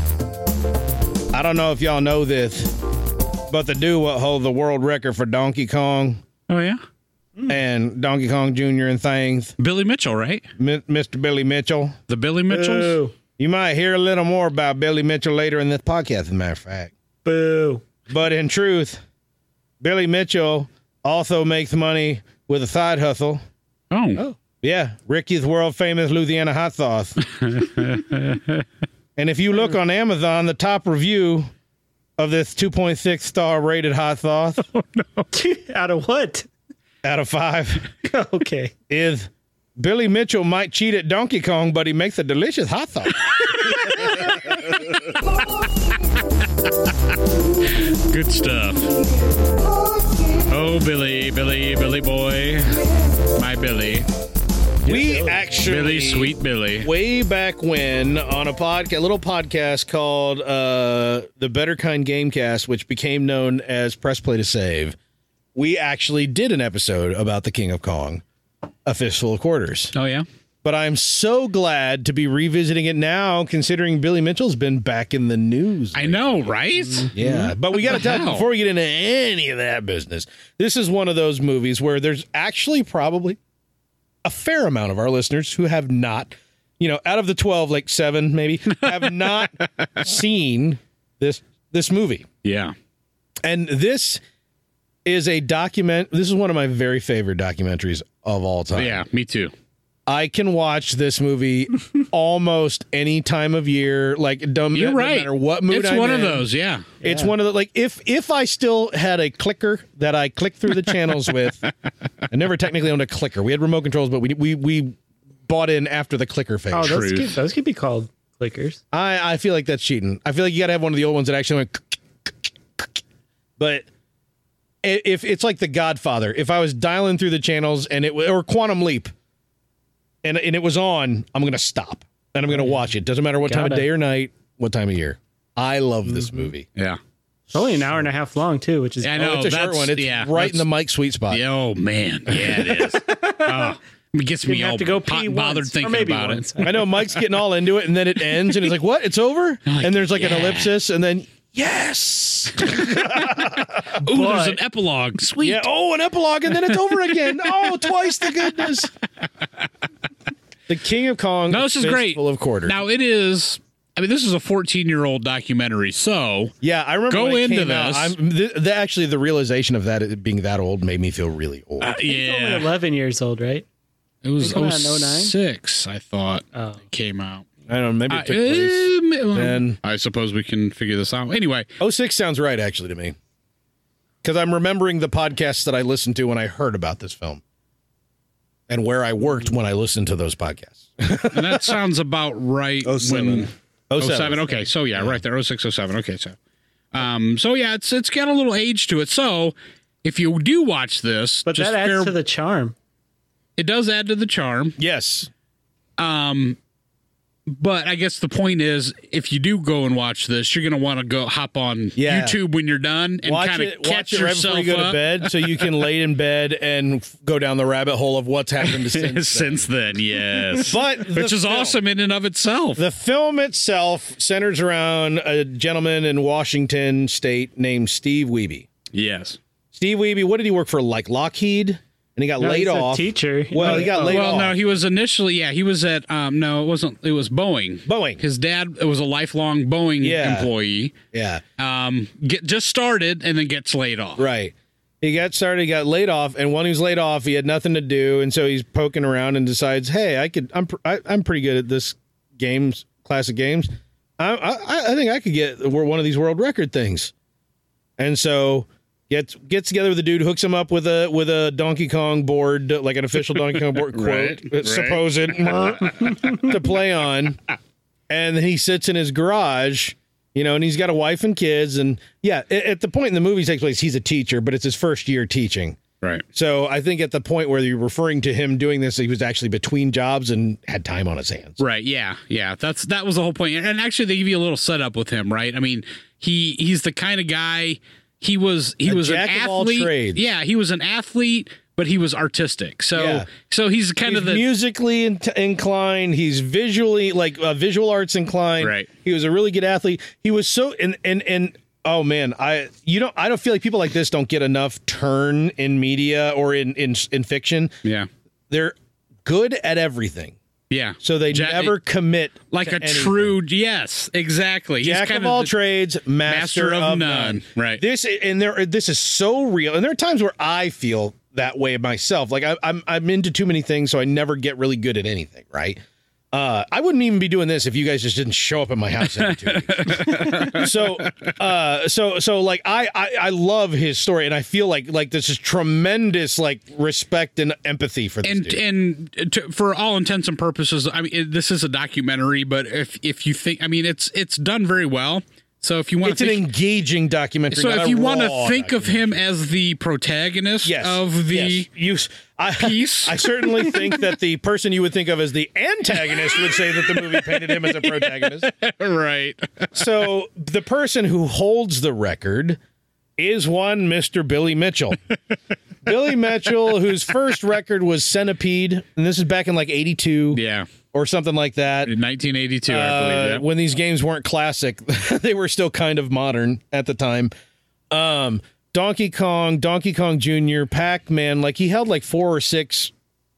[SPEAKER 1] I don't know if y'all know this, but the dude what hold the world record for Donkey Kong
[SPEAKER 6] oh yeah.
[SPEAKER 1] and Donkey Kong Jr. and things,
[SPEAKER 6] Billy Mitchell. Right.
[SPEAKER 1] Mi- Mr. Billy Mitchell.
[SPEAKER 6] The Billy Mitchells.
[SPEAKER 5] Boo.
[SPEAKER 1] You might hear a little more about Billy Mitchell later in this podcast, as a matter of fact.
[SPEAKER 5] Boo.
[SPEAKER 1] But in truth, Billy Mitchell also makes money with a side hustle.
[SPEAKER 6] Oh.
[SPEAKER 1] Yeah, Ricky's world famous Louisiana hot sauce. and if you look on Amazon, the top review of this 2.6 star rated hot sauce
[SPEAKER 5] Out of what?
[SPEAKER 1] out of five
[SPEAKER 5] Okay.
[SPEAKER 1] is Billy Mitchell might cheat at Donkey Kong, but he makes a delicious hot sauce.
[SPEAKER 6] Good stuff. Oh, Billy, Billy, Billy boy. My Billy.
[SPEAKER 1] We actually
[SPEAKER 6] Billy, sweet Billy.
[SPEAKER 1] way back when on a podcast, little podcast called uh, the Better Kind Gamecast, which became known as Press Play to Save. We actually did an episode about the King of Kong, a fistful of quarters.
[SPEAKER 6] Oh yeah.
[SPEAKER 1] But I'm so glad to be revisiting it now, considering Billy Mitchell's been back in the news.
[SPEAKER 6] I know, right?
[SPEAKER 1] Yeah, but we got to
[SPEAKER 6] Mm-hmm. the
[SPEAKER 1] talk
[SPEAKER 6] hell?
[SPEAKER 1] before we get into any of that business. This is one of those movies where there's actually probably a fair amount of our listeners who have not, you know, out of the 12 like 7 maybe have not seen this this movie.
[SPEAKER 6] Yeah.
[SPEAKER 1] And this is a document this is one of my very favorite documentaries of all time.
[SPEAKER 6] Yeah, me too.
[SPEAKER 1] I can watch this movie almost any time of year. Like, it don't
[SPEAKER 6] You're
[SPEAKER 1] no
[SPEAKER 6] right.
[SPEAKER 1] matter what mood
[SPEAKER 6] it's
[SPEAKER 1] I'm
[SPEAKER 6] one of
[SPEAKER 1] in.
[SPEAKER 6] those, yeah.
[SPEAKER 1] It's one of the like if if I still had a clicker that I clicked through the channels with. I never technically owned a clicker. We had remote controls, but we we we bought in after the clicker phase.
[SPEAKER 5] Oh, those
[SPEAKER 6] Truth.
[SPEAKER 5] could, those could be called clickers.
[SPEAKER 1] I I feel like that's cheating. I feel like you got to have one of the old ones that actually went. But i- if it's like The Godfather, if I was dialing through the channels and it wa- or Quantum Leap, and and it was on, I'm gonna stop and I'm gonna watch it. Doesn't matter what time of
[SPEAKER 5] Gotta. Mm-hmm.
[SPEAKER 1] day or night, what time of year. I love this movie.
[SPEAKER 6] Yeah.
[SPEAKER 5] It's only an hour and a half long too, which is
[SPEAKER 6] I
[SPEAKER 1] No,
[SPEAKER 6] know.
[SPEAKER 1] Oh, it's a short
[SPEAKER 6] that's-
[SPEAKER 1] one. It's
[SPEAKER 6] yeah,
[SPEAKER 1] right in
[SPEAKER 6] that's-
[SPEAKER 1] the mic sweet spot.
[SPEAKER 6] Yeah, oh man, yeah, it is. oh, it gets me
[SPEAKER 5] You
[SPEAKER 6] all
[SPEAKER 5] have to go
[SPEAKER 6] hot
[SPEAKER 5] pee
[SPEAKER 6] and
[SPEAKER 5] once,
[SPEAKER 6] bothered
[SPEAKER 5] or
[SPEAKER 6] thinking
[SPEAKER 5] maybe
[SPEAKER 6] about
[SPEAKER 5] once.
[SPEAKER 6] it.
[SPEAKER 1] I know Mike's getting all into it, and then it ends, and he's like, "What? It's over?"
[SPEAKER 6] like,
[SPEAKER 1] and there's like
[SPEAKER 6] "Yeah."
[SPEAKER 1] an ellipsis, and then yes,
[SPEAKER 6] Ooh, there's
[SPEAKER 5] But-
[SPEAKER 6] an epilogue. Sweet.
[SPEAKER 1] yeah, oh, an epilogue, and then it's over again. Oh, twice the goodness. The King of Kong.
[SPEAKER 6] no, this is great.
[SPEAKER 1] Full of quarters.
[SPEAKER 6] Now it is. I mean, this is a 14 year old documentary, so
[SPEAKER 1] yeah, I remember.
[SPEAKER 6] Go
[SPEAKER 1] when it
[SPEAKER 6] into
[SPEAKER 1] came out,
[SPEAKER 6] this.
[SPEAKER 1] I'm, th- the, actually, the realization of that it being that old made me feel really old.
[SPEAKER 6] Uh,
[SPEAKER 5] only
[SPEAKER 6] yeah,
[SPEAKER 5] eleven years old, right?
[SPEAKER 6] it was
[SPEAKER 5] Did it come out in
[SPEAKER 6] 06, I thought
[SPEAKER 5] Oh.
[SPEAKER 6] it came out.
[SPEAKER 1] I don't know. Maybe
[SPEAKER 6] I,
[SPEAKER 1] it took place.
[SPEAKER 6] um, well,
[SPEAKER 1] then.
[SPEAKER 6] I suppose we can figure this out. Anyway,
[SPEAKER 1] 06 Oh, sounds right actually to me, because I'm remembering the podcasts that I listened to when I heard about this film, and where I worked when I listened to those podcasts.
[SPEAKER 6] and that sounds about right.
[SPEAKER 7] Oh, seven.
[SPEAKER 6] When, 07. Okay, so yeah, right there. 06, 07. Okay, so, um, so yeah, it's it's got a little age to it. So if you do watch this,
[SPEAKER 5] But
[SPEAKER 6] just
[SPEAKER 5] that adds
[SPEAKER 6] fair-
[SPEAKER 5] to the charm.
[SPEAKER 6] it does add to the charm.
[SPEAKER 1] Yes.
[SPEAKER 6] Um, but I guess the point is, if you do go and watch this, you're gonna want to go hop on
[SPEAKER 1] Yeah.
[SPEAKER 6] YouTube when you're done and
[SPEAKER 1] watch
[SPEAKER 6] kind of
[SPEAKER 1] it, watch
[SPEAKER 6] catch
[SPEAKER 1] it right
[SPEAKER 6] yourself
[SPEAKER 1] before you go
[SPEAKER 6] up
[SPEAKER 1] to bed so you can lay in bed and f- go down the rabbit hole of what's happened since. then.
[SPEAKER 6] since then. Yes,
[SPEAKER 1] But
[SPEAKER 6] which
[SPEAKER 1] the
[SPEAKER 6] is
[SPEAKER 1] film-
[SPEAKER 6] awesome in and of itself.
[SPEAKER 1] The film itself centers around a gentleman in Washington state named Steve Wiebe.
[SPEAKER 6] yes.
[SPEAKER 1] Steve Wiebe, what did he work for? Like Lockheed? And he got
[SPEAKER 5] No,
[SPEAKER 1] laid
[SPEAKER 5] he's a
[SPEAKER 1] off.
[SPEAKER 5] teacher.
[SPEAKER 1] Well, he got laid
[SPEAKER 6] Oh, Uh, Well,
[SPEAKER 1] off.
[SPEAKER 6] no, he was initially yeah, he was at um no, it wasn't it was Boeing.
[SPEAKER 1] Boeing.
[SPEAKER 6] His dad was a lifelong Boeing
[SPEAKER 1] Yeah.
[SPEAKER 6] employee.
[SPEAKER 1] yeah.
[SPEAKER 6] Um get just started and then gets laid off.
[SPEAKER 1] Right. He got started, he got laid off, and when he was laid off, he had nothing to do, and so he's poking around and decides, "Hey, I could, I'm, pr- I, I'm pretty good at this games, classic games. I, I, I think I could get we're one of these world record things." And so gets gets together with the dude, hooks him up with a with a Donkey Kong board, like an official Donkey Kong board quote, uh,
[SPEAKER 6] Right, right.
[SPEAKER 1] supposed to play on, and then he sits in his garage you know, and he's got a wife and kids. And yeah, a- at the point in the movie takes place, he's a teacher, but it's his first year teaching.
[SPEAKER 6] Right.
[SPEAKER 1] So I think at the point where you're referring to him doing this, he was actually between jobs and had time on his hands.
[SPEAKER 6] Right. Yeah. Yeah. That's that was the whole point. And actually, they give you a little setup with him, right? I mean, he he's the kind of guy. He was he
[SPEAKER 1] A
[SPEAKER 6] was an
[SPEAKER 1] jack of all
[SPEAKER 6] athlete.
[SPEAKER 1] trades.
[SPEAKER 6] Yeah, he was an athlete, but he was artistic. So
[SPEAKER 1] Yeah.
[SPEAKER 6] so he's kind
[SPEAKER 1] He's
[SPEAKER 6] of the
[SPEAKER 1] musically in- inclined. He's visually like uh, visual arts inclined.
[SPEAKER 6] Right.
[SPEAKER 1] He was a really good athlete. He was so and and and oh man, I you don't I don't feel like people like this don't get enough turn in media or in in in fiction.
[SPEAKER 6] yeah
[SPEAKER 1] They're good at everything,
[SPEAKER 6] yeah.
[SPEAKER 1] so they
[SPEAKER 6] Jack-
[SPEAKER 1] never commit
[SPEAKER 6] like
[SPEAKER 1] to
[SPEAKER 6] a
[SPEAKER 1] anything.
[SPEAKER 6] true yes exactly. He's
[SPEAKER 1] Jack
[SPEAKER 6] kind
[SPEAKER 1] of all
[SPEAKER 6] the-
[SPEAKER 1] trades, master, of, none.
[SPEAKER 6] Right.
[SPEAKER 1] This and there. This is so real. And there are times where I feel that way myself. Like I, I'm, I'm into too many things, so I never get really good at anything. Right. Uh, I wouldn't even be doing this if you guys just didn't show up at my house every two weeks. so, uh, so, so like I, I, I love his story, and I feel like like this is tremendous like respect and empathy for this
[SPEAKER 6] and
[SPEAKER 1] dude.
[SPEAKER 6] and to, for all intents and purposes, I mean it, this is a documentary, but if if you think, I mean it's it's done very well. So if you want
[SPEAKER 1] it's
[SPEAKER 6] to
[SPEAKER 1] an
[SPEAKER 6] think,
[SPEAKER 1] engaging documentary.
[SPEAKER 6] so
[SPEAKER 1] not
[SPEAKER 6] if
[SPEAKER 1] a
[SPEAKER 6] you want to
[SPEAKER 1] raw
[SPEAKER 6] think of him as the protagonist
[SPEAKER 1] yes,
[SPEAKER 6] of the
[SPEAKER 1] yes. you.
[SPEAKER 6] piece.
[SPEAKER 1] I certainly think that the person you would think of as the antagonist would say that the movie painted him as a protagonist.
[SPEAKER 6] right.
[SPEAKER 1] So the person who holds the record is one Mr. Billy Mitchell. Billy Mitchell, whose first record was Centipede, and this is back in like 82
[SPEAKER 6] Yeah.
[SPEAKER 1] or something like that.
[SPEAKER 6] In 1982, I
[SPEAKER 1] Uh,
[SPEAKER 6] believe. yeah.
[SPEAKER 1] when these games weren't classic, they were still kind of modern at the time. Um, Donkey Kong, Donkey Kong Jr., Pac Man, like he held like four or six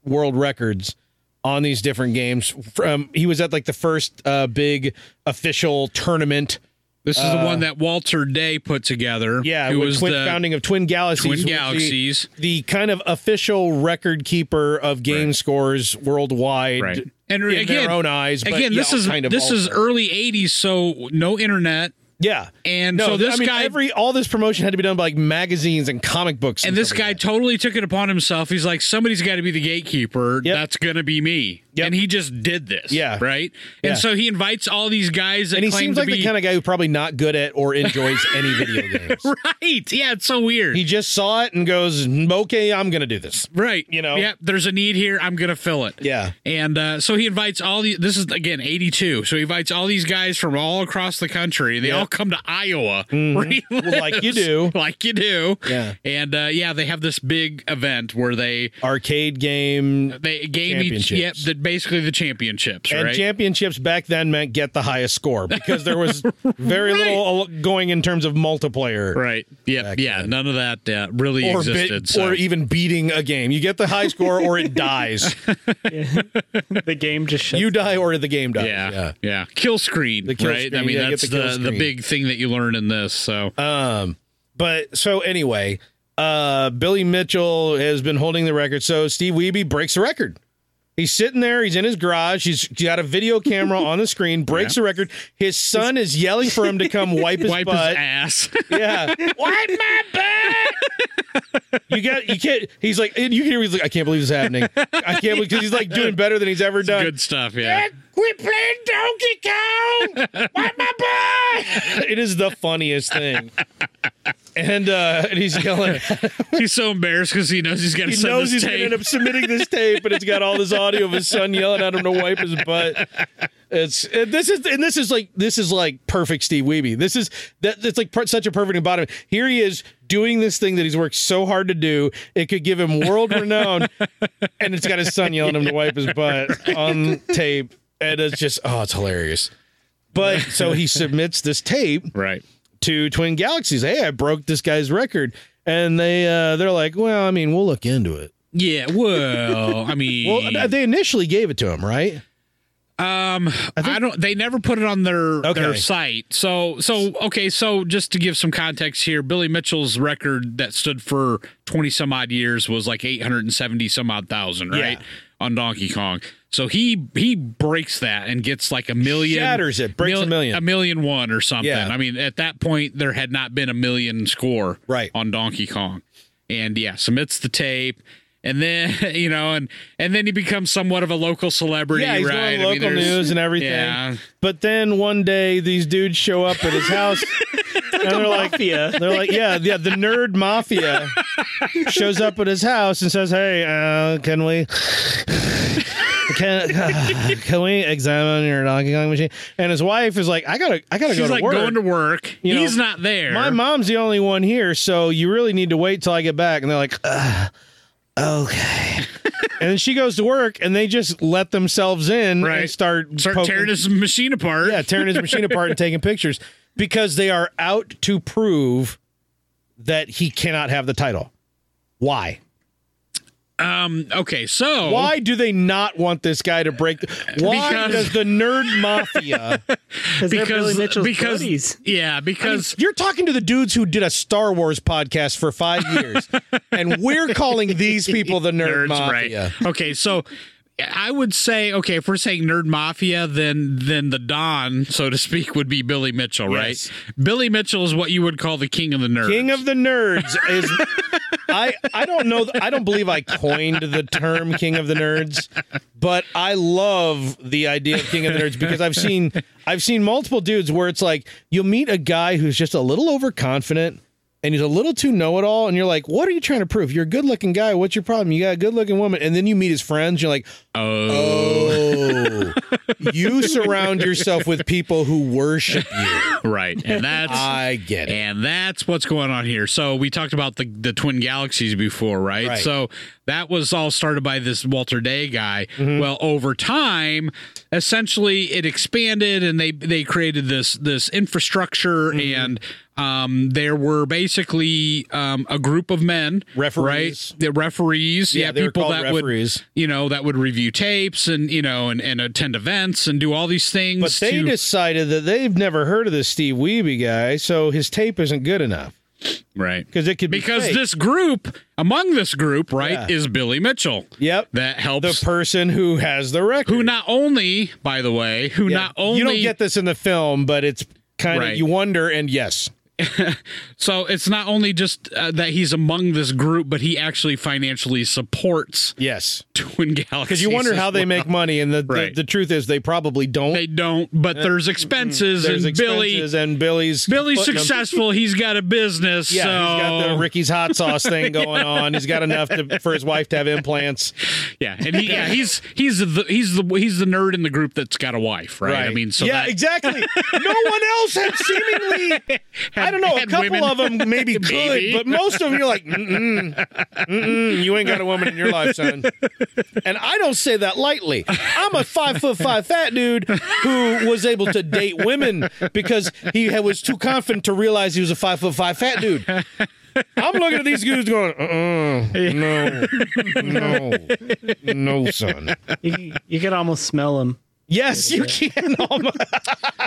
[SPEAKER 1] world records on these different games. From he was at like the first uh, big official tournament.
[SPEAKER 6] This is the one that Walter Day put together.
[SPEAKER 1] uh, Yeah,
[SPEAKER 6] who
[SPEAKER 1] with
[SPEAKER 6] was
[SPEAKER 1] Twin-
[SPEAKER 6] the
[SPEAKER 1] founding of Twin Galaxies.
[SPEAKER 6] Twin
[SPEAKER 1] which the-
[SPEAKER 6] Galaxies.
[SPEAKER 1] The, kind of official record keeper of game scores worldwide.
[SPEAKER 6] Right. And
[SPEAKER 1] in
[SPEAKER 6] again,
[SPEAKER 1] their own eyes. But
[SPEAKER 6] again,
[SPEAKER 1] yeah,
[SPEAKER 6] this is
[SPEAKER 1] kind of
[SPEAKER 6] this is
[SPEAKER 1] also.
[SPEAKER 6] early '80s, so no internet.
[SPEAKER 1] Yeah,
[SPEAKER 6] And so
[SPEAKER 1] th-
[SPEAKER 6] this
[SPEAKER 1] I mean,
[SPEAKER 6] guy-
[SPEAKER 1] every all this promotion had to be done by like magazines and comic books,
[SPEAKER 6] And this
[SPEAKER 1] stuff
[SPEAKER 6] guy
[SPEAKER 1] like
[SPEAKER 6] totally took it upon himself. He's like, somebody's got to be the gatekeeper.
[SPEAKER 1] Yep.
[SPEAKER 6] That's going to be me.
[SPEAKER 1] Yep.
[SPEAKER 6] And he just did this.
[SPEAKER 1] Yeah.
[SPEAKER 6] Right.
[SPEAKER 1] Yeah.
[SPEAKER 6] And so he invites all these guys that
[SPEAKER 1] that. and he
[SPEAKER 6] claim
[SPEAKER 1] seems
[SPEAKER 6] to
[SPEAKER 1] like
[SPEAKER 6] be
[SPEAKER 1] the kind of guy who probably not good at or enjoys any video games.
[SPEAKER 6] right. Yeah, it's so weird.
[SPEAKER 1] He just saw it and goes, "Mm, "Okay, I'm gonna do this."
[SPEAKER 6] right.
[SPEAKER 1] you know?
[SPEAKER 6] Yeah. There's a need here. I'm going to fill it.
[SPEAKER 1] Yeah,
[SPEAKER 6] And uh, so he invites all the. This is again '82. So he invites all these guys from all across the country. They
[SPEAKER 1] Yeah. Mm-hmm.
[SPEAKER 6] all come to Iowa, where he
[SPEAKER 1] Well, like you
[SPEAKER 6] lives.
[SPEAKER 1] do.
[SPEAKER 6] like you do.
[SPEAKER 1] Yeah.
[SPEAKER 6] And uh, yeah, they have this big event where they
[SPEAKER 1] arcade game
[SPEAKER 6] they game each. Yep.
[SPEAKER 1] Championships.
[SPEAKER 6] The, basically the championships.
[SPEAKER 1] and
[SPEAKER 6] right.
[SPEAKER 1] championships back then meant get the highest score because there was very little al- going in terms of multiplayer
[SPEAKER 6] right. Yep.
[SPEAKER 1] back
[SPEAKER 6] Yeah.
[SPEAKER 1] then.
[SPEAKER 6] None of that uh, really
[SPEAKER 1] or bit-
[SPEAKER 6] existed. so.
[SPEAKER 1] or e- even beating a game. You get the high score or it dies.
[SPEAKER 5] The game just shuts
[SPEAKER 1] You die or the game dies.
[SPEAKER 6] yeah, yeah, Kill screen,
[SPEAKER 1] kill
[SPEAKER 6] right? I
[SPEAKER 1] screen,
[SPEAKER 6] mean,
[SPEAKER 1] yeah, get
[SPEAKER 6] that's
[SPEAKER 1] the
[SPEAKER 6] the,
[SPEAKER 1] kill
[SPEAKER 6] the,
[SPEAKER 1] screen.
[SPEAKER 6] big thing that you learn in this. So,
[SPEAKER 1] Um, but so anyway, uh, Billy Mitchell has been holding the record. So Steve Wiebe breaks the record. He's sitting there. He's in his garage. He's got a video camera on the screen. Breaks the record. His son is yelling for him to come wipe his
[SPEAKER 6] wipe
[SPEAKER 1] butt.
[SPEAKER 6] his ass.
[SPEAKER 1] Yeah, wipe my butt. you got. You can't. He's like. And you hear. He's like. I can't believe this is happening. I can't believe because he's like doing better than he's ever done.
[SPEAKER 6] Good stuff. Yeah.
[SPEAKER 1] Quit playing Donkey Kong! Wipe my butt! It is the funniest thing. And uh, and he's yelling.
[SPEAKER 6] He's so embarrassed because he knows he's got to
[SPEAKER 1] He
[SPEAKER 6] send
[SPEAKER 1] knows he's
[SPEAKER 6] this
[SPEAKER 1] going
[SPEAKER 6] tape.
[SPEAKER 1] to end up submitting this tape, and it's got all this audio of his son yelling at him to wipe his butt. It's and this is and this is like this is like perfect Steve Weeby. This is that that's like per- such a perfect embodiment. Here he is doing this thing that he's worked so hard to do. It could give him world renown, and it's got his son yelling at him to wipe his butt on tape, and it's just oh, it's hilarious. But so he submits this tape
[SPEAKER 6] Right.
[SPEAKER 1] to Twin Galaxies. Hey, I broke this guy's record, and they uh, they're like, well, I mean, we'll look into it.
[SPEAKER 6] Yeah. Well, I mean,
[SPEAKER 1] Well, they initially gave it to him, right?
[SPEAKER 6] um, I, don't. They never put it on their their
[SPEAKER 1] Okay.
[SPEAKER 6] site. So, so okay. So, just to give some context here, Billy Mitchell's record that stood for twenty some odd years was like eight hundred and seventy some odd thousand, right? On Donkey Kong. So he he breaks that and gets like a million.
[SPEAKER 1] Shatters it, breaks a million.
[SPEAKER 6] a million one or something.
[SPEAKER 1] Yeah.
[SPEAKER 6] I mean, at that point, there had not been a million score
[SPEAKER 1] Right.
[SPEAKER 6] on Donkey Kong, and yeah, submits the tape, and then you know, and and then he becomes somewhat of a local celebrity,
[SPEAKER 1] Yeah, he's
[SPEAKER 6] right?
[SPEAKER 1] doing
[SPEAKER 6] I mean,
[SPEAKER 1] local
[SPEAKER 6] there's-
[SPEAKER 1] news and everything.
[SPEAKER 6] Yeah,
[SPEAKER 1] But then one day these dudes show up at his house, and they're like,
[SPEAKER 5] mafia.
[SPEAKER 1] they're like, yeah, yeah, the nerd mafia shows up at his house and says, hey, uh, can we? Can uh, can we examine your Donkey Kong machine? And his wife is like, I gotta, I gotta
[SPEAKER 6] she's
[SPEAKER 1] go to
[SPEAKER 6] like
[SPEAKER 1] work.
[SPEAKER 6] going to work.
[SPEAKER 1] You know,
[SPEAKER 6] he's not there.
[SPEAKER 1] My mom's the only one here, so you really need to wait till I get back. And they're like, Ugh, okay. and then she goes to work, and they just let themselves in
[SPEAKER 6] Right.
[SPEAKER 1] and start
[SPEAKER 6] start
[SPEAKER 1] poking-
[SPEAKER 6] tearing his machine apart.
[SPEAKER 1] yeah, tearing his machine apart and taking pictures because they are out to prove that he cannot have the title. Why?
[SPEAKER 6] Um. Okay. So
[SPEAKER 1] Why do they not want this guy to break? The, why
[SPEAKER 6] Because-
[SPEAKER 1] does the nerd mafia?
[SPEAKER 5] Because they're Billy
[SPEAKER 6] Because
[SPEAKER 5] Mitchell's
[SPEAKER 6] because
[SPEAKER 5] buddies.
[SPEAKER 6] yeah because
[SPEAKER 1] You're talking to the dudes who did a Star Wars podcast for five years, and we're calling these people the nerd mafia.
[SPEAKER 6] right? Okay, so I would say, okay, if we're saying nerd mafia, then then the Don, so to speak, would be Billy Mitchell,
[SPEAKER 1] Yes.
[SPEAKER 6] right? Billy Mitchell is what you would call the king of the nerds.
[SPEAKER 1] King of the nerds is. I I don't know. I don't believe I coined the term king of the nerds, but I love the idea of king of the nerds because I've seen I've seen multiple dudes where it's like you'll meet a guy who's just a little overconfident. and he's a little too know-it-all and you're like what are you trying to prove you're a good-looking guy what's your problem you got a good-looking woman and then you meet his friends you're like
[SPEAKER 6] Oh,
[SPEAKER 1] oh you surround yourself with people who worship you
[SPEAKER 6] right. And that's
[SPEAKER 1] i get it
[SPEAKER 6] And that's what's going on here. So we talked about the the twin galaxies before, right?
[SPEAKER 1] Right.
[SPEAKER 6] So that was all started by this Walter Day guy.
[SPEAKER 1] Mm-hmm.
[SPEAKER 6] Well, over time, essentially it expanded and they they created this this infrastructure
[SPEAKER 1] Mm-hmm.
[SPEAKER 6] and um there were basically um a group of men,
[SPEAKER 1] Referees.
[SPEAKER 6] right? The referees, yeah,
[SPEAKER 1] Yeah, they were
[SPEAKER 6] people
[SPEAKER 1] called
[SPEAKER 6] that
[SPEAKER 1] referees.
[SPEAKER 6] would you know, that would review tapes and you know and and attend events and do all these things
[SPEAKER 1] but they
[SPEAKER 6] to-
[SPEAKER 1] decided that they've never heard of this steve weeby guy so his tape isn't good enough
[SPEAKER 6] right.
[SPEAKER 1] because it could be
[SPEAKER 6] because
[SPEAKER 1] fake.
[SPEAKER 6] this group among this group right
[SPEAKER 1] Yeah.
[SPEAKER 6] is billy mitchell
[SPEAKER 1] Yep.
[SPEAKER 6] that
[SPEAKER 1] the
[SPEAKER 6] helps
[SPEAKER 1] person who has the record
[SPEAKER 6] who not only by the way who
[SPEAKER 1] Yeah.
[SPEAKER 6] not only
[SPEAKER 1] you don't get this in the film but it's kind of
[SPEAKER 6] Right.
[SPEAKER 1] you wonder and yes
[SPEAKER 6] so it's not only just uh, that he's among this group but he actually financially supports
[SPEAKER 1] yes
[SPEAKER 6] twin galaxy
[SPEAKER 1] because you wonder how they make money and the, the-
[SPEAKER 6] Right.
[SPEAKER 1] the, truth is they probably don't
[SPEAKER 6] they don't but there's expenses
[SPEAKER 1] there's
[SPEAKER 6] and
[SPEAKER 1] expenses
[SPEAKER 6] billy
[SPEAKER 1] and billy's
[SPEAKER 6] billy's
[SPEAKER 1] putting 'em-
[SPEAKER 6] successful he's got a business
[SPEAKER 1] yeah
[SPEAKER 6] so
[SPEAKER 1] he's got the ricky's hot sauce thing going on he's got enough to, for his wife to have implants
[SPEAKER 6] yeah and he yeah he's he's the he's the he's the nerd in the group that's got a wife right, i mean so
[SPEAKER 1] yeah,
[SPEAKER 6] that,
[SPEAKER 1] exactly. No one else had seemingly. I don't know. A
[SPEAKER 6] had
[SPEAKER 1] couple
[SPEAKER 6] women.
[SPEAKER 1] of them maybe could,
[SPEAKER 6] Maybe.
[SPEAKER 1] but most of them you're like, mm-mm, mm-mm, you ain't got a woman in your life, son. And I don't say that lightly. I'm a five foot five fat dude who was able to date women because he had- was too confident to realize he was a five foot five fat dude. I'm looking at these dudes going, uh-uh, no, no, no, son.
[SPEAKER 5] You, you could almost smell them.
[SPEAKER 1] Yes, you can.
[SPEAKER 6] oh
[SPEAKER 1] almost-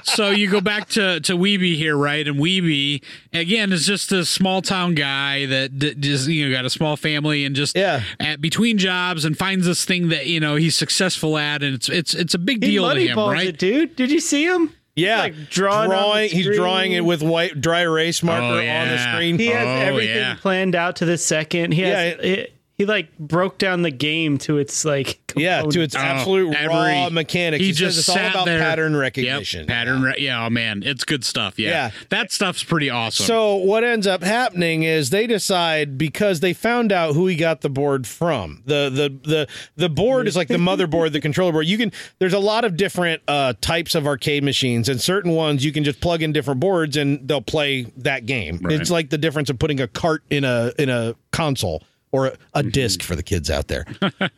[SPEAKER 6] so you go back to to Weeby here, right? And Weeby again is just a small town guy that d- just you know got a small family and just
[SPEAKER 1] Yeah.
[SPEAKER 6] at between jobs and finds this thing that you know he's successful at, and it's it's it's a big
[SPEAKER 5] He
[SPEAKER 6] deal to him,
[SPEAKER 5] moneyballs
[SPEAKER 6] right?
[SPEAKER 5] it, dude. Did you see him?
[SPEAKER 1] Yeah,
[SPEAKER 5] Like, drawing on the
[SPEAKER 1] He's
[SPEAKER 5] screen.
[SPEAKER 1] drawing it with white dry erase marker
[SPEAKER 6] Oh,
[SPEAKER 1] on the
[SPEAKER 6] yeah.
[SPEAKER 1] screen.
[SPEAKER 5] He has
[SPEAKER 6] Oh,
[SPEAKER 5] everything
[SPEAKER 6] yeah.
[SPEAKER 5] planned out to the second. He has
[SPEAKER 1] Yeah,
[SPEAKER 5] he, he like broke down the game to its like
[SPEAKER 1] yeah, to
[SPEAKER 5] component.
[SPEAKER 1] its absolute
[SPEAKER 6] Uh, Oh, every-
[SPEAKER 1] raw mechanics.
[SPEAKER 6] He,
[SPEAKER 1] says
[SPEAKER 6] just
[SPEAKER 1] it's all
[SPEAKER 6] sat
[SPEAKER 1] about
[SPEAKER 6] there.
[SPEAKER 1] pattern
[SPEAKER 6] Yep,
[SPEAKER 1] recognition.
[SPEAKER 6] pattern, re- yeah. Oh man, it's good stuff. Yeah,
[SPEAKER 1] Yeah.
[SPEAKER 6] that stuff's pretty awesome.
[SPEAKER 1] So what ends up happening is they decide because they found out who he got the board from. The the the the board is like the motherboard, the controller board. You can there's a lot of different uh, types of arcade machines, and certain ones you can just plug in different boards and they'll play that game. It's like the difference of putting a cart in a in a console or a, a disc for the kids out there.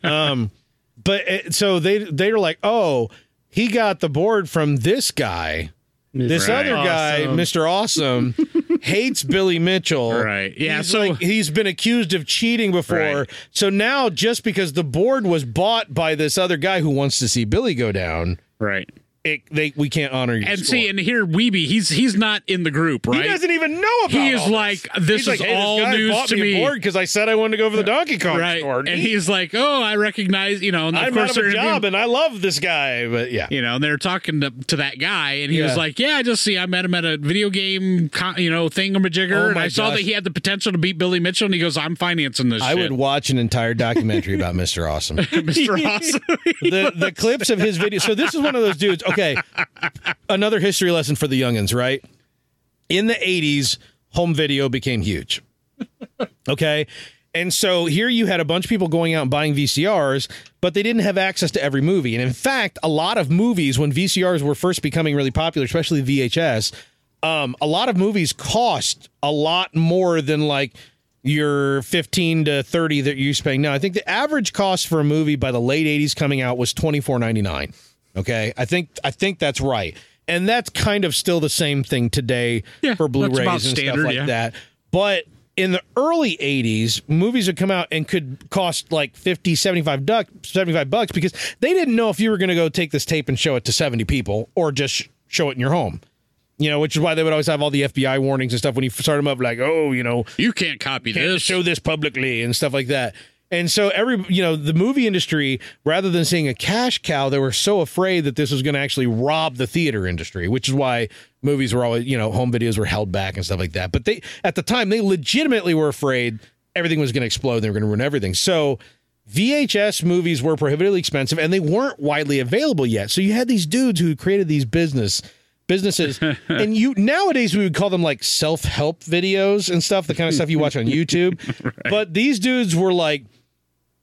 [SPEAKER 1] Um, But it, so they they were like, oh, he got the board from this guy. This
[SPEAKER 6] Right.
[SPEAKER 1] other guy,
[SPEAKER 5] Awesome.
[SPEAKER 1] Mr. Awesome, hates Billy Mitchell.
[SPEAKER 6] Right. Yeah,
[SPEAKER 1] He's
[SPEAKER 6] so-
[SPEAKER 1] like- he's been accused of cheating before.
[SPEAKER 6] Right.
[SPEAKER 1] So now, just because the board was bought by this other guy who wants to see Billy go down,
[SPEAKER 6] right.
[SPEAKER 1] it, they we can't honor you.
[SPEAKER 6] And see, and here Weeby, he's he's not in the group,
[SPEAKER 1] he
[SPEAKER 6] right?
[SPEAKER 1] doesn't even know about.
[SPEAKER 6] He is
[SPEAKER 1] all this.
[SPEAKER 6] like, this
[SPEAKER 1] He's like,
[SPEAKER 6] is
[SPEAKER 1] hey,
[SPEAKER 6] all
[SPEAKER 1] this guy
[SPEAKER 6] news
[SPEAKER 1] bought
[SPEAKER 6] to
[SPEAKER 1] me
[SPEAKER 6] me.
[SPEAKER 1] because I said I wanted to go for the Donkey Kong
[SPEAKER 6] right.
[SPEAKER 1] store.
[SPEAKER 6] And he's like, oh, I recognize, you know, and of
[SPEAKER 1] I'm out of
[SPEAKER 6] course
[SPEAKER 1] a
[SPEAKER 6] they're gonna be-
[SPEAKER 1] job, and I love this guy, but yeah.
[SPEAKER 6] you know, and they're talking to, to that guy, and he
[SPEAKER 1] Yeah.
[SPEAKER 6] was like, "Yeah, I just see I met him at a video game, con- you know, thingamajigger,
[SPEAKER 1] Oh
[SPEAKER 6] and
[SPEAKER 1] my
[SPEAKER 6] I saw
[SPEAKER 1] gosh.
[SPEAKER 6] that he had the potential to beat Billy Mitchell." And he goes, "I'm financing this."
[SPEAKER 1] I
[SPEAKER 6] shit.
[SPEAKER 1] would watch an entire documentary about Mr. Awesome.
[SPEAKER 6] Mr. Awesome.
[SPEAKER 1] The the clips of his videos. So this is one of those dudes. Okay, another history lesson for the youngins, right? In the '80s, home video became huge. Okay. And so here you had a bunch of people going out and buying VCRs, but they didn't have access to every movie. And in fact, a lot of movies, when VCRs were first becoming really popular, especially VHS, um, a lot of movies cost a lot more than like your 15 to 30 that you're spending now. I think the average cost for a movie by the late 80s coming out was 24.99. Okay. I think I think that's right. And that's kind of still the same thing today
[SPEAKER 6] Yeah,
[SPEAKER 1] for
[SPEAKER 6] that's
[SPEAKER 1] Blu-rays
[SPEAKER 6] about
[SPEAKER 1] and stuff
[SPEAKER 6] standard,
[SPEAKER 1] like
[SPEAKER 6] yeah.
[SPEAKER 1] that that. But in the early 80s, movies would come out and could cost like 50, 75, duck, 75 bucks because they didn't know if you were going to go take this tape and show it to 70 people or just sh- show it in your home. You know, which is why they would always have all the FBI warnings and stuff when you start them up, like, oh, you know,
[SPEAKER 6] You can't copy
[SPEAKER 1] can't
[SPEAKER 6] this.
[SPEAKER 1] show this publicly and stuff like that. And so every you know the movie industry, rather than seeing a cash cow, they were so afraid that this was going to actually rob the theater industry, which is why movies were always you know home videos were held back and stuff like that. But they at the time they legitimately were afraid everything was going to explode, they were going to ruin everything. So VHS movies were prohibitively expensive and they weren't widely available yet. So you had these dudes who created these business businesses and you nowadays we would call them like self-help videos and stuff the kind of stuff you watch on youtube but these dudes were like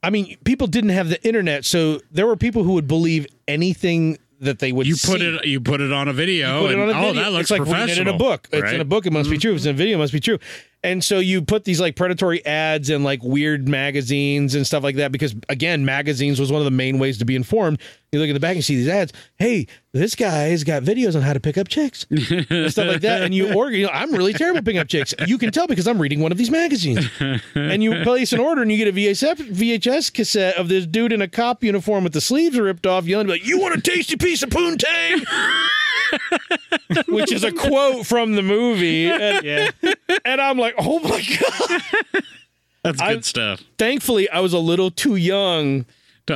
[SPEAKER 1] i mean people didn't have the internet so there were people who would believe anything that they would
[SPEAKER 6] You put
[SPEAKER 1] see.
[SPEAKER 6] it you put it on a video
[SPEAKER 1] put it on
[SPEAKER 6] and
[SPEAKER 1] a
[SPEAKER 6] oh
[SPEAKER 1] video.
[SPEAKER 6] that looks
[SPEAKER 1] it's like
[SPEAKER 6] professional.
[SPEAKER 1] reading it in a book. It's in
[SPEAKER 6] right? Mm-hmm.
[SPEAKER 1] a book. It must be true. If it's in a video. It must be true. And so you put these like predatory ads and like weird magazines and stuff like that because again, magazines was one of the main ways to be informed. You look at the back and see these ads. Hey, this guy has got videos on how to pick up chicks and stuff like that. And you order. You know, I'm really terrible at picking up chicks. You can tell because I'm reading one of these magazines. And you place an order and you get a VHS VHS cassette of this dude in a cop uniform with the sleeves ripped off yelling like, "You want a tasty piece of poontang?" which is a quote from the movie. And, and I'm like, oh my God.
[SPEAKER 6] That's
[SPEAKER 1] I-
[SPEAKER 6] good stuff.
[SPEAKER 1] Thankfully, I was a little too young
[SPEAKER 6] To,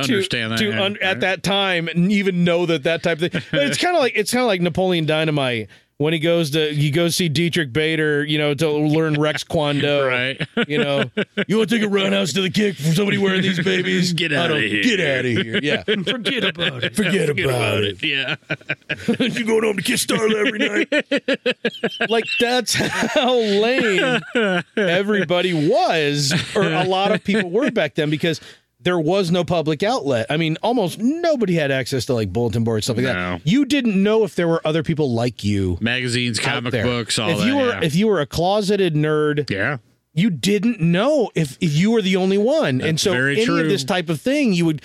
[SPEAKER 1] to,
[SPEAKER 6] understand that.
[SPEAKER 1] to
[SPEAKER 6] yeah,
[SPEAKER 1] un-
[SPEAKER 6] right.
[SPEAKER 1] at that time and even know that that type of thing. But it's kind of like it's kind of like Napoleon Dynamite when he goes to he goes see Dietrich Bader, you know, to learn Rex Kwando.
[SPEAKER 6] right.
[SPEAKER 1] You know, you want to take a roundhouse to the kick from somebody wearing these babies?
[SPEAKER 6] Get
[SPEAKER 1] I
[SPEAKER 6] outta
[SPEAKER 1] don't-
[SPEAKER 6] here.
[SPEAKER 1] Get out of here! Yeah, forget about it. Forget, about, it.
[SPEAKER 6] Yeah.
[SPEAKER 1] You're going home to kiss Starla every night. like that's how lame everybody was, or a lot of people were back then because there was no public outlet. I mean, almost nobody had access to like bulletin boards, stuff like
[SPEAKER 6] No.
[SPEAKER 1] that. You didn't know if there were other people like you.
[SPEAKER 6] Magazines,
[SPEAKER 1] out
[SPEAKER 6] comic
[SPEAKER 1] there.
[SPEAKER 6] books, all
[SPEAKER 1] if
[SPEAKER 6] that.
[SPEAKER 1] you were
[SPEAKER 6] yeah.
[SPEAKER 1] if you were a closeted nerd,
[SPEAKER 6] yeah.
[SPEAKER 1] you didn't know if, if you were the only one. and
[SPEAKER 6] That's
[SPEAKER 1] so
[SPEAKER 6] very
[SPEAKER 1] any of
[SPEAKER 6] true.
[SPEAKER 1] this type of thing, you would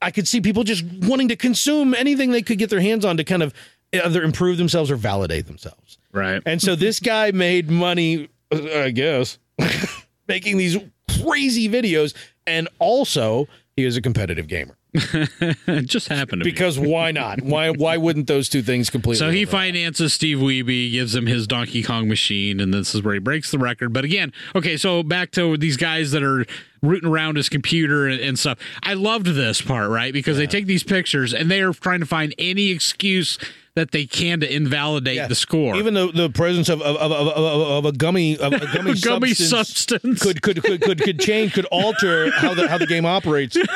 [SPEAKER 1] I could see people just wanting to consume anything they could get their hands on to kind of either improve themselves or validate themselves.
[SPEAKER 6] Right.
[SPEAKER 1] And so this guy made money, uh, I guess, making these crazy videos and also he is a competitive gamer.
[SPEAKER 6] It just happened to be.
[SPEAKER 1] Because why not? Why why wouldn't those two things completely
[SPEAKER 6] So he
[SPEAKER 1] overlap?
[SPEAKER 6] finances Steve Weeby, gives him his Donkey Kong machine, and this is where he breaks the record. But again, okay, so back to these guys that are rooting around his computer and, and stuff. I loved this part, right? Because they take these pictures and they are trying to find any excuse that they can to invalidate
[SPEAKER 1] Yeah.
[SPEAKER 6] the score.
[SPEAKER 1] Even the, the presence of of, of, of, of, of a gummy of a gummy,
[SPEAKER 6] gummy
[SPEAKER 1] substance
[SPEAKER 6] substance.
[SPEAKER 1] could could could could, could change, could alter how the how the game operates.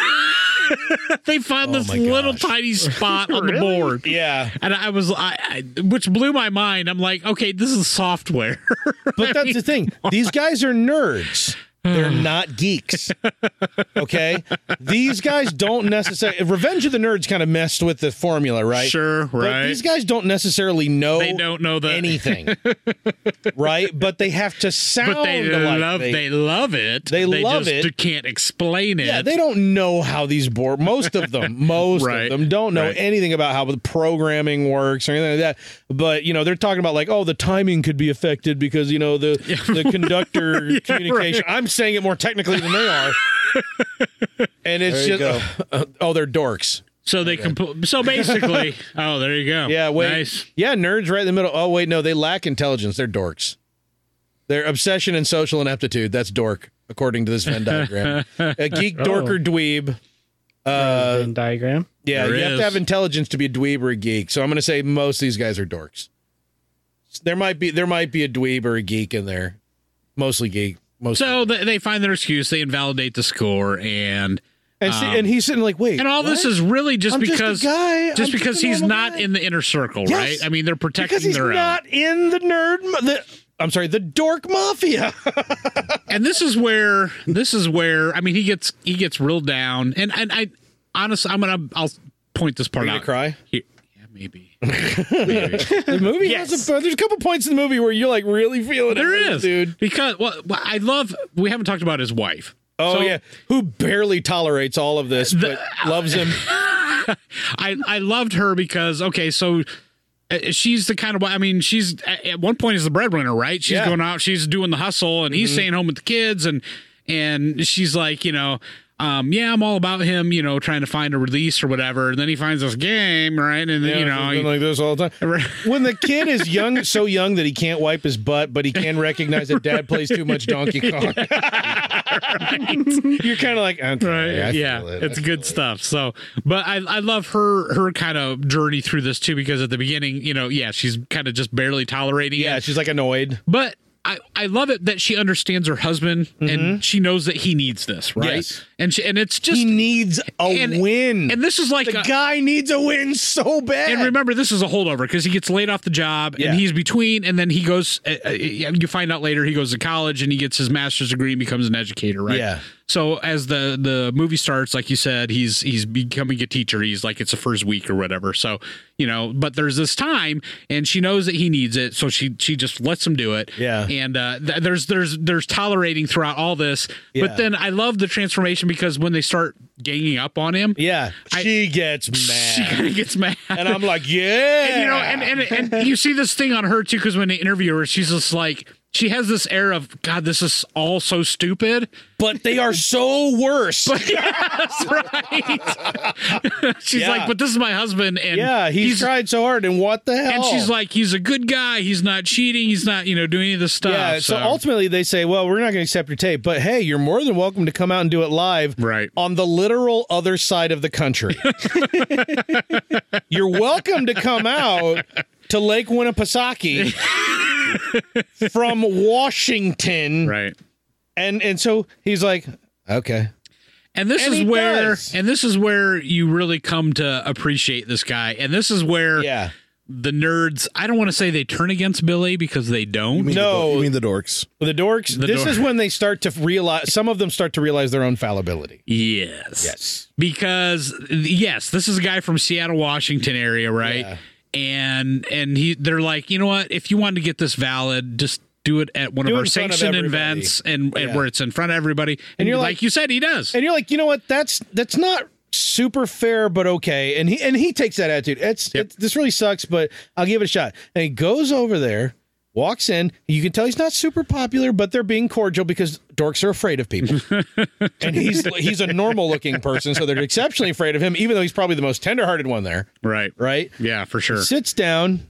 [SPEAKER 6] they found this
[SPEAKER 1] Oh my
[SPEAKER 6] little
[SPEAKER 1] gosh.
[SPEAKER 6] tiny spot on the board.
[SPEAKER 1] Yeah,
[SPEAKER 6] And I was, I, I, which blew my mind. I'm like, okay, this is software.
[SPEAKER 1] but that's the thing. These guys are nerds. They're
[SPEAKER 6] Hmm.
[SPEAKER 1] not geeks. Okay, these guys don't necessarily. Revenge of the Nerds kind of messed with the formula, right?
[SPEAKER 6] Sure,
[SPEAKER 1] But
[SPEAKER 6] right.
[SPEAKER 1] these guys don't necessarily know.
[SPEAKER 6] They don't know that.
[SPEAKER 1] anything, right? But they have to sound
[SPEAKER 6] but they
[SPEAKER 1] alike.
[SPEAKER 6] love they, love it.
[SPEAKER 1] They love
[SPEAKER 6] just
[SPEAKER 1] it.
[SPEAKER 6] Can't explain it.
[SPEAKER 1] Yeah, they don't know how these board. Most of them, most
[SPEAKER 6] Right,
[SPEAKER 1] of them don't know
[SPEAKER 6] right.
[SPEAKER 1] anything about how the programming works or anything like that. But you know, they're talking about like, oh, the timing could be affected because you know the the conductor communication. I'm saying it more technically than they are, and it's
[SPEAKER 7] There you
[SPEAKER 1] just oh, they're dorks.
[SPEAKER 6] so they compl- so basically. oh, there you go.
[SPEAKER 1] Yeah, wait,
[SPEAKER 6] Nice.
[SPEAKER 1] yeah, nerds right in the middle. Oh wait, no, they lack intelligence. They're dorks. Their obsession and social ineptitude. That's dork, according to this Venn diagram. A
[SPEAKER 6] Oh.
[SPEAKER 1] geek, dork, or dweeb. Uh,
[SPEAKER 5] Venn diagram.
[SPEAKER 1] Yeah,
[SPEAKER 6] There
[SPEAKER 1] you have
[SPEAKER 6] is.
[SPEAKER 1] to have intelligence to be a dweeb or a geek. So I'm going to say most of these guys are dorks. There might be there might be a dweeb or a geek in there, mostly geek. Mostly.
[SPEAKER 6] So they, they find their excuse. They invalidate the score, and
[SPEAKER 1] and see, and he's sitting like, wait,
[SPEAKER 6] um, and all this
[SPEAKER 1] what?
[SPEAKER 6] is really just
[SPEAKER 1] I'm just a
[SPEAKER 6] because
[SPEAKER 1] guy.
[SPEAKER 6] just
[SPEAKER 1] I'm
[SPEAKER 6] because
[SPEAKER 1] just a
[SPEAKER 6] he's
[SPEAKER 1] normal
[SPEAKER 6] not
[SPEAKER 1] guy.
[SPEAKER 6] in the inner circle,
[SPEAKER 1] Yes.
[SPEAKER 6] right? I mean, they're protecting
[SPEAKER 1] because he's
[SPEAKER 6] their own.
[SPEAKER 1] not in the nerd. ma- The, I'm sorry, the dork mafia.
[SPEAKER 6] and this is where this is where I mean he gets he gets reeled down and and I honestly I'm gonna I'll point this part
[SPEAKER 1] gonna
[SPEAKER 6] out.
[SPEAKER 1] cry?
[SPEAKER 6] Here- Yeah, maybe.
[SPEAKER 1] the movie
[SPEAKER 5] Yes.
[SPEAKER 1] has a, there's a couple points in the movie where you're like really feeling it,
[SPEAKER 6] There
[SPEAKER 1] like,
[SPEAKER 6] is
[SPEAKER 1] dude.
[SPEAKER 6] because well well, I love we haven't talked about his wife.
[SPEAKER 1] Oh
[SPEAKER 6] So,
[SPEAKER 1] yeah, who barely tolerates all of this but loves him.
[SPEAKER 6] I I loved her because okay so. uh, She's the kind of I mean she's at at one point is the breadwinner right she's
[SPEAKER 1] Yeah. Mm-hmm.
[SPEAKER 6] going out she's doing the hustle and he's staying home with the kids and and she's like you know um yeah I'm all about him you know trying to find a release or whatever and then he finds this game right and then you know
[SPEAKER 1] been
[SPEAKER 6] he-
[SPEAKER 1] like this all the time. when the kid is young, so young that he can't wipe his butt, but he can recognize that dad plays too much Donkey Kong. You're kind of like, okay,
[SPEAKER 6] right
[SPEAKER 1] I
[SPEAKER 6] yeah
[SPEAKER 1] feel it.
[SPEAKER 6] it's
[SPEAKER 1] I
[SPEAKER 6] good stuff so but I, I love her her kind of journey through this too because at the beginning you know yeah she's kind of just barely tolerating
[SPEAKER 1] Yeah,
[SPEAKER 6] it
[SPEAKER 1] she's like annoyed.
[SPEAKER 6] but I, I love it that she understands her husband and she knows that he needs this, right?
[SPEAKER 1] Mm-hmm. Yes.
[SPEAKER 6] And she, and it's just
[SPEAKER 1] He needs a
[SPEAKER 6] and-
[SPEAKER 1] win.
[SPEAKER 6] and this is like
[SPEAKER 1] the
[SPEAKER 6] a-
[SPEAKER 1] guy needs a win so bad.
[SPEAKER 6] and remember this is a holdover because he gets laid off the job
[SPEAKER 1] Yeah.
[SPEAKER 6] and he's between and then he goes uh, uh, you find out later he goes to college and he gets his master's degree and becomes an educator right
[SPEAKER 1] Yeah.
[SPEAKER 6] so as the the movie starts like you said he's he's becoming a teacher he's like it's the first week or whatever so you know but there's this time and she knows that he needs it so she she just lets him do it
[SPEAKER 1] Yeah.
[SPEAKER 6] and uh, th- there's there's there's tolerating throughout all this
[SPEAKER 1] Yeah.
[SPEAKER 6] but then i love the transformation because when they start ganging up on him
[SPEAKER 1] yeah,
[SPEAKER 6] I-
[SPEAKER 1] she gets
[SPEAKER 6] she
[SPEAKER 1] mad,
[SPEAKER 6] kind of gets mad
[SPEAKER 1] and I'm like, yeah,
[SPEAKER 6] and you know, and and, and you see this thing on her too, because when they interview her, she's just like she has this air of God, this is all so stupid.
[SPEAKER 1] but they are so worse.
[SPEAKER 6] That's right. she's
[SPEAKER 1] Yeah.
[SPEAKER 6] like, but this is my husband, and
[SPEAKER 1] yeah, he's, tried so hard, and what the hell?
[SPEAKER 6] And she's like, he's a good guy. He's not cheating. He's not, you know, doing any of this stuff.
[SPEAKER 1] Yeah, so ultimately they say, well, we're not going to accept your tape, but hey, you're more than welcome to come out and do it live
[SPEAKER 6] Right.
[SPEAKER 1] on the literal other side of the country. you're welcome to come out to Lake Winnipesaukee from Washington.
[SPEAKER 6] right.
[SPEAKER 1] And and so he's like, okay.
[SPEAKER 6] And this
[SPEAKER 1] And
[SPEAKER 6] is
[SPEAKER 1] he
[SPEAKER 6] where,
[SPEAKER 1] does.
[SPEAKER 6] and this is where you really come to appreciate this guy. And this is where
[SPEAKER 1] Yeah.
[SPEAKER 6] the nerds. I don't want to say they turn against Billy because they don't.
[SPEAKER 7] You mean the
[SPEAKER 1] No.
[SPEAKER 7] dor- you mean the dorks?
[SPEAKER 1] The dorks,
[SPEAKER 6] The
[SPEAKER 1] this
[SPEAKER 6] dork-
[SPEAKER 1] is when they start to realize some of them start to realize their own fallibility.
[SPEAKER 6] Yes. Yes. Because yes, this is a guy from Seattle, Washington area, right?
[SPEAKER 1] Yeah.
[SPEAKER 6] And and he they're like, you know what? If you want to get this valid, just do it at one
[SPEAKER 1] Do
[SPEAKER 6] of
[SPEAKER 1] it
[SPEAKER 6] our
[SPEAKER 1] in front of
[SPEAKER 6] sanctioned
[SPEAKER 1] everybody.
[SPEAKER 6] events and, and
[SPEAKER 1] Yeah.
[SPEAKER 6] where it's in front of everybody. And,
[SPEAKER 1] you're
[SPEAKER 6] you're
[SPEAKER 1] like-
[SPEAKER 6] like, you said, he does.
[SPEAKER 1] And you're like, you know what? That's that's not super fair, but okay. And he and he takes that attitude. It's, it's this really sucks, but I'll give it a shot. And he goes over there, walks in. You can tell he's not super popular, but they're being cordial because dorks are afraid of people. and he's he's a normal looking person, so they're exceptionally afraid of him, even though he's probably the most tenderhearted one there,
[SPEAKER 6] right.
[SPEAKER 1] right?
[SPEAKER 6] Yeah, for sure.
[SPEAKER 1] Sits down,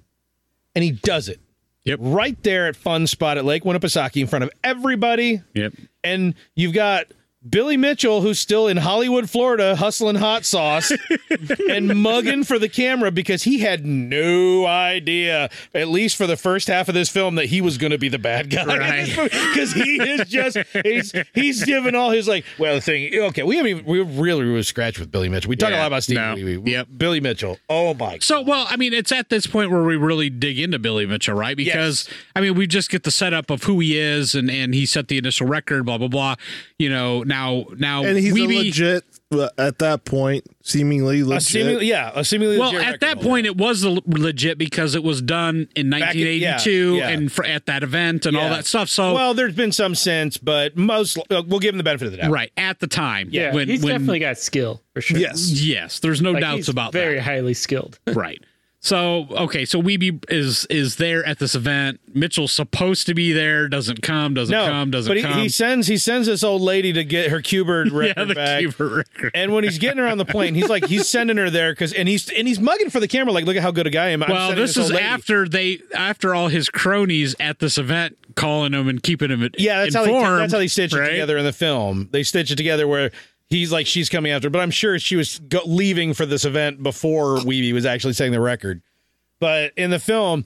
[SPEAKER 1] and he does it.
[SPEAKER 6] Yep.
[SPEAKER 1] Right there at Fun Spot at Lake Winnipesaukee in front of everybody
[SPEAKER 6] Yep.
[SPEAKER 1] and you've got Billy Mitchell, who's still in Hollywood, Florida, hustling hot sauce and mugging for the camera because he had no idea, at least for the first half of this film, that he was going to be the bad guy.
[SPEAKER 6] Right.
[SPEAKER 1] Because he is just, he's, he's giving all his, like, well, the thing, okay, we haven't even, we really were scratched with Billy Mitchell. We talk a
[SPEAKER 6] Yeah,
[SPEAKER 1] lot about Steve
[SPEAKER 6] no,
[SPEAKER 1] Levy. We-
[SPEAKER 6] yep.
[SPEAKER 1] Billy Mitchell. Oh, my.
[SPEAKER 6] So, well, I mean, it's at this point where we really dig into Billy Mitchell, right? Because, I mean, we just get the setup of who he is and, and he set the initial record, blah, blah, blah. You know, now, now,
[SPEAKER 7] And he's
[SPEAKER 6] we
[SPEAKER 7] a legit uh, at that point, seemingly
[SPEAKER 1] A
[SPEAKER 7] legit.
[SPEAKER 1] seemingly, yeah, a seemingly
[SPEAKER 6] Well,
[SPEAKER 1] legit
[SPEAKER 6] at that
[SPEAKER 1] record.
[SPEAKER 6] point, it was le- legit because it was done
[SPEAKER 1] in-
[SPEAKER 6] in
[SPEAKER 1] yeah,
[SPEAKER 6] 1982
[SPEAKER 1] yeah.
[SPEAKER 6] and for, at that event and all
[SPEAKER 1] Yeah.
[SPEAKER 6] that stuff. So,
[SPEAKER 1] Well, there's been some since, but most, uh, we'll give him the benefit of the doubt.
[SPEAKER 6] right at the time,
[SPEAKER 5] Yeah,
[SPEAKER 6] when,
[SPEAKER 5] he's
[SPEAKER 6] when-
[SPEAKER 5] definitely got skill for sure.
[SPEAKER 7] yes.
[SPEAKER 6] yes, there's no
[SPEAKER 5] Like,
[SPEAKER 6] doubts
[SPEAKER 5] he's
[SPEAKER 6] about
[SPEAKER 5] very highly skilled.
[SPEAKER 6] that, right? So, okay, so Weeby is is there at this event. Mitchell's supposed to be there, doesn't come, doesn't come, doesn't
[SPEAKER 1] but he,
[SPEAKER 6] come.
[SPEAKER 1] he sends he sends this old lady to get her Cubert
[SPEAKER 6] yeah,
[SPEAKER 1] record
[SPEAKER 6] the
[SPEAKER 1] back.
[SPEAKER 6] Cuba record.
[SPEAKER 1] And when he's getting her on the plane, he's like he's sending her there because and he's and he's mugging for the camera like look at how good a guy I am. I'm
[SPEAKER 6] Well,
[SPEAKER 1] sending
[SPEAKER 6] this, is
[SPEAKER 1] old lady.
[SPEAKER 6] after they, after all his cronies at this event calling him and keeping him.
[SPEAKER 1] yeah that's
[SPEAKER 6] informed,
[SPEAKER 1] how they that's how they stitch it
[SPEAKER 6] right?
[SPEAKER 1] together in the film. They stitch it together where he's like she's coming after, but I'm sure she was go- leaving for this event before Weeby was actually setting the record. But in the film,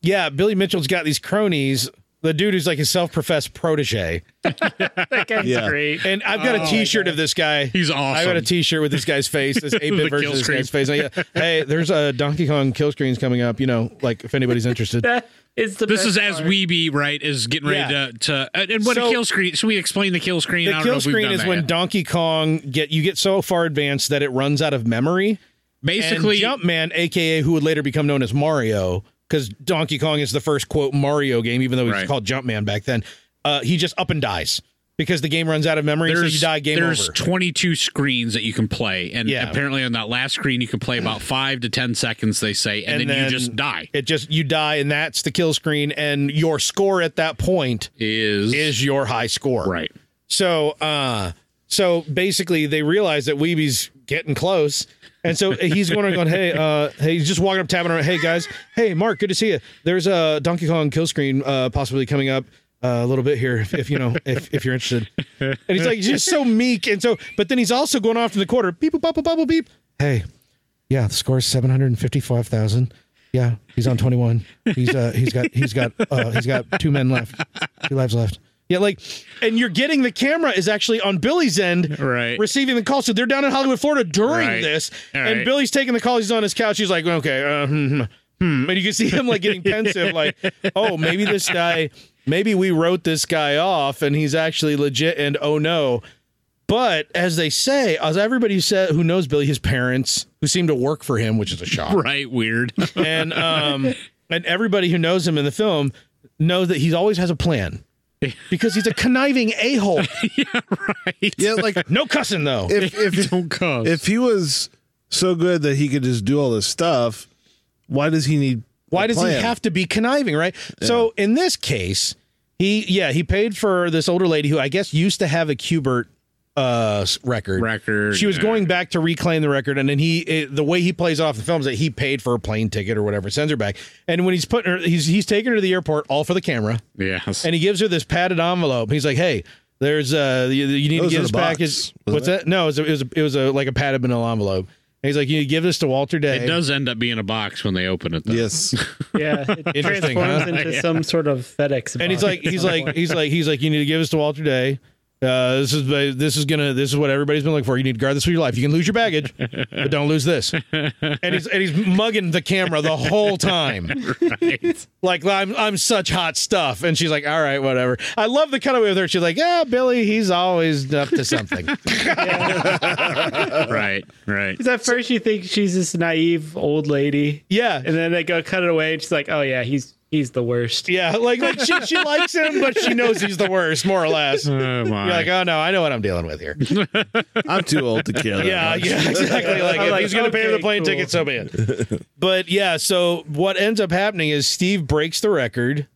[SPEAKER 1] yeah, Billy Mitchell's got these cronies. The dude who's like his self-professed protege,
[SPEAKER 5] That guy's
[SPEAKER 7] Yeah.
[SPEAKER 5] great.
[SPEAKER 1] and I've got a T-shirt of this guy.
[SPEAKER 6] Oh, He's awesome.
[SPEAKER 1] I got a T-shirt with this guy's face, this eight-bit
[SPEAKER 6] The
[SPEAKER 1] version of
[SPEAKER 6] kill
[SPEAKER 1] this guy's face. Oh, Yeah. Hey, there's a Donkey Kong kill screens coming up. You know, like if anybody's interested.
[SPEAKER 5] That is the
[SPEAKER 6] This
[SPEAKER 5] best
[SPEAKER 6] is as
[SPEAKER 5] part.
[SPEAKER 6] Weeby, right, is getting ready
[SPEAKER 1] Yeah.
[SPEAKER 6] to, to uh, and and what
[SPEAKER 1] So-
[SPEAKER 6] a kill screen. Should we explain the kill screen?
[SPEAKER 1] The
[SPEAKER 6] I don't know
[SPEAKER 1] kill
[SPEAKER 6] if we've
[SPEAKER 1] screen
[SPEAKER 6] done
[SPEAKER 1] is
[SPEAKER 6] that
[SPEAKER 1] when
[SPEAKER 6] yet.
[SPEAKER 1] Donkey Kong get you get so far advanced that it runs out of memory.
[SPEAKER 6] basically
[SPEAKER 1] and Jumpman, aka who would later become known as Mario, because Donkey Kong is the first quote Mario game, even though it was
[SPEAKER 6] Right.
[SPEAKER 1] called Jumpman back then. Uh, he just up and dies because the game runs out of memory. So you
[SPEAKER 6] there's
[SPEAKER 1] die. Game
[SPEAKER 6] there's
[SPEAKER 1] over.
[SPEAKER 6] 22 screens that you can play, and
[SPEAKER 1] Yeah.
[SPEAKER 6] apparently on that last screen you can play about five to ten seconds. They say, and, then, you just die.
[SPEAKER 1] It just you die, and that's the kill screen, and your score at that point
[SPEAKER 6] Is
[SPEAKER 1] is your high score.
[SPEAKER 6] right.
[SPEAKER 1] So uh so basically they realize that Weeby's getting close. And so he's going around going, hey, uh, hey, he's just walking up, tapping around. Hey guys, hey Mark, good to see you. There's a Donkey Kong kill screen uh, possibly coming up uh, a little bit here, if, if you know, if, if you're interested. And he's like just so meek, and so, but then he's also going off to the quarter, beep, boop, bop, boop, boop, beep. Hey, yeah, the score is seven hundred and fifty-five thousand. Yeah, he's on 21. He's uh he's got he's got uh he's got two men left. Two lives left. Yeah, like and you're getting the camera is actually on Billy's end
[SPEAKER 6] Right.
[SPEAKER 1] receiving the call. So they're down in Hollywood, Florida during
[SPEAKER 6] Right.
[SPEAKER 1] this.
[SPEAKER 6] All
[SPEAKER 1] and
[SPEAKER 6] right.
[SPEAKER 1] Billy's taking the call. He's on his couch. He's like, "Okay, uh, hmm, hmm, hmm." And you can see him like getting pensive like, "Oh, maybe this guy maybe we wrote this guy off and he's actually legit and oh no." But as they say, as everybody said who knows Billy, his parents who seem to work for him, which is a shock
[SPEAKER 6] Right, weird.
[SPEAKER 1] and um and everybody who knows him in the film knows that he always has a plan because he's a conniving a hole.
[SPEAKER 7] Yeah, like
[SPEAKER 1] No cussing though.
[SPEAKER 7] if if
[SPEAKER 6] Don't cuss.
[SPEAKER 7] if he was so good that he could just do all this stuff, why does he need?
[SPEAKER 1] Why
[SPEAKER 7] a
[SPEAKER 1] does he
[SPEAKER 7] plan?
[SPEAKER 1] have to be conniving, right? So in this case, he yeah he paid for this older lady who I guess used to have a Cubert uh s- record.
[SPEAKER 6] Record,
[SPEAKER 1] She was
[SPEAKER 6] yeah.
[SPEAKER 1] going back to reclaim the record, and then he it, the way he plays off the film is that he paid for a plane ticket or whatever, sends her back, and when he's putting her he's he's taking her to the airport all for the camera.
[SPEAKER 6] yes.
[SPEAKER 1] and he gives her this padded envelope. He's like, "Hey, there's uh, you, you need
[SPEAKER 7] That
[SPEAKER 1] to
[SPEAKER 7] was
[SPEAKER 1] get
[SPEAKER 7] in
[SPEAKER 1] this
[SPEAKER 7] a box,
[SPEAKER 1] package.
[SPEAKER 7] wasn't
[SPEAKER 1] What's
[SPEAKER 7] it?
[SPEAKER 1] that? No, it was a, it was, a, it was a, like a padded manila envelope. And he's like, you need to give this to Walter Day.
[SPEAKER 6] it does end up being a box when they open it though.
[SPEAKER 7] Yes,
[SPEAKER 5] Yeah, it
[SPEAKER 1] Interesting,
[SPEAKER 5] transforms
[SPEAKER 1] huh?
[SPEAKER 5] into some sort of FedEx.
[SPEAKER 1] And he's like, he's like, he's like, he's like, you need to give this to Walter Day. Uh, this is this is gonna this is what everybody's been looking for. You need to guard this for your life. You can lose your baggage, but don't lose this. And he's and he's mugging the camera the whole time. Like I'm I'm such hot stuff. And she's like, all right, whatever. I love the cutaway with her. She's like, yeah, Billy, he's always up to something.
[SPEAKER 6] Right, right.
[SPEAKER 5] Because at first you think she's this naive old lady,
[SPEAKER 1] yeah,
[SPEAKER 5] and then they go cut it away, and she's like, "Oh yeah, he's he's the worst."
[SPEAKER 1] Yeah, like like she she likes him, but she knows he's the worst, more or less. You're
[SPEAKER 6] Oh my.
[SPEAKER 1] like, oh no, I know what I'm dealing with here.
[SPEAKER 7] I'm too old to care. that
[SPEAKER 1] Yeah,
[SPEAKER 7] much.
[SPEAKER 1] yeah, exactly. Like,
[SPEAKER 5] I'm
[SPEAKER 1] if
[SPEAKER 5] like,
[SPEAKER 1] he's gonna pay for the
[SPEAKER 5] okay,
[SPEAKER 1] plane
[SPEAKER 5] cool.
[SPEAKER 1] ticket, so be it. But yeah, so what ends up happening is Steve breaks the record,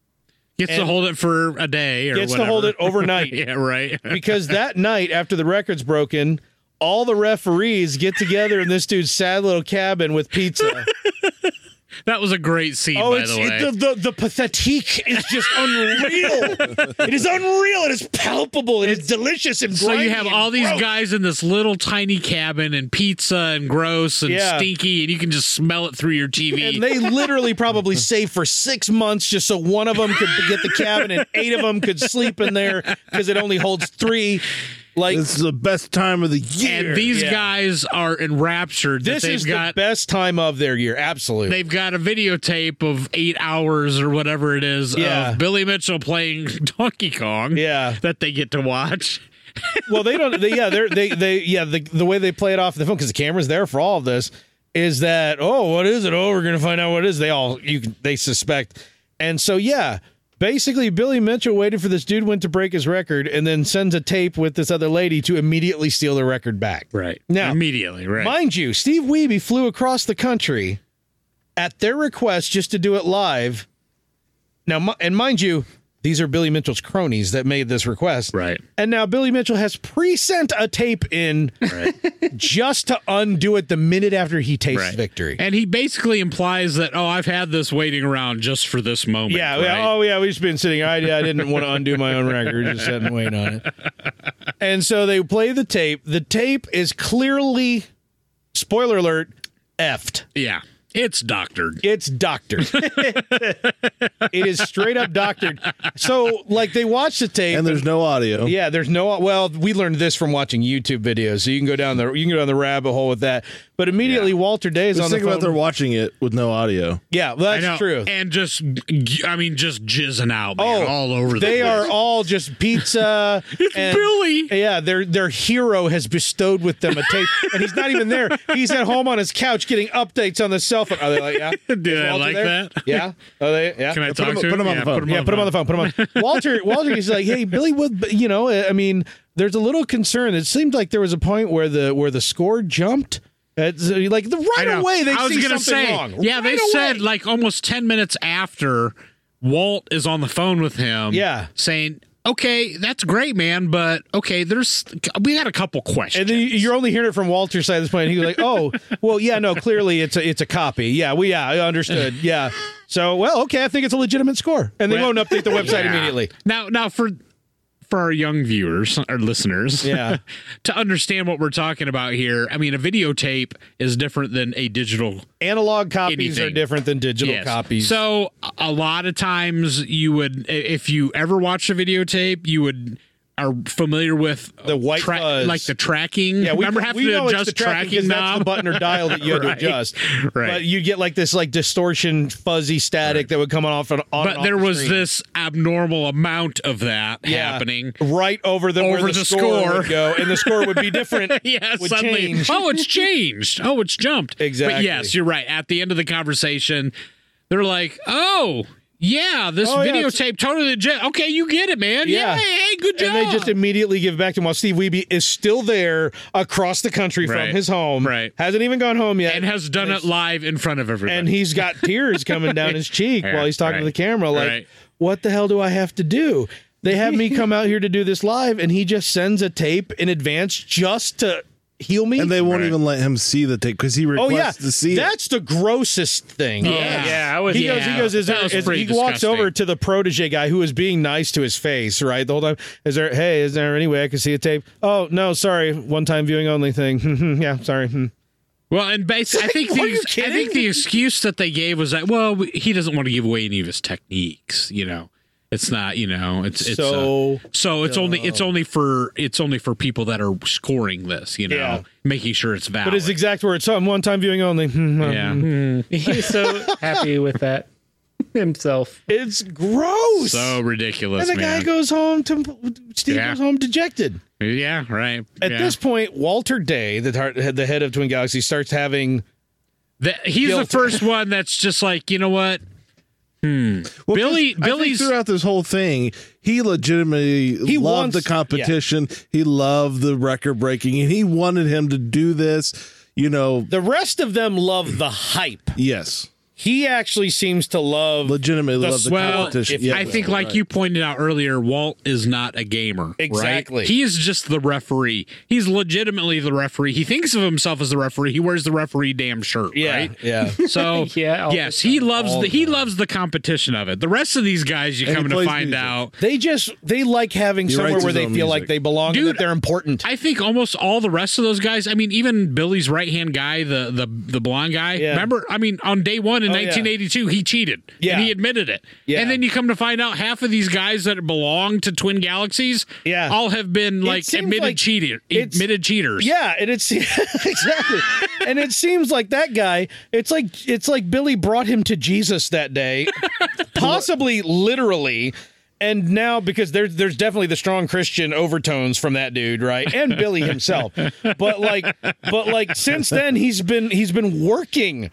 [SPEAKER 6] gets to
[SPEAKER 1] and-
[SPEAKER 6] hold it for a day or
[SPEAKER 1] gets
[SPEAKER 6] whatever.
[SPEAKER 1] to hold it overnight
[SPEAKER 6] Yeah, right.
[SPEAKER 1] because that night after the record's broken, all the referees get together in this dude's sad little cabin with pizza.
[SPEAKER 6] That was a great scene,
[SPEAKER 1] Oh,
[SPEAKER 6] by
[SPEAKER 1] it's
[SPEAKER 6] the
[SPEAKER 1] it-
[SPEAKER 6] way.
[SPEAKER 1] the, the the pathetique is just unreal. it is unreal. It is palpable. It is delicious and
[SPEAKER 6] so
[SPEAKER 1] grimy
[SPEAKER 6] you have
[SPEAKER 1] and
[SPEAKER 6] all these
[SPEAKER 1] gross.
[SPEAKER 6] guys in this little tiny cabin and pizza and gross and
[SPEAKER 1] Yeah.
[SPEAKER 6] stinky and you can just smell it through your TV.
[SPEAKER 1] and they literally probably saved for six months just so one of them could get the cabin and eight of them could sleep in there because it only holds three. Like
[SPEAKER 7] This is the best time of the year.
[SPEAKER 6] And these
[SPEAKER 1] Yeah.
[SPEAKER 6] guys are enraptured.
[SPEAKER 1] this
[SPEAKER 6] that they've
[SPEAKER 1] is
[SPEAKER 6] got,
[SPEAKER 1] the best time of their year, absolutely.
[SPEAKER 6] They've got a videotape of eight hours or whatever it is
[SPEAKER 1] Yeah.
[SPEAKER 6] of Billy Mitchell playing Donkey Kong.
[SPEAKER 1] Yeah.
[SPEAKER 6] That they get to watch.
[SPEAKER 1] well, they don't. They, yeah, they're, they they yeah the the way they play it off the film because the camera's there for all of this is that oh what is it oh we're gonna find out what it is they all you can- they suspect and so yeah basically Billy Mitchell waited for this dude went to break his record and then sends a tape with this other lady to immediately steal the record back
[SPEAKER 6] Right.
[SPEAKER 1] Now-
[SPEAKER 6] Immediately, right.
[SPEAKER 1] Mind you, Steve Wiebe flew across the country at their request just to do it live. Now, mi- and mind you, these are Billy Mitchell's cronies that made this request.
[SPEAKER 6] Right.
[SPEAKER 1] And now Billy Mitchell has pre sent a tape in just to undo it the minute after he tastes
[SPEAKER 6] Right.
[SPEAKER 1] victory.
[SPEAKER 6] And he basically implies that, oh, I've had this waiting around just for this moment.
[SPEAKER 1] yeah,
[SPEAKER 6] right?
[SPEAKER 1] yeah. Oh, yeah. We've just been sitting. I, I didn't want to undo my own record. Just sitting and waiting on it. And so they play the tape. The tape is clearly, spoiler alert, effed.
[SPEAKER 6] yeah. It's doctored.
[SPEAKER 1] It's doctored. it is straight up doctored. So like they watch the tape.
[SPEAKER 7] and there's no audio.
[SPEAKER 1] yeah, there's no. Well, we learned this from watching YouTube videos, so you can go down the you can go down the rabbit hole with that. But immediately Walter Day is
[SPEAKER 7] Just
[SPEAKER 1] on the
[SPEAKER 7] think
[SPEAKER 1] phone.
[SPEAKER 7] about they're watching it with no audio.
[SPEAKER 1] yeah, well,
[SPEAKER 6] I know.
[SPEAKER 1] that's true.
[SPEAKER 6] And just, I mean, just jizzing out, man,
[SPEAKER 1] Oh,
[SPEAKER 6] all over the
[SPEAKER 1] They
[SPEAKER 6] place.
[SPEAKER 1] are all just pizza.
[SPEAKER 6] It's
[SPEAKER 1] and-
[SPEAKER 6] Billy.
[SPEAKER 1] Yeah, their their hero has bestowed with them a tape, and he's not even there. He's at home on his couch getting updates on the cell phone. Are they like, yeah?
[SPEAKER 6] Did
[SPEAKER 1] Is
[SPEAKER 6] I
[SPEAKER 1] Walter
[SPEAKER 6] like
[SPEAKER 1] there?
[SPEAKER 6] that?
[SPEAKER 1] Yeah. Are they? Yeah.
[SPEAKER 6] Can I
[SPEAKER 7] Put
[SPEAKER 6] talk
[SPEAKER 7] him-
[SPEAKER 6] to
[SPEAKER 7] put him on the
[SPEAKER 6] Yeah,
[SPEAKER 7] phone.
[SPEAKER 1] yeah, put him on the phone. Put him on. Walter, Walter is like, hey, Billy Wood, but, you know, I mean, there's a little concern. It seemed like there was a point where the where the score jumped. It's, uh, like the
[SPEAKER 6] I
[SPEAKER 1] right
[SPEAKER 6] know.
[SPEAKER 1] away, they
[SPEAKER 6] I was
[SPEAKER 1] see something
[SPEAKER 6] gonna say,
[SPEAKER 1] wrong.
[SPEAKER 6] Yeah, they
[SPEAKER 1] Right
[SPEAKER 6] said
[SPEAKER 1] away.
[SPEAKER 6] like almost ten minutes after Walt is on the phone with him.
[SPEAKER 1] Yeah.
[SPEAKER 6] saying, "Okay, that's great, man, but okay, there's we got a couple questions."
[SPEAKER 1] And then you- you're only hearing it from Walter's side at this point. And he was like, "Oh, well, yeah, no, clearly it's a it's a copy. Yeah, we yeah, I understood. Yeah, so well, okay, I think it's a legitimate score." And they
[SPEAKER 6] Well-
[SPEAKER 1] won't update the website
[SPEAKER 6] Yeah.
[SPEAKER 1] immediately.
[SPEAKER 6] Now, now for for our young viewers or listeners
[SPEAKER 1] Yeah.
[SPEAKER 6] to understand what we're talking about here, I mean, a videotape is different than a digital
[SPEAKER 1] Analog copies are
[SPEAKER 6] Anything.
[SPEAKER 1] different than digital
[SPEAKER 6] Yes.
[SPEAKER 1] copies.
[SPEAKER 6] So a- a lot of times you would, i- if you ever watch a videotape, you would are familiar with
[SPEAKER 1] The white fuzz.
[SPEAKER 6] like the tracking.
[SPEAKER 1] yeah, we
[SPEAKER 6] remember having
[SPEAKER 1] we
[SPEAKER 6] to
[SPEAKER 1] know it's
[SPEAKER 6] adjust
[SPEAKER 1] the tracking,
[SPEAKER 6] tracking
[SPEAKER 1] 'cause that's the
[SPEAKER 6] knob.
[SPEAKER 1] button or dial that you had
[SPEAKER 6] Right.
[SPEAKER 1] to adjust.
[SPEAKER 6] Right.
[SPEAKER 1] But you'd get like this like distortion, fuzzy static that would come on off and on. and
[SPEAKER 6] But
[SPEAKER 1] off
[SPEAKER 6] there
[SPEAKER 1] the
[SPEAKER 6] was
[SPEAKER 1] screen.
[SPEAKER 6] this abnormal amount of that
[SPEAKER 1] Yeah.
[SPEAKER 6] happening.
[SPEAKER 1] right over the where
[SPEAKER 6] Over
[SPEAKER 1] the,
[SPEAKER 6] the
[SPEAKER 1] score,
[SPEAKER 6] score.
[SPEAKER 1] would go, and the score would be different.
[SPEAKER 6] Yeah,
[SPEAKER 1] would
[SPEAKER 6] suddenly,
[SPEAKER 1] change.
[SPEAKER 6] oh, it's changed. Oh, it's jumped. But
[SPEAKER 1] Exactly.
[SPEAKER 6] yes, you're right. At the end of the conversation, they're like, oh. Yeah, this
[SPEAKER 1] Oh, yeah, it's-
[SPEAKER 6] videotape totally legit. Okay, you get it, man.
[SPEAKER 1] Yeah.
[SPEAKER 6] Yeah, hey, good
[SPEAKER 1] and
[SPEAKER 6] job.
[SPEAKER 1] they just immediately give back to him while Steve Wiebe is still there across the country
[SPEAKER 6] Right.
[SPEAKER 1] from his home.
[SPEAKER 6] Right.
[SPEAKER 1] Hasn't even gone home yet.
[SPEAKER 6] and has done it live in front of everybody.
[SPEAKER 1] and he's got tears coming down his cheek
[SPEAKER 6] Yeah,
[SPEAKER 1] while he's talking to the
[SPEAKER 6] right,
[SPEAKER 1] camera. Like,
[SPEAKER 6] right.
[SPEAKER 1] what the hell do I have to do? They have me come out here to do this live, and he just sends a tape in advance just to heal me.
[SPEAKER 7] And they won't
[SPEAKER 6] Right.
[SPEAKER 7] even let him see the tape because he
[SPEAKER 1] oh
[SPEAKER 7] requests
[SPEAKER 1] yeah,
[SPEAKER 7] to see it.
[SPEAKER 1] that's the grossest thing.
[SPEAKER 6] Yeah.
[SPEAKER 5] Yeah, I was.
[SPEAKER 1] He
[SPEAKER 5] Yeah.
[SPEAKER 1] goes. He goes. Is
[SPEAKER 6] that
[SPEAKER 1] there,
[SPEAKER 6] was
[SPEAKER 1] is,
[SPEAKER 6] pretty
[SPEAKER 1] he walks
[SPEAKER 6] disgusting.
[SPEAKER 1] over to the protege guy who is being nice to his face, right? The whole time. Is there? Hey, is there any way I can see a tape? Oh no, sorry. One time viewing only thing. yeah, sorry. Hmm.
[SPEAKER 6] well, and basically, I think
[SPEAKER 1] Are
[SPEAKER 6] the
[SPEAKER 1] you
[SPEAKER 6] ex- I
[SPEAKER 1] kidding?
[SPEAKER 6] think the excuse that they gave was that well, we- he doesn't want to give away any of his techniques. You know, it's not. You know, it's it's uh,
[SPEAKER 1] so
[SPEAKER 6] so it's only it's only for it's only for people that are scoring this. You know,
[SPEAKER 1] Yeah.
[SPEAKER 6] making sure it's valid.
[SPEAKER 1] but his exact words. So I'm one time viewing only. Hmm, hmm,
[SPEAKER 6] yeah.
[SPEAKER 1] hmm.
[SPEAKER 5] He's so happy with that himself.
[SPEAKER 1] It's gross.
[SPEAKER 6] Mm-hmm. So ridiculous,
[SPEAKER 1] and the
[SPEAKER 6] man.
[SPEAKER 1] guy goes home to Steve
[SPEAKER 6] Yeah.
[SPEAKER 1] goes home dejected.
[SPEAKER 6] yeah, right.
[SPEAKER 1] At
[SPEAKER 6] yeah.
[SPEAKER 1] this point, Walter Day, the tar- the head of Twin Galaxy, starts having
[SPEAKER 6] That- he's
[SPEAKER 1] guilt.
[SPEAKER 6] the first one that's just like, you know what?
[SPEAKER 7] Well, 'cause
[SPEAKER 6] Billy-
[SPEAKER 7] I think
[SPEAKER 6] Billy's-
[SPEAKER 7] throughout this whole thing, he legitimately
[SPEAKER 1] He
[SPEAKER 7] loved
[SPEAKER 1] wants-
[SPEAKER 7] the competition. He loved the record breaking, and he wanted him to do this. You know,
[SPEAKER 1] the rest of them love the hype.
[SPEAKER 7] yes,
[SPEAKER 1] He actually seems to love
[SPEAKER 7] legitimately
[SPEAKER 1] The
[SPEAKER 7] loved the
[SPEAKER 1] swell,
[SPEAKER 7] competition.
[SPEAKER 1] if
[SPEAKER 7] Yeah.
[SPEAKER 6] I think, like you pointed out earlier, Walt is not a gamer.
[SPEAKER 1] Exactly.
[SPEAKER 6] Right? He is just the referee. He's legitimately the referee. He thinks of himself as the referee. He wears the referee damn shirt.
[SPEAKER 1] yeah,
[SPEAKER 6] Right.
[SPEAKER 1] yeah.
[SPEAKER 6] So
[SPEAKER 5] Yeah, all
[SPEAKER 6] yes, he loves the, he loves the competition of it. The rest of these guys, you
[SPEAKER 7] And he
[SPEAKER 6] come to
[SPEAKER 7] plays
[SPEAKER 6] find
[SPEAKER 7] music.
[SPEAKER 6] out,
[SPEAKER 1] They just they like having
[SPEAKER 7] He
[SPEAKER 1] somewhere
[SPEAKER 7] writes
[SPEAKER 1] where
[SPEAKER 7] his
[SPEAKER 1] they feel
[SPEAKER 7] own
[SPEAKER 1] like
[SPEAKER 7] music.
[SPEAKER 1] they belong and
[SPEAKER 6] Dude,
[SPEAKER 1] that they're important.
[SPEAKER 6] I think almost all the rest of those guys. I mean, even Billy's right hand guy, the the the blonde guy.
[SPEAKER 1] Yeah.
[SPEAKER 6] Remember, I mean, on day one in
[SPEAKER 1] Oh, yeah.
[SPEAKER 6] 1982, he cheated.
[SPEAKER 1] Yeah.
[SPEAKER 6] and he admitted it.
[SPEAKER 1] Yeah.
[SPEAKER 6] and then you come to find out half of these guys that belong to Twin Galaxies.
[SPEAKER 1] Yeah.
[SPEAKER 6] all have been like
[SPEAKER 1] seems
[SPEAKER 6] admitted
[SPEAKER 1] like
[SPEAKER 6] cheater,
[SPEAKER 1] it's-
[SPEAKER 6] admitted cheaters.
[SPEAKER 1] yeah, and it's exactly, and it seems like that guy. It's like it's like Billy brought him to Jesus that day, possibly literally, and now because there's there's definitely the strong Christian overtones from that dude, right? And Billy himself, but like but like since then he's been he's been working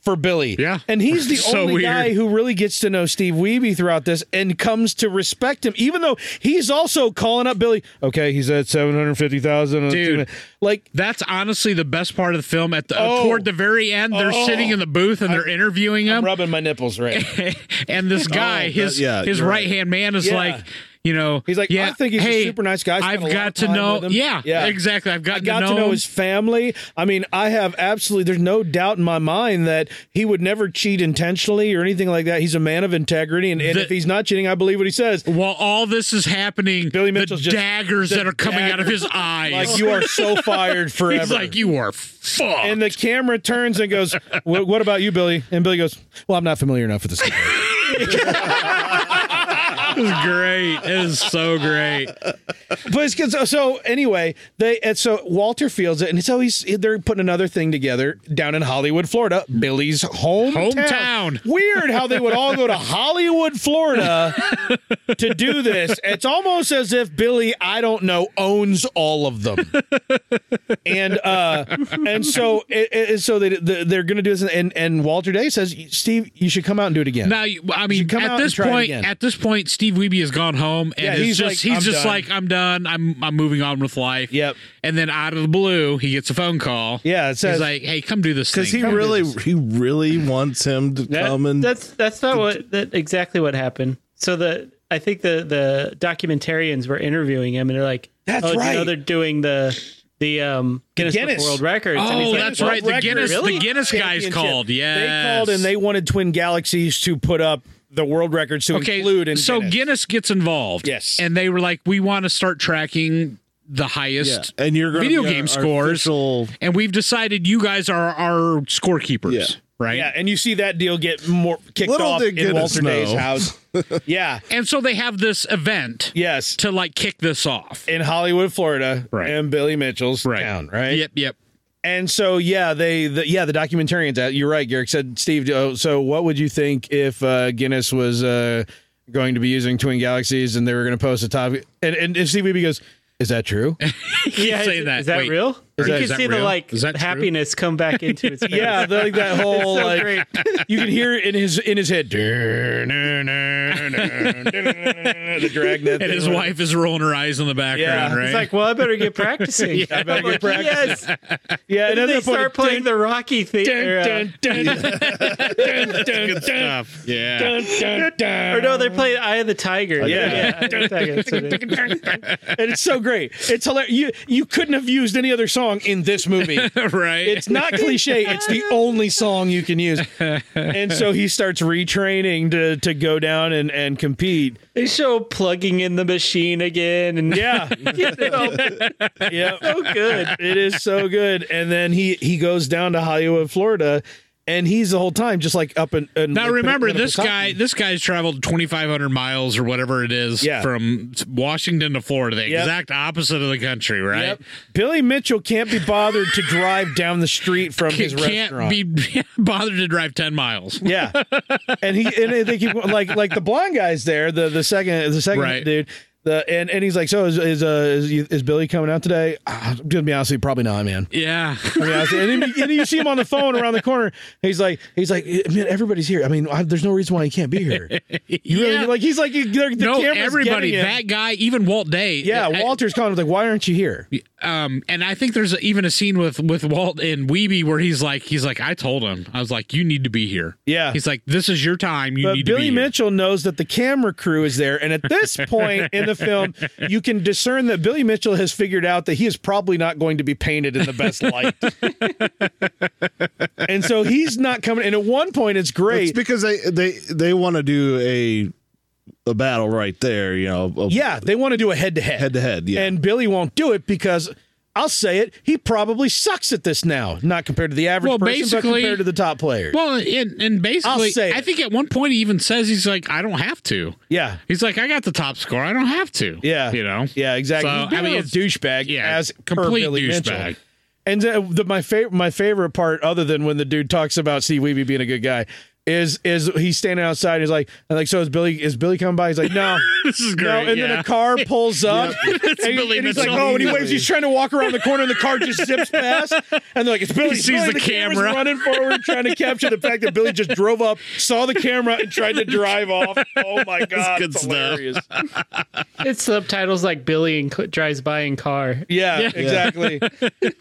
[SPEAKER 1] for Billy.
[SPEAKER 6] Yeah.
[SPEAKER 1] And he's the
[SPEAKER 6] So
[SPEAKER 1] only
[SPEAKER 6] weird.
[SPEAKER 1] guy who really gets to know Steve Wiebe throughout this and comes to respect him, even though he's also calling up Billy. Okay, he's at 750,000. on
[SPEAKER 6] Dude.
[SPEAKER 1] two minute- Like,
[SPEAKER 6] That's honestly the best part of the film. At the uh,
[SPEAKER 1] Oh.
[SPEAKER 6] toward the very end, they're
[SPEAKER 1] Oh.
[SPEAKER 6] sitting in the booth and they're interviewing him.
[SPEAKER 1] I'm rubbing my nipples right.
[SPEAKER 6] and
[SPEAKER 1] Oh,
[SPEAKER 6] this guy,
[SPEAKER 7] that-
[SPEAKER 6] his
[SPEAKER 7] yeah,
[SPEAKER 6] his
[SPEAKER 7] you're
[SPEAKER 6] right
[SPEAKER 7] right.
[SPEAKER 6] hand man, is
[SPEAKER 1] Yeah.
[SPEAKER 6] like, you know,
[SPEAKER 1] He's like,
[SPEAKER 6] yeah,
[SPEAKER 1] "I think he's a
[SPEAKER 6] hey,
[SPEAKER 1] super nice guy. I spent
[SPEAKER 6] I've
[SPEAKER 1] a lot
[SPEAKER 6] got
[SPEAKER 1] of
[SPEAKER 6] to
[SPEAKER 1] time
[SPEAKER 6] know,
[SPEAKER 1] with him."
[SPEAKER 6] yeah,
[SPEAKER 1] Yeah.
[SPEAKER 6] exactly. I've
[SPEAKER 1] I
[SPEAKER 6] gotten
[SPEAKER 1] got to know
[SPEAKER 6] him.
[SPEAKER 1] his family. I mean, I have absolutely, there's no doubt in my mind that he would never cheat intentionally or anything like that. He's a man of integrity. And, and
[SPEAKER 6] The-
[SPEAKER 1] if he's not cheating, I believe what he says.
[SPEAKER 6] While all this is happening,
[SPEAKER 1] Billy
[SPEAKER 6] the
[SPEAKER 1] Mitchell's just-
[SPEAKER 6] daggers
[SPEAKER 1] the
[SPEAKER 6] that are coming out of
[SPEAKER 1] dagger.
[SPEAKER 6] his eyes.
[SPEAKER 1] Like, you are so fired forever.
[SPEAKER 6] he's like, you are fucked.
[SPEAKER 1] and the camera turns and goes, "Wha- "What about you, Billy?" And Billy goes, "Well, I'm not familiar enough with this." story."
[SPEAKER 6] it was great. It is so great.
[SPEAKER 1] but it's 'cause- so, so anyway, they and so Walter feels it, and so he's they're putting another thing together down in Hollywood, Florida, Billy's hometown.
[SPEAKER 6] Hometown.
[SPEAKER 1] Weird how they would all go to Hollywood, Florida, to do this. It's almost as if Billy, I don't know, owns all of them. and uh and so it, it, so they they're going to do this, and and Walter Day says, "Steve, you should come out and do it again."
[SPEAKER 6] Now, you- I mean,
[SPEAKER 1] should come out
[SPEAKER 6] at
[SPEAKER 1] and
[SPEAKER 6] this
[SPEAKER 1] try it
[SPEAKER 6] point,
[SPEAKER 1] again.
[SPEAKER 6] at this point, Steve Wiebe has gone home, and
[SPEAKER 1] Yeah,
[SPEAKER 6] it's
[SPEAKER 1] he's
[SPEAKER 6] just
[SPEAKER 1] like,
[SPEAKER 6] he's
[SPEAKER 1] "I'm
[SPEAKER 6] just
[SPEAKER 1] done."
[SPEAKER 6] like, I'm done. I'm I'm moving on with life.
[SPEAKER 1] Yep.
[SPEAKER 6] And then out of the blue, he gets a phone call.
[SPEAKER 1] Yeah, it says-
[SPEAKER 6] he's like, Hey, come do this
[SPEAKER 7] because
[SPEAKER 6] thing.
[SPEAKER 7] he really, he really wants him to
[SPEAKER 5] That-
[SPEAKER 7] come and
[SPEAKER 5] that's that's not what that exactly what happened. So the I think the the documentarians were interviewing him and they're like,
[SPEAKER 1] That's
[SPEAKER 5] oh, do you know
[SPEAKER 1] right.
[SPEAKER 5] they're doing the the um, Guinness, Book of
[SPEAKER 1] Guinness.
[SPEAKER 5] World Records. and he's
[SPEAKER 6] Oh,
[SPEAKER 5] like,
[SPEAKER 6] that's
[SPEAKER 5] "What
[SPEAKER 6] right. The
[SPEAKER 5] record,
[SPEAKER 6] Guinness,
[SPEAKER 5] really?"
[SPEAKER 6] the Guinness guys
[SPEAKER 1] Championship.
[SPEAKER 6] called. Yeah,
[SPEAKER 1] They called and they wanted Twin Galaxies to put up the world records to include. In
[SPEAKER 6] so
[SPEAKER 1] Guinness.
[SPEAKER 6] gets involved.
[SPEAKER 1] Yes.
[SPEAKER 6] and they were like, we want to start tracking the highest,
[SPEAKER 7] and you're gonna
[SPEAKER 6] Video
[SPEAKER 7] be our-
[SPEAKER 6] game
[SPEAKER 7] our
[SPEAKER 6] scores.
[SPEAKER 7] official-
[SPEAKER 6] and we've decided you guys are our scorekeepers,
[SPEAKER 7] Yeah.
[SPEAKER 6] right?
[SPEAKER 1] Yeah, and you see that deal get more kicked
[SPEAKER 7] Little
[SPEAKER 1] off
[SPEAKER 7] did
[SPEAKER 1] in
[SPEAKER 7] Guinness
[SPEAKER 1] Walter Day's
[SPEAKER 7] know.
[SPEAKER 1] house. yeah,
[SPEAKER 6] And so they have this event
[SPEAKER 1] yes,
[SPEAKER 6] to like kick this off.
[SPEAKER 1] in Hollywood, Florida,
[SPEAKER 6] Right.
[SPEAKER 1] and Billy Mitchell's
[SPEAKER 6] Right.
[SPEAKER 1] town, right?
[SPEAKER 6] Yep, yep.
[SPEAKER 1] And so, yeah, they, the, yeah, the documentarians. uh, You're right, Garrick said, Steve. oh, So, what would you think if uh, Guinness was uh, going to be using Twin Galaxies and they were going to post a top? And and, and Steve Weeby goes, "Is that true?"
[SPEAKER 5] Yeah,
[SPEAKER 6] say
[SPEAKER 5] is,
[SPEAKER 6] that.
[SPEAKER 5] is that
[SPEAKER 6] Wait.
[SPEAKER 5] real?
[SPEAKER 6] Is
[SPEAKER 5] you
[SPEAKER 6] that-
[SPEAKER 5] can
[SPEAKER 6] is that
[SPEAKER 5] see the
[SPEAKER 6] real?
[SPEAKER 5] like
[SPEAKER 6] Is that true?
[SPEAKER 5] happiness come back into his face.
[SPEAKER 1] yeah, the, like that whole
[SPEAKER 5] so
[SPEAKER 1] like
[SPEAKER 5] great.
[SPEAKER 1] you can hear it in his in his head. the dragnet.
[SPEAKER 6] And his
[SPEAKER 1] thing.
[SPEAKER 6] wife is rolling her eyes in the background,
[SPEAKER 1] Yeah.
[SPEAKER 6] right?
[SPEAKER 5] It's like, well, I better get practicing. I
[SPEAKER 1] better get practicing.
[SPEAKER 5] Yes. And
[SPEAKER 1] Yeah,
[SPEAKER 5] then
[SPEAKER 1] another
[SPEAKER 5] they
[SPEAKER 1] point,
[SPEAKER 5] start playing the Rocky theme. or, uh,
[SPEAKER 6] Stuff. Yeah.
[SPEAKER 5] or no, they play Eye of the Tiger.
[SPEAKER 1] Yeah.
[SPEAKER 5] Eye of the Tiger. That's what it is.
[SPEAKER 1] and it's so great. It's hilarious. You you couldn't have used any other song in this movie.
[SPEAKER 6] right.
[SPEAKER 1] It's not cliche. It's the only song you can use. And so he starts retraining to to go down and and compete.
[SPEAKER 5] They show plugging in the machine again, and
[SPEAKER 1] Yeah, yeah, so good. It is so good. And then he he goes down to Hollywood, Florida, and he's the whole time just like up and
[SPEAKER 6] now remember this guy this guy's traveled 2500 miles or whatever it is
[SPEAKER 1] Yeah.
[SPEAKER 6] from washington to florida the
[SPEAKER 1] Yep.
[SPEAKER 6] exact opposite of the country right
[SPEAKER 1] Yep. Billy Mitchell can't be bothered to drive down the street from his
[SPEAKER 6] Can't
[SPEAKER 1] restaurant.
[SPEAKER 6] be bothered to drive 10 miles
[SPEAKER 1] Yeah, and he and they keep like like the blonde guy's there. The the second the second
[SPEAKER 6] Right.
[SPEAKER 1] dude. The and and he's like, so is is uh, is, is Billy coming out today? Ah, I'm gonna be honest with you, probably not, man.
[SPEAKER 6] yeah
[SPEAKER 1] I mean, honestly. and, then, and then you see him on the phone around the corner. He's like, he's like, man, everybody's here. I mean, I, there's no reason why he can't be here. You really
[SPEAKER 6] Yeah.
[SPEAKER 1] like? He's like, you- they're- the
[SPEAKER 6] no
[SPEAKER 1] camera's
[SPEAKER 6] everybody
[SPEAKER 1] getting him.
[SPEAKER 6] that guy even walt day
[SPEAKER 1] yeah,
[SPEAKER 6] I-
[SPEAKER 1] Walter's calling. him, Like, why aren't you here?
[SPEAKER 6] um and i think there's even a scene with with walt and weeby where he's like he's like i told him i was like you need to be here
[SPEAKER 1] Yeah.
[SPEAKER 6] he's like this is your time you
[SPEAKER 1] But
[SPEAKER 6] need to
[SPEAKER 1] Billy
[SPEAKER 6] be here.
[SPEAKER 1] Mitchell knows that the camera crew is there, and at this point in the film, you can discern that Billy Mitchell has figured out that he is probably not going to be painted in the best light, and so he's not coming. And at one point, it's
[SPEAKER 7] It's
[SPEAKER 1] great.
[SPEAKER 7] because they they they want to do a a battle right there. You know, a
[SPEAKER 1] yeah, they want to do a head to head,
[SPEAKER 7] head to head. Yeah,
[SPEAKER 1] and Billy won't do it because. I'll say it. He probably sucks at this now, not compared to the average
[SPEAKER 6] Well,
[SPEAKER 1] person, but
[SPEAKER 6] basically-
[SPEAKER 1] compared to the top players.
[SPEAKER 6] well and, and basically
[SPEAKER 1] say
[SPEAKER 6] i
[SPEAKER 1] it.
[SPEAKER 6] think at one point he even says he's like i don't have to
[SPEAKER 1] yeah,
[SPEAKER 6] He's like, I got the top score. I don't have to.
[SPEAKER 1] Yeah.
[SPEAKER 6] You know?
[SPEAKER 1] yeah, exactly.
[SPEAKER 6] So,
[SPEAKER 1] He's being
[SPEAKER 6] I mean,
[SPEAKER 1] a
[SPEAKER 6] it's-
[SPEAKER 1] douchebag,
[SPEAKER 6] yeah,
[SPEAKER 1] as
[SPEAKER 6] complete
[SPEAKER 1] complete Billy Mitchell.
[SPEAKER 6] douchebag.
[SPEAKER 1] And the, the, my favorite, my favorite part, other than when the dude talks about Steve Weeby being a good guy, is is he's standing outside. And he's like, I'm like, so is Billy? Is Billy coming by? He's like, no,
[SPEAKER 6] This is great.
[SPEAKER 1] no. And then
[SPEAKER 6] yeah.
[SPEAKER 1] a car pulls up.
[SPEAKER 6] It's
[SPEAKER 1] and, he-
[SPEAKER 6] Billy
[SPEAKER 1] and he's like,
[SPEAKER 6] Mitchell.
[SPEAKER 1] oh, and he waves. He's trying to walk around the corner, and the car just zips past. And they're like, it's Billy. it's
[SPEAKER 6] sees
[SPEAKER 1] Billy.
[SPEAKER 6] the
[SPEAKER 1] camera's
[SPEAKER 6] camera.
[SPEAKER 1] running forward, trying to capture the fact that Billy just drove up, saw the camera, and tried to drive off. Oh my god,
[SPEAKER 6] good
[SPEAKER 1] it's
[SPEAKER 6] stuff.
[SPEAKER 1] hilarious.
[SPEAKER 5] it's subtitles like Billy and cl- drives by in car.
[SPEAKER 1] Yeah, exactly.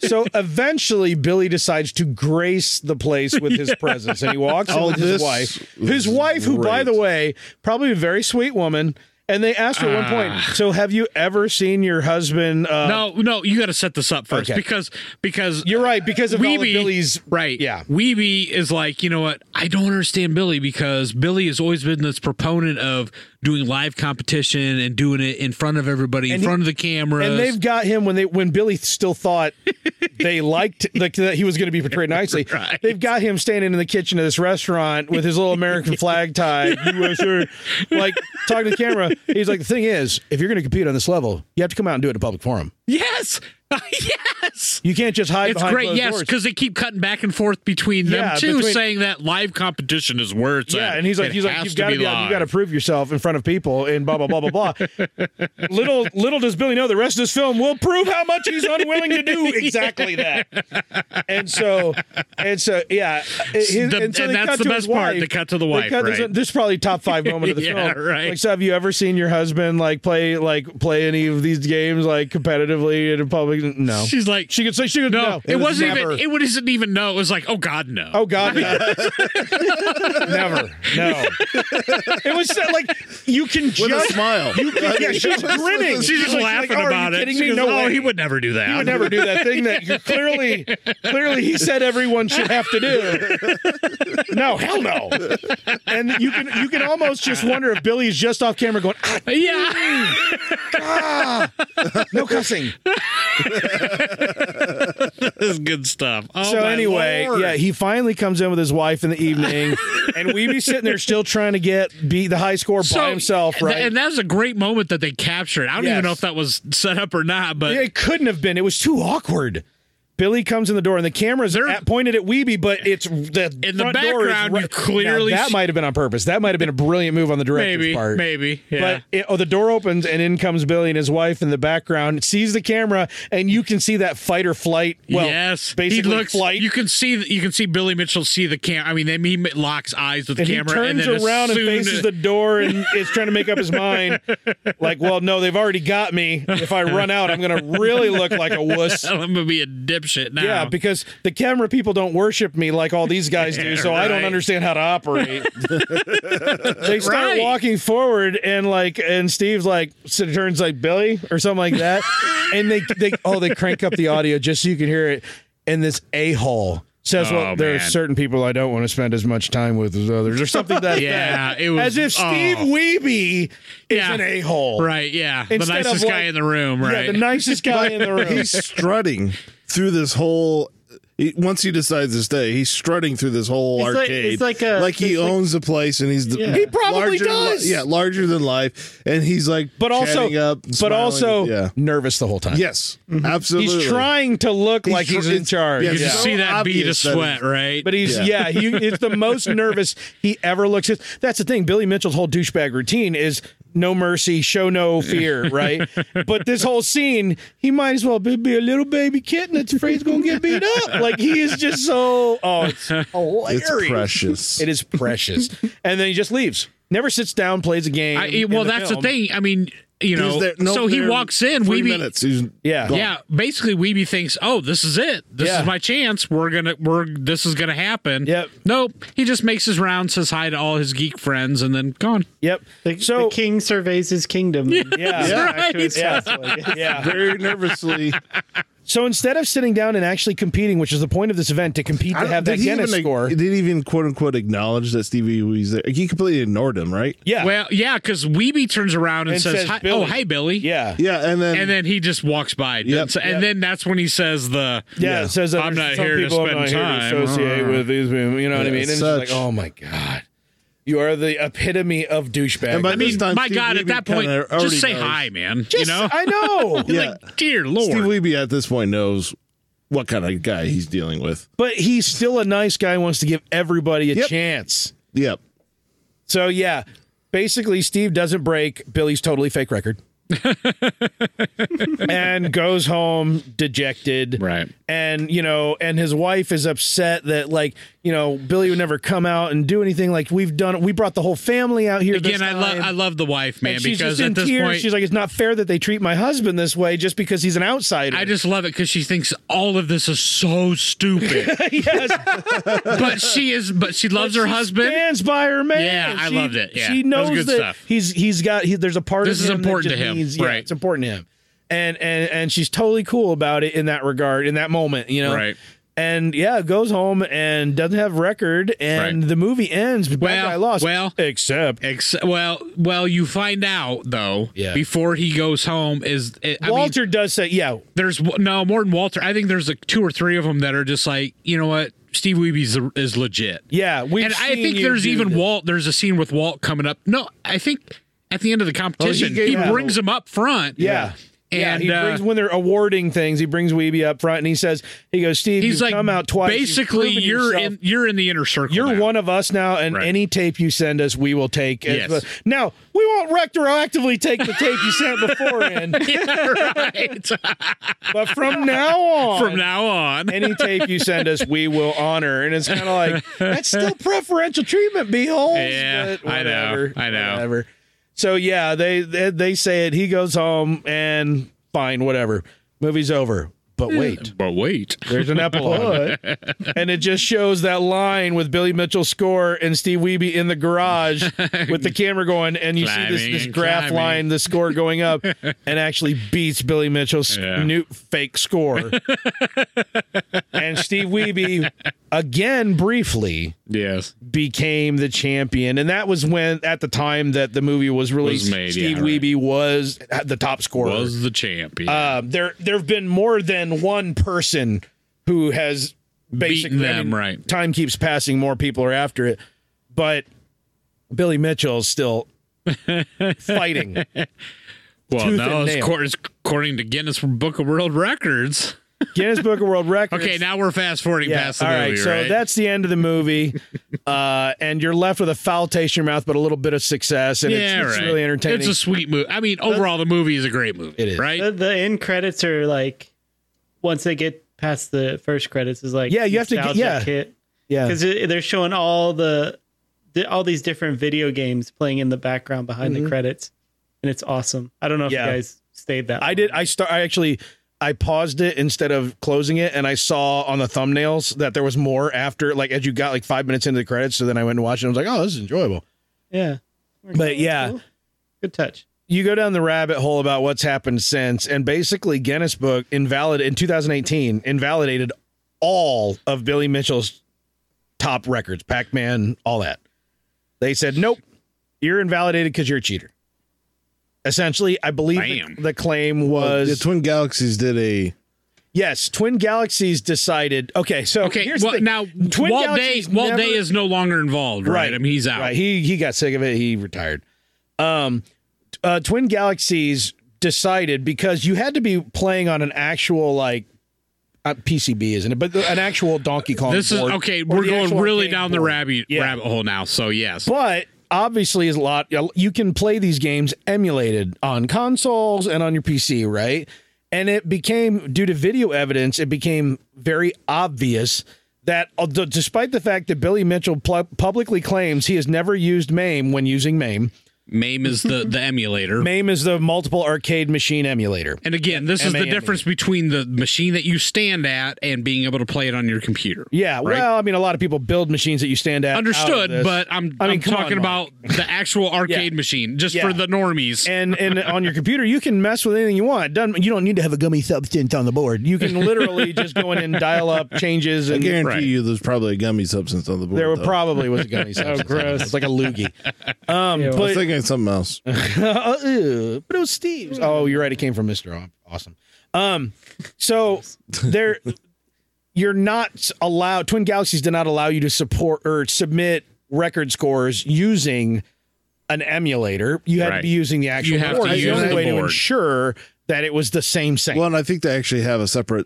[SPEAKER 1] so eventually, Billy decides to grace the place with his presence, and he walks in
[SPEAKER 7] Oh,
[SPEAKER 1] with his
[SPEAKER 7] this
[SPEAKER 1] wife.
[SPEAKER 7] was
[SPEAKER 1] His wife, who, by
[SPEAKER 7] great.
[SPEAKER 1] the way, probably a very sweet woman. And they asked her at one point, "So have you ever seen your husband?" Uh,
[SPEAKER 6] no, no, you got to set this up first
[SPEAKER 1] Okay.
[SPEAKER 6] because because
[SPEAKER 1] you're right because of all of
[SPEAKER 6] Weeby-
[SPEAKER 1] Billy's
[SPEAKER 6] right.
[SPEAKER 1] Yeah,
[SPEAKER 6] Weeby is like, you know what? I don't understand Billy because Billy has always been this proponent of doing live competition and doing it in front of everybody, in
[SPEAKER 1] And he-
[SPEAKER 6] front of the cameras.
[SPEAKER 1] and they've got him when they when Billy still thought they liked like that he was going to be portrayed nicely.
[SPEAKER 6] Right.
[SPEAKER 1] They've got him standing in the kitchen of this restaurant with his little American flag tie, USA, like talking to the camera. He's like, the thing is, if you're going to compete on this level, you have to come out and do it in a public forum.
[SPEAKER 6] yes. yes.
[SPEAKER 1] You can't just hide
[SPEAKER 6] It's
[SPEAKER 1] behind
[SPEAKER 6] great,
[SPEAKER 1] closed
[SPEAKER 6] yes,
[SPEAKER 1] doors.
[SPEAKER 6] because they keep cutting back and forth between
[SPEAKER 1] Yeah,
[SPEAKER 6] them too,
[SPEAKER 1] between-
[SPEAKER 6] saying that live competition is where it's
[SPEAKER 1] Yeah,
[SPEAKER 6] at.
[SPEAKER 1] and he's like,
[SPEAKER 6] It
[SPEAKER 1] he's like,
[SPEAKER 6] has
[SPEAKER 1] you've got to be, out,
[SPEAKER 6] live."
[SPEAKER 1] you got to prove yourself in front of people, and blah blah blah blah blah. little little does Billy know, the rest of this film will prove how much he's unwilling to do exactly that. And so, and so, yeah, his-
[SPEAKER 6] The-
[SPEAKER 1] so
[SPEAKER 6] and
[SPEAKER 1] they
[SPEAKER 6] that's
[SPEAKER 1] cut
[SPEAKER 6] the
[SPEAKER 1] to
[SPEAKER 6] best
[SPEAKER 1] his
[SPEAKER 6] part,
[SPEAKER 1] wife.
[SPEAKER 6] they cut to the
[SPEAKER 1] They
[SPEAKER 6] wife,
[SPEAKER 1] this-
[SPEAKER 6] right.
[SPEAKER 1] This is probably top five moment of the
[SPEAKER 6] Yeah,
[SPEAKER 1] film,
[SPEAKER 6] right.
[SPEAKER 1] Like, so have you ever seen your husband like play like play any of these games like competitively in a public? No.
[SPEAKER 6] She's like,
[SPEAKER 1] She could say she could
[SPEAKER 6] no,
[SPEAKER 1] no.
[SPEAKER 6] it, wasn't
[SPEAKER 1] never,
[SPEAKER 6] even. It wasn't even. No, it was like, oh God, no.
[SPEAKER 1] Oh God, no. never, no. It was so- like you can
[SPEAKER 7] with a
[SPEAKER 1] just
[SPEAKER 7] smile.
[SPEAKER 1] you can, yeah, she's grinning.
[SPEAKER 6] She's just
[SPEAKER 1] Like,
[SPEAKER 6] laughing
[SPEAKER 1] like, oh, are
[SPEAKER 6] about
[SPEAKER 1] you
[SPEAKER 6] it.
[SPEAKER 1] Kidding
[SPEAKER 6] She
[SPEAKER 1] me?
[SPEAKER 6] goes,
[SPEAKER 1] no
[SPEAKER 6] oh,
[SPEAKER 1] way.
[SPEAKER 6] he would never do that.
[SPEAKER 1] He would never do that thing that you're clearly, clearly he said everyone should have to do. No, hell no. And you can you can almost just wonder if Billy is just off camera going, ah,
[SPEAKER 6] Yeah.
[SPEAKER 1] no cussing.
[SPEAKER 6] this is good stuff. Oh,
[SPEAKER 1] so
[SPEAKER 6] my
[SPEAKER 1] anyway,
[SPEAKER 6] Lord.
[SPEAKER 1] yeah, he finally comes in with his wife in the evening, and we be sitting there still trying to get beat the high score by himself, right?
[SPEAKER 6] And that was a great moment that they captured. I don't
[SPEAKER 1] Yes.
[SPEAKER 6] even know if that was set up or not, but
[SPEAKER 1] it couldn't have been. It was too awkward. Billy comes in the door, and the camera's
[SPEAKER 6] There-
[SPEAKER 1] at, pointed at Weeby, but it's the
[SPEAKER 6] In the
[SPEAKER 1] front door is
[SPEAKER 6] background,
[SPEAKER 1] right-
[SPEAKER 6] you clearly
[SPEAKER 1] Now, that
[SPEAKER 6] s-
[SPEAKER 1] might have been on purpose. That might have been a brilliant move on the director's
[SPEAKER 6] maybe,
[SPEAKER 1] part.
[SPEAKER 6] maybe, yeah.
[SPEAKER 1] But it, oh, the door opens and in comes Billy and his wife in the background. Sees the camera and you can see that fight or flight. Well,
[SPEAKER 6] yes,
[SPEAKER 1] basically
[SPEAKER 6] he looks.
[SPEAKER 1] flight.
[SPEAKER 6] You can see you can see Billy Mitchell see the camera. I mean, they he locks eyes with the
[SPEAKER 1] and he
[SPEAKER 6] camera, and
[SPEAKER 1] turns
[SPEAKER 6] then as
[SPEAKER 1] around and
[SPEAKER 6] soon-
[SPEAKER 1] faces the door and is trying to make up his mind. Like, well, no, they've already got me. If I run out, I'm going to really look like a wuss.
[SPEAKER 6] I'm gonna be a dipshit now.
[SPEAKER 1] Yeah, because the camera people don't worship me like all these guys do, so I don't
[SPEAKER 6] Right.
[SPEAKER 1] understand how to operate. they start
[SPEAKER 6] Right.
[SPEAKER 1] walking forward, and like, and Steve's like, so turns like Billy or something like that, and they they oh they crank up the audio just so you can hear it, and this a hole. Says,
[SPEAKER 6] Oh,
[SPEAKER 1] well, there are
[SPEAKER 6] man.
[SPEAKER 1] certain people I don't want to spend as much time with as others, or something that
[SPEAKER 6] Yeah,
[SPEAKER 1] bad.
[SPEAKER 6] it was-
[SPEAKER 1] as if Steve
[SPEAKER 6] oh.
[SPEAKER 1] Weeby is
[SPEAKER 6] Yeah.
[SPEAKER 1] an a hole,
[SPEAKER 6] right. Yeah, the
[SPEAKER 1] Instead of
[SPEAKER 6] nicest guy
[SPEAKER 1] like-
[SPEAKER 6] in the room. Right.
[SPEAKER 1] Yeah, the nicest guy in the room.
[SPEAKER 7] he's strutting through this whole. he- Once he decides to stay, he's strutting through this whole
[SPEAKER 5] It's like-
[SPEAKER 7] arcade,
[SPEAKER 5] it's like a-
[SPEAKER 7] he
[SPEAKER 5] it's like-
[SPEAKER 7] owns the place, and he's the-
[SPEAKER 5] Yeah. He
[SPEAKER 1] probably
[SPEAKER 7] larger than li-
[SPEAKER 1] does.
[SPEAKER 7] yeah, larger than life, and he's like,
[SPEAKER 1] but also,
[SPEAKER 7] chatting up,
[SPEAKER 1] but
[SPEAKER 7] smiling,
[SPEAKER 1] also,
[SPEAKER 7] yeah,
[SPEAKER 1] nervous the whole time.
[SPEAKER 7] yes, absolutely.
[SPEAKER 1] He's trying to look
[SPEAKER 7] He's
[SPEAKER 1] like he's
[SPEAKER 7] tr-
[SPEAKER 1] in
[SPEAKER 7] it's-
[SPEAKER 1] charge.
[SPEAKER 7] yeah,
[SPEAKER 6] you
[SPEAKER 1] Yeah.
[SPEAKER 6] just
[SPEAKER 7] so
[SPEAKER 6] see that bead of
[SPEAKER 7] obvious that
[SPEAKER 6] sweat,
[SPEAKER 7] it's-
[SPEAKER 6] right?
[SPEAKER 1] But he's yeah,
[SPEAKER 7] Yeah.
[SPEAKER 1] he it's the most nervous he ever looks. It's- That's the thing. Billy Mitchell's whole douchebag routine is no mercy, show no fear, right? but this whole scene, he might as well be, be a little baby kitten that's afraid he's gonna get beat up. Like he is just so oh, it's hilarious.
[SPEAKER 7] It's precious.
[SPEAKER 1] It is precious. and then he just leaves. Never sits down, plays a game.
[SPEAKER 6] I,
[SPEAKER 1] in
[SPEAKER 6] well, that's
[SPEAKER 1] film.
[SPEAKER 6] the thing. I mean, you know,
[SPEAKER 7] He's there- no,
[SPEAKER 6] so he
[SPEAKER 7] there
[SPEAKER 6] walks in.
[SPEAKER 7] Three
[SPEAKER 6] We be,
[SPEAKER 7] minutes. He's
[SPEAKER 1] Yeah.
[SPEAKER 7] gone.
[SPEAKER 6] yeah basically weeby thinks oh this is it this
[SPEAKER 1] Yeah.
[SPEAKER 6] is my chance we're gonna we're this is gonna happen
[SPEAKER 1] Yep.
[SPEAKER 6] nope he just makes his round says hi to all his geek friends and then gone
[SPEAKER 1] Yep.
[SPEAKER 5] The,
[SPEAKER 1] so
[SPEAKER 5] the king surveys his kingdom. Yeah,
[SPEAKER 1] yeah.
[SPEAKER 5] back to his
[SPEAKER 1] Yeah.
[SPEAKER 5] castle.
[SPEAKER 1] Yeah.
[SPEAKER 7] very nervously.
[SPEAKER 1] So instead of sitting down and actually competing, which is the point of this event, to compete to
[SPEAKER 7] don't-
[SPEAKER 1] have
[SPEAKER 7] did
[SPEAKER 1] that
[SPEAKER 7] he
[SPEAKER 1] Guinness
[SPEAKER 7] even,
[SPEAKER 1] score.
[SPEAKER 7] Did he even quote unquote acknowledge that Stevie was there? He completely ignored him, right?
[SPEAKER 1] yeah.
[SPEAKER 6] well yeah because weeby turns around and,
[SPEAKER 1] And
[SPEAKER 6] says,
[SPEAKER 1] says,
[SPEAKER 6] hi,
[SPEAKER 1] "Billy."
[SPEAKER 6] oh hey billy
[SPEAKER 1] yeah.
[SPEAKER 7] Yeah, and then
[SPEAKER 6] and then he just walks by
[SPEAKER 7] Yep.
[SPEAKER 6] So- and then that's when he says the
[SPEAKER 1] Yeah, it says uh, that
[SPEAKER 6] I'm
[SPEAKER 1] there's
[SPEAKER 6] not here to spend time.
[SPEAKER 1] associate with these women. You know what I
[SPEAKER 7] Yeah,
[SPEAKER 1] mean? And it's just
[SPEAKER 7] such-
[SPEAKER 1] like, oh my god, you are the epitome of douchebag.
[SPEAKER 7] And by
[SPEAKER 6] I mean,
[SPEAKER 7] This time,
[SPEAKER 6] my
[SPEAKER 7] Steve
[SPEAKER 6] God! At
[SPEAKER 7] Weeby
[SPEAKER 6] that point,
[SPEAKER 7] kinda already
[SPEAKER 6] just say
[SPEAKER 7] knows.
[SPEAKER 6] hi, man.
[SPEAKER 1] Just-
[SPEAKER 6] you know,
[SPEAKER 1] I know,
[SPEAKER 7] yeah,
[SPEAKER 6] dear Lord,
[SPEAKER 7] Steve Weeby at this point knows what kind of guy he's dealing with.
[SPEAKER 1] but he's still a nice guy. Wants to give everybody a
[SPEAKER 7] Yep.
[SPEAKER 1] chance.
[SPEAKER 7] Yep.
[SPEAKER 1] So yeah, basically, Steve doesn't break Billy's totally fake record. and goes home dejected.
[SPEAKER 6] Right.
[SPEAKER 1] And, you know, and his wife is upset that, like, you know, Billy would never come out and do anything. Like, we've done, we brought the whole family out here. this
[SPEAKER 6] again, I love
[SPEAKER 1] time.
[SPEAKER 6] I love the wife, man,
[SPEAKER 1] And she's
[SPEAKER 6] because
[SPEAKER 1] just in
[SPEAKER 6] at this
[SPEAKER 1] tears.
[SPEAKER 6] point,
[SPEAKER 1] she's like, "It's not fair that they treat my husband this way just because he's an outsider."
[SPEAKER 6] I just love it because she thinks all of this is so stupid.
[SPEAKER 1] yes,
[SPEAKER 6] but she is but she loves her
[SPEAKER 1] She
[SPEAKER 6] husband
[SPEAKER 1] Stands by her man.
[SPEAKER 6] Yeah, I
[SPEAKER 1] She-
[SPEAKER 6] loved it. Yeah,
[SPEAKER 1] she
[SPEAKER 6] that was
[SPEAKER 1] knows
[SPEAKER 6] good
[SPEAKER 1] that
[SPEAKER 6] stuff.
[SPEAKER 1] he's he's got he, there's a part
[SPEAKER 6] This
[SPEAKER 1] of
[SPEAKER 6] is
[SPEAKER 1] him that
[SPEAKER 6] important
[SPEAKER 1] just
[SPEAKER 6] to him,
[SPEAKER 1] needs- yeah,
[SPEAKER 6] right.
[SPEAKER 1] it's important to him, and and and she's totally cool about it in that regard in that moment, you know.
[SPEAKER 6] Right.
[SPEAKER 1] And yeah, goes home and doesn't have record, and
[SPEAKER 6] Right.
[SPEAKER 1] the movie ends. Bad
[SPEAKER 6] Well,
[SPEAKER 1] guy lost.
[SPEAKER 6] well.
[SPEAKER 1] except
[SPEAKER 6] Ex- well well you find out though
[SPEAKER 1] Yeah.
[SPEAKER 6] before he goes home is it, I mean
[SPEAKER 1] Walter does say, "Yeah,
[SPEAKER 6] there's no more than Walter I think there's like two or three of them that are just like you know what Steve Weeby's is legit
[SPEAKER 1] yeah." We
[SPEAKER 6] and I think there's even Walt there's a scene with Walt coming up no I think at the end
[SPEAKER 1] Oh,
[SPEAKER 6] of the competition
[SPEAKER 7] gave
[SPEAKER 6] he,
[SPEAKER 7] him-
[SPEAKER 6] brings him up front
[SPEAKER 1] Yeah.
[SPEAKER 6] and
[SPEAKER 1] yeah, he
[SPEAKER 6] uh,
[SPEAKER 1] brings when they're awarding things, he brings Weeby up front and he says, he goes, Steve,
[SPEAKER 6] he's
[SPEAKER 1] you've
[SPEAKER 6] like
[SPEAKER 1] come out twice. You've
[SPEAKER 6] basically
[SPEAKER 1] proven
[SPEAKER 6] you're
[SPEAKER 1] yourself.
[SPEAKER 6] in you're in the inner circle
[SPEAKER 1] You're
[SPEAKER 6] now.
[SPEAKER 1] one of us now, and
[SPEAKER 6] Right.
[SPEAKER 1] any tape you send us, we will take. as
[SPEAKER 6] Yes.
[SPEAKER 1] well. Now we won't retroactively take the tape you sent beforehand,
[SPEAKER 6] Yeah, right
[SPEAKER 1] but from now on,
[SPEAKER 6] from now on
[SPEAKER 1] any tape you send us, we will honor. And it's kind of like that's still preferential treatment, behold.
[SPEAKER 6] Yeah, I know, I know.
[SPEAKER 1] Whatever. So yeah, they, they they say it. He goes home and fine, whatever. Movie's over. But wait,
[SPEAKER 6] But wait.
[SPEAKER 1] there's an epilogue. and it just shows that line with Billy Mitchell's score and Steve Wiebe in the garage with the camera going, and you see
[SPEAKER 6] Climbing
[SPEAKER 1] this, this
[SPEAKER 6] and
[SPEAKER 1] graph
[SPEAKER 6] climbing.
[SPEAKER 1] line, the score going up, and actually beats Billy Mitchell's
[SPEAKER 6] Yeah.
[SPEAKER 1] new fake score. and Steve Wiebe, again, briefly,
[SPEAKER 6] Yes.
[SPEAKER 1] became the champion, and that was when at the time that the movie was released,
[SPEAKER 6] Was made,
[SPEAKER 1] Steve
[SPEAKER 6] yeah, right.
[SPEAKER 1] Wiebe was the top scorer.
[SPEAKER 6] Was the champion.
[SPEAKER 1] Um, there, there have been more than one person who has basically
[SPEAKER 6] them, right.
[SPEAKER 1] Time keeps passing; more people are after it, but Billy Mitchell's still fighting.
[SPEAKER 6] well,
[SPEAKER 1] tooth
[SPEAKER 6] no,
[SPEAKER 1] and
[SPEAKER 6] it's
[SPEAKER 1] nail.
[SPEAKER 6] according, according to Guinness Book of World Records.
[SPEAKER 1] Guinness Book of World Records.
[SPEAKER 6] Okay, now we're fast forwarding past the
[SPEAKER 1] all right,
[SPEAKER 6] movie,
[SPEAKER 1] so
[SPEAKER 6] right?
[SPEAKER 1] that's the end of the movie, uh, and you're left with a foul taste in your mouth, but a little bit of success, and
[SPEAKER 6] yeah,
[SPEAKER 1] it's, it's
[SPEAKER 6] right.
[SPEAKER 1] really entertaining.
[SPEAKER 6] It's a sweet movie. I mean, overall, the movie is a great movie.
[SPEAKER 1] It is.
[SPEAKER 6] right.
[SPEAKER 5] The, the end credits are like once they get past the first credits is like
[SPEAKER 1] Yeah, you have to get- yeah. yeah,
[SPEAKER 5] because they're showing all the, the all these different video games playing in the background behind the credits, and it's awesome. I don't know if
[SPEAKER 1] Mm-hmm. Yeah.
[SPEAKER 5] you guys stayed that.
[SPEAKER 1] I
[SPEAKER 5] long.
[SPEAKER 1] did. I start. I actually. I paused it instead of closing it, and I saw on the thumbnails that there was more after. Like as you got like five minutes into the credits, so then I went and watched it. And I was like, "Oh, this is enjoyable."
[SPEAKER 5] Yeah,
[SPEAKER 1] But yeah,
[SPEAKER 5] Cool. good touch.
[SPEAKER 1] you go down the rabbit hole about what's happened since, and basically Guinness Book invalid in 2018 invalidated all of Billy Mitchell's top records, Pac Man, all that. They said, "Nope, you're invalidated because you're a cheater." Essentially, I believe the,
[SPEAKER 6] Bam.
[SPEAKER 1] the claim was
[SPEAKER 7] the Twin Galaxies did a
[SPEAKER 1] Yes, Twin Galaxies decided. Okay, so
[SPEAKER 6] Okay,
[SPEAKER 1] oh, here's the
[SPEAKER 6] well,
[SPEAKER 1] thing.
[SPEAKER 6] now Walt Day,
[SPEAKER 1] Galaxies
[SPEAKER 6] Walt
[SPEAKER 1] never-
[SPEAKER 6] Day is no longer involved, right? I mean, he's out.
[SPEAKER 1] Right, he he got sick of it. He retired. Um, uh, Twin Galaxies decided because you had to be playing on an actual like uh, PCB, isn't it? But the- an actual Donkey Kong.
[SPEAKER 6] This is
[SPEAKER 1] board,
[SPEAKER 6] okay.
[SPEAKER 1] or
[SPEAKER 6] We're
[SPEAKER 1] the
[SPEAKER 6] going
[SPEAKER 1] actual
[SPEAKER 6] really
[SPEAKER 1] arcade
[SPEAKER 6] down the
[SPEAKER 1] board.
[SPEAKER 6] rabbit
[SPEAKER 1] Yeah.
[SPEAKER 6] rabbit hole now. So yes,
[SPEAKER 1] But obviously, is a lot. You can play these games emulated on consoles and on your PC, right? And it became due to video evidence, it became very obvious that although- despite the fact that Billy Mitchell pl- publicly claims he has never used MAME when using MAME,
[SPEAKER 6] Mame is the the emulator.
[SPEAKER 1] MAME is the multiple arcade machine emulator.
[SPEAKER 6] And again, this is the
[SPEAKER 1] M-A-M-E.
[SPEAKER 6] difference between the machine that you stand at and being able to play it on your computer.
[SPEAKER 1] Yeah, well, I mean, a lot of people build machines that you stand at. out of
[SPEAKER 6] Understood,
[SPEAKER 1] this.
[SPEAKER 6] but I'm,
[SPEAKER 1] I mean,
[SPEAKER 6] I'm
[SPEAKER 1] come on,
[SPEAKER 6] talking
[SPEAKER 1] Mark.
[SPEAKER 6] about the actual arcade
[SPEAKER 1] Yeah.
[SPEAKER 6] machine, just
[SPEAKER 1] Yeah.
[SPEAKER 6] for the normies.
[SPEAKER 1] and and on your computer you can mess with anything you want. Doesn't you don't need to have a gummy substance on the board. You can literally just go in and dial up changes
[SPEAKER 7] I
[SPEAKER 1] and
[SPEAKER 7] guarantee
[SPEAKER 6] Right.
[SPEAKER 7] you there's probably a gummy substance on the board.
[SPEAKER 1] there were
[SPEAKER 7] though.
[SPEAKER 1] probably was a gummy substance. on
[SPEAKER 5] gross.
[SPEAKER 1] it. It's like a loogie. Um
[SPEAKER 5] Ew.
[SPEAKER 7] I was
[SPEAKER 1] but,
[SPEAKER 7] thinking of something else.
[SPEAKER 1] uh, ew, but it was
[SPEAKER 6] Mm.
[SPEAKER 1] Steve's. Oh, you're right, it came from Mr. Aw- Awesome. Um so there you're not allowed Twin Galaxies did not allow you to support or submit record scores using an emulator. You had to
[SPEAKER 6] Right.
[SPEAKER 1] be using the actual
[SPEAKER 6] You have to
[SPEAKER 1] board. That's
[SPEAKER 7] use
[SPEAKER 1] the only
[SPEAKER 7] the
[SPEAKER 1] way to
[SPEAKER 6] board.
[SPEAKER 1] ensure that it was the same same.
[SPEAKER 7] Well, and I think they actually have a separate.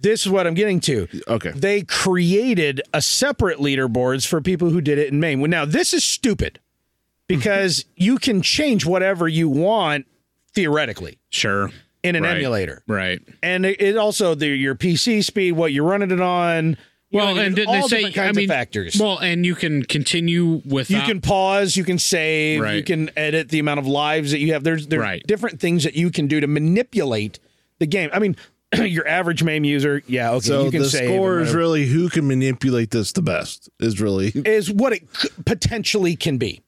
[SPEAKER 1] this is what I'm getting to.
[SPEAKER 7] Okay.
[SPEAKER 1] They created a separate leaderboards for people who did it in Maine. Now, this is stupid because you can change whatever you want theoretically
[SPEAKER 6] sure.
[SPEAKER 1] in an
[SPEAKER 6] Right.
[SPEAKER 1] emulator.
[SPEAKER 6] Right.
[SPEAKER 1] And it, it also the your PC speed, what you're running it on. you
[SPEAKER 6] Well,
[SPEAKER 1] know,
[SPEAKER 6] and didn't
[SPEAKER 1] all
[SPEAKER 6] they say?
[SPEAKER 1] different
[SPEAKER 6] I
[SPEAKER 1] kinds
[SPEAKER 6] mean,
[SPEAKER 1] of factors.
[SPEAKER 6] Well, and you can continue with
[SPEAKER 1] you can pause, you can save, you
[SPEAKER 6] Right.
[SPEAKER 1] can edit the amount of lives that you have. There's there's
[SPEAKER 6] Right.
[SPEAKER 1] different things that you can do to manipulate the game. I mean, your average MAME user, yeah, okay,
[SPEAKER 7] So
[SPEAKER 1] you can
[SPEAKER 7] the
[SPEAKER 1] save and
[SPEAKER 7] score is
[SPEAKER 1] whatever.
[SPEAKER 7] really who can manipulate this the best is really
[SPEAKER 1] is what it c- potentially can be.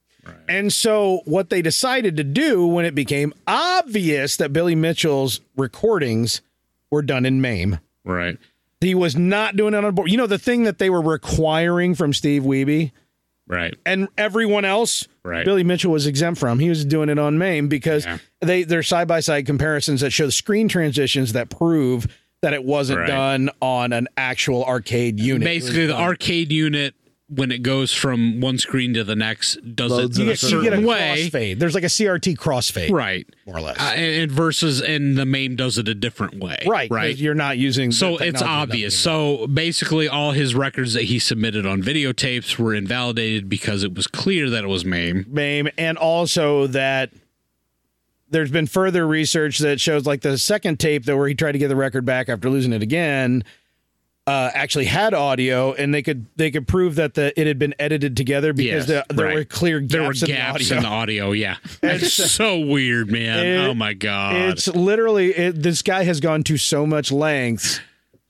[SPEAKER 1] And so, what they decided to do when it became obvious that Billy Mitchell's recordings were done in MAME,
[SPEAKER 6] right.
[SPEAKER 1] he was not doing it on board. You know, the thing that they were requiring from Steve Wiebe
[SPEAKER 6] Right.
[SPEAKER 1] and everyone else,
[SPEAKER 6] Right.
[SPEAKER 1] Billy Mitchell was exempt from. He was doing it on MAME because
[SPEAKER 6] Yeah.
[SPEAKER 1] they they're side by side comparisons that show the screen transitions that prove that it wasn't
[SPEAKER 6] Right.
[SPEAKER 1] done on an actual arcade unit. It was
[SPEAKER 6] basically the arcade unit when it goes from one screen to the next does
[SPEAKER 7] Loads
[SPEAKER 6] it
[SPEAKER 7] in
[SPEAKER 6] in
[SPEAKER 7] a
[SPEAKER 6] a
[SPEAKER 1] So you
[SPEAKER 6] certain
[SPEAKER 1] get a
[SPEAKER 6] way
[SPEAKER 1] crossfade. There's like a CRT crossfade,
[SPEAKER 6] right
[SPEAKER 1] More or less.
[SPEAKER 6] Uh, and and versus and the MAME does it a different way
[SPEAKER 1] right, 'cause
[SPEAKER 6] right
[SPEAKER 1] You're not using.
[SPEAKER 6] so
[SPEAKER 1] the
[SPEAKER 6] it's
[SPEAKER 1] technology that
[SPEAKER 6] obvious so basically all his records that he submitted on videotapes were invalidated because it was clear that it was MAME
[SPEAKER 1] we name, and also that there's been further research that shows like the second tape that where he tried to get the record back after losing it again. uh, actually had audio, and they could they could prove that the it had been edited together because
[SPEAKER 6] Yes,
[SPEAKER 1] there, there
[SPEAKER 6] right.
[SPEAKER 1] were clear gaps,
[SPEAKER 6] There were
[SPEAKER 1] in
[SPEAKER 6] gaps
[SPEAKER 1] the audio.
[SPEAKER 6] in the audio. Yeah, it's so weird, man.
[SPEAKER 1] It-
[SPEAKER 6] oh my god.
[SPEAKER 1] It's literally it, this guy has gone to so much lengths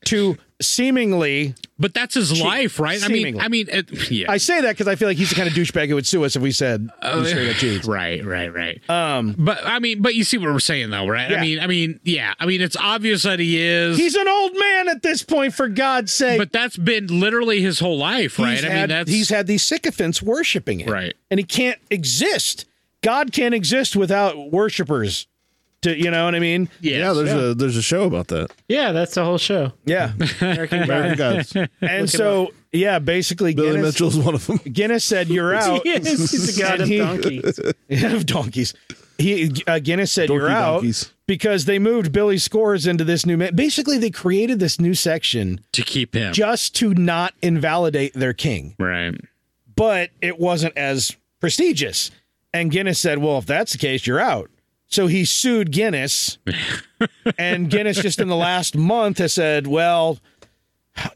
[SPEAKER 1] to seemingly.
[SPEAKER 6] But that's his life, right?
[SPEAKER 1] seemingly.
[SPEAKER 6] I mean, I mean, it, yeah.
[SPEAKER 1] I say that because I feel like he's the kind of douchebag who would sue us if we said
[SPEAKER 6] Oh,
[SPEAKER 1] we straight up cheats.
[SPEAKER 6] Right, right, right.
[SPEAKER 1] Um,
[SPEAKER 6] But I mean, but you see what we're saying, though, right?
[SPEAKER 1] Yeah.
[SPEAKER 6] I mean, I mean, yeah. I mean, it's obvious that he is.
[SPEAKER 1] he's an old man at this point, for God's sake.
[SPEAKER 6] but that's been literally his whole life, right?
[SPEAKER 1] He's
[SPEAKER 6] I mean,
[SPEAKER 1] had,
[SPEAKER 6] that's
[SPEAKER 1] he's had these sycophants worshiping him,
[SPEAKER 6] Right.
[SPEAKER 1] And he can't exist. God can't exist without worshipers. To you know what I mean?
[SPEAKER 6] yes.
[SPEAKER 7] Yeah, there's a there's a show about that.
[SPEAKER 5] Yeah, that's the whole show.
[SPEAKER 1] Yeah.
[SPEAKER 5] American
[SPEAKER 7] American
[SPEAKER 5] Gods.
[SPEAKER 7] Gods.
[SPEAKER 1] And so yeah, basically
[SPEAKER 7] Billy
[SPEAKER 1] Guinness,
[SPEAKER 7] Mitchell's one of them.
[SPEAKER 1] Guinness said you're out
[SPEAKER 5] yes, he's the
[SPEAKER 1] And
[SPEAKER 5] god of
[SPEAKER 1] he-
[SPEAKER 5] donkeys.
[SPEAKER 1] of donkeys. He uh, Guinness said
[SPEAKER 7] Dorky
[SPEAKER 1] you're out
[SPEAKER 7] donkeys.
[SPEAKER 1] because they moved Billy's scores into this new. Ma- basically, they created this new section
[SPEAKER 6] to keep him
[SPEAKER 1] just to not invalidate their king.
[SPEAKER 6] right.
[SPEAKER 1] but it wasn't as prestigious. And Guinness said, "Well, if that's the case, you're out." So he sued Guinness, and Guinness just in the last month has said, "Well,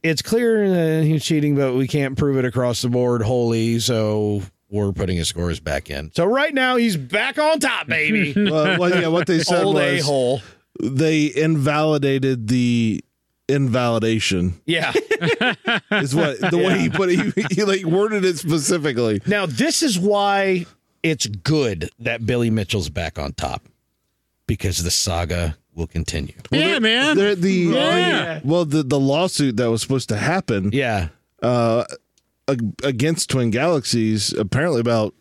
[SPEAKER 1] it's clear that he's cheating, but we can't prove it across the board wholly, so we're putting his scores back in." So right now he's back on top, baby.
[SPEAKER 7] Well, well, yeah, what they said
[SPEAKER 1] Old a
[SPEAKER 7] was
[SPEAKER 1] hole.
[SPEAKER 7] they invalidated the invalidation
[SPEAKER 1] Yeah.
[SPEAKER 7] is what the way he put it. He, he like worded it specifically.
[SPEAKER 1] Now, this is why it's good that Billy Mitchell's back on top because the saga will continue.
[SPEAKER 6] yeah, man.
[SPEAKER 7] They're the
[SPEAKER 6] Yeah.
[SPEAKER 7] well the the lawsuit that was supposed to happen
[SPEAKER 1] Yeah.
[SPEAKER 7] ag- against Twin Galaxies apparently about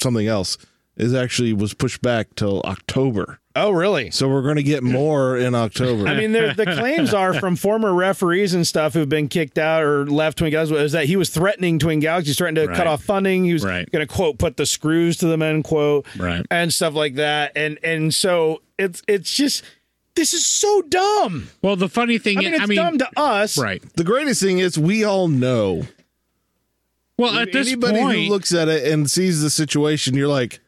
[SPEAKER 7] something else is actually was pushed back till October.
[SPEAKER 1] Oh, really?
[SPEAKER 7] So we're going to get more in October.
[SPEAKER 1] I mean, there- the claims are from former referees and stuff who've been kicked out or left Twin Galaxies is that he was threatening Twin Galaxies, threatening to cut
[SPEAKER 6] Right.
[SPEAKER 1] off funding. He was
[SPEAKER 6] Right.
[SPEAKER 1] going to quote put the screws to them end quote,
[SPEAKER 6] Right.
[SPEAKER 1] and stuff like that. And and so it's it's just this is so dumb.
[SPEAKER 6] Well, the funny thing,
[SPEAKER 1] I mean, it's dumb to us,
[SPEAKER 6] right.
[SPEAKER 7] the greatest thing is we all know.
[SPEAKER 6] Well, at this
[SPEAKER 7] Anybody
[SPEAKER 6] point,
[SPEAKER 7] who looks at it and sees the situation, you're like,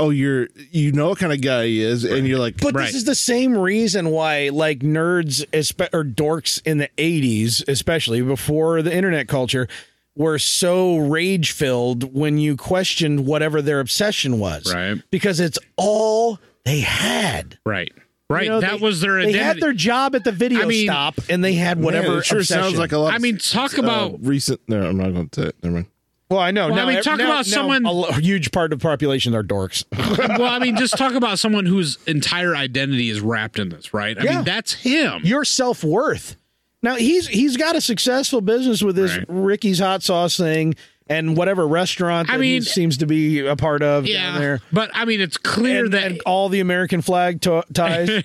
[SPEAKER 7] "Oh, you're you know what kind of guy he is," and you're like,
[SPEAKER 1] But
[SPEAKER 6] Right.
[SPEAKER 1] this is the same reason why, like nerds espe- or dorks in the '80s, especially before the internet culture, were so rage filled when you questioned whatever their obsession was,
[SPEAKER 6] Right.
[SPEAKER 1] Because it's all they had.
[SPEAKER 6] right, right.
[SPEAKER 1] You know,
[SPEAKER 6] that
[SPEAKER 1] they-
[SPEAKER 6] was their
[SPEAKER 1] They
[SPEAKER 6] identity.
[SPEAKER 1] had their job at the video
[SPEAKER 6] I mean-
[SPEAKER 1] stop, and they had whatever.
[SPEAKER 7] Man, it sure
[SPEAKER 1] obsession.
[SPEAKER 7] sounds like a lot.
[SPEAKER 6] I
[SPEAKER 7] of,
[SPEAKER 6] mean, talk
[SPEAKER 7] uh,
[SPEAKER 6] about
[SPEAKER 7] recent. No, I'm not going to. Never mind.
[SPEAKER 1] Well, I know.
[SPEAKER 6] Well,
[SPEAKER 1] now,
[SPEAKER 6] I mean, talk
[SPEAKER 1] now-
[SPEAKER 6] about
[SPEAKER 1] now
[SPEAKER 6] someone-
[SPEAKER 1] A lo- huge part of the population are dorks.
[SPEAKER 6] well, I mean, just talk about someone whose entire identity is wrapped in this, right? I
[SPEAKER 1] Yeah.
[SPEAKER 6] mean, that's him.
[SPEAKER 1] your self worth. Now he's he's got a successful business with his
[SPEAKER 6] Right.
[SPEAKER 1] Ricky's hot sauce thing and whatever restaurant that
[SPEAKER 6] I
[SPEAKER 1] he
[SPEAKER 6] mean-
[SPEAKER 1] seems to be a part of down
[SPEAKER 6] yeah,
[SPEAKER 1] there.
[SPEAKER 6] but I mean, it's clear
[SPEAKER 1] And,
[SPEAKER 6] that,
[SPEAKER 1] and all the American flag to- ties.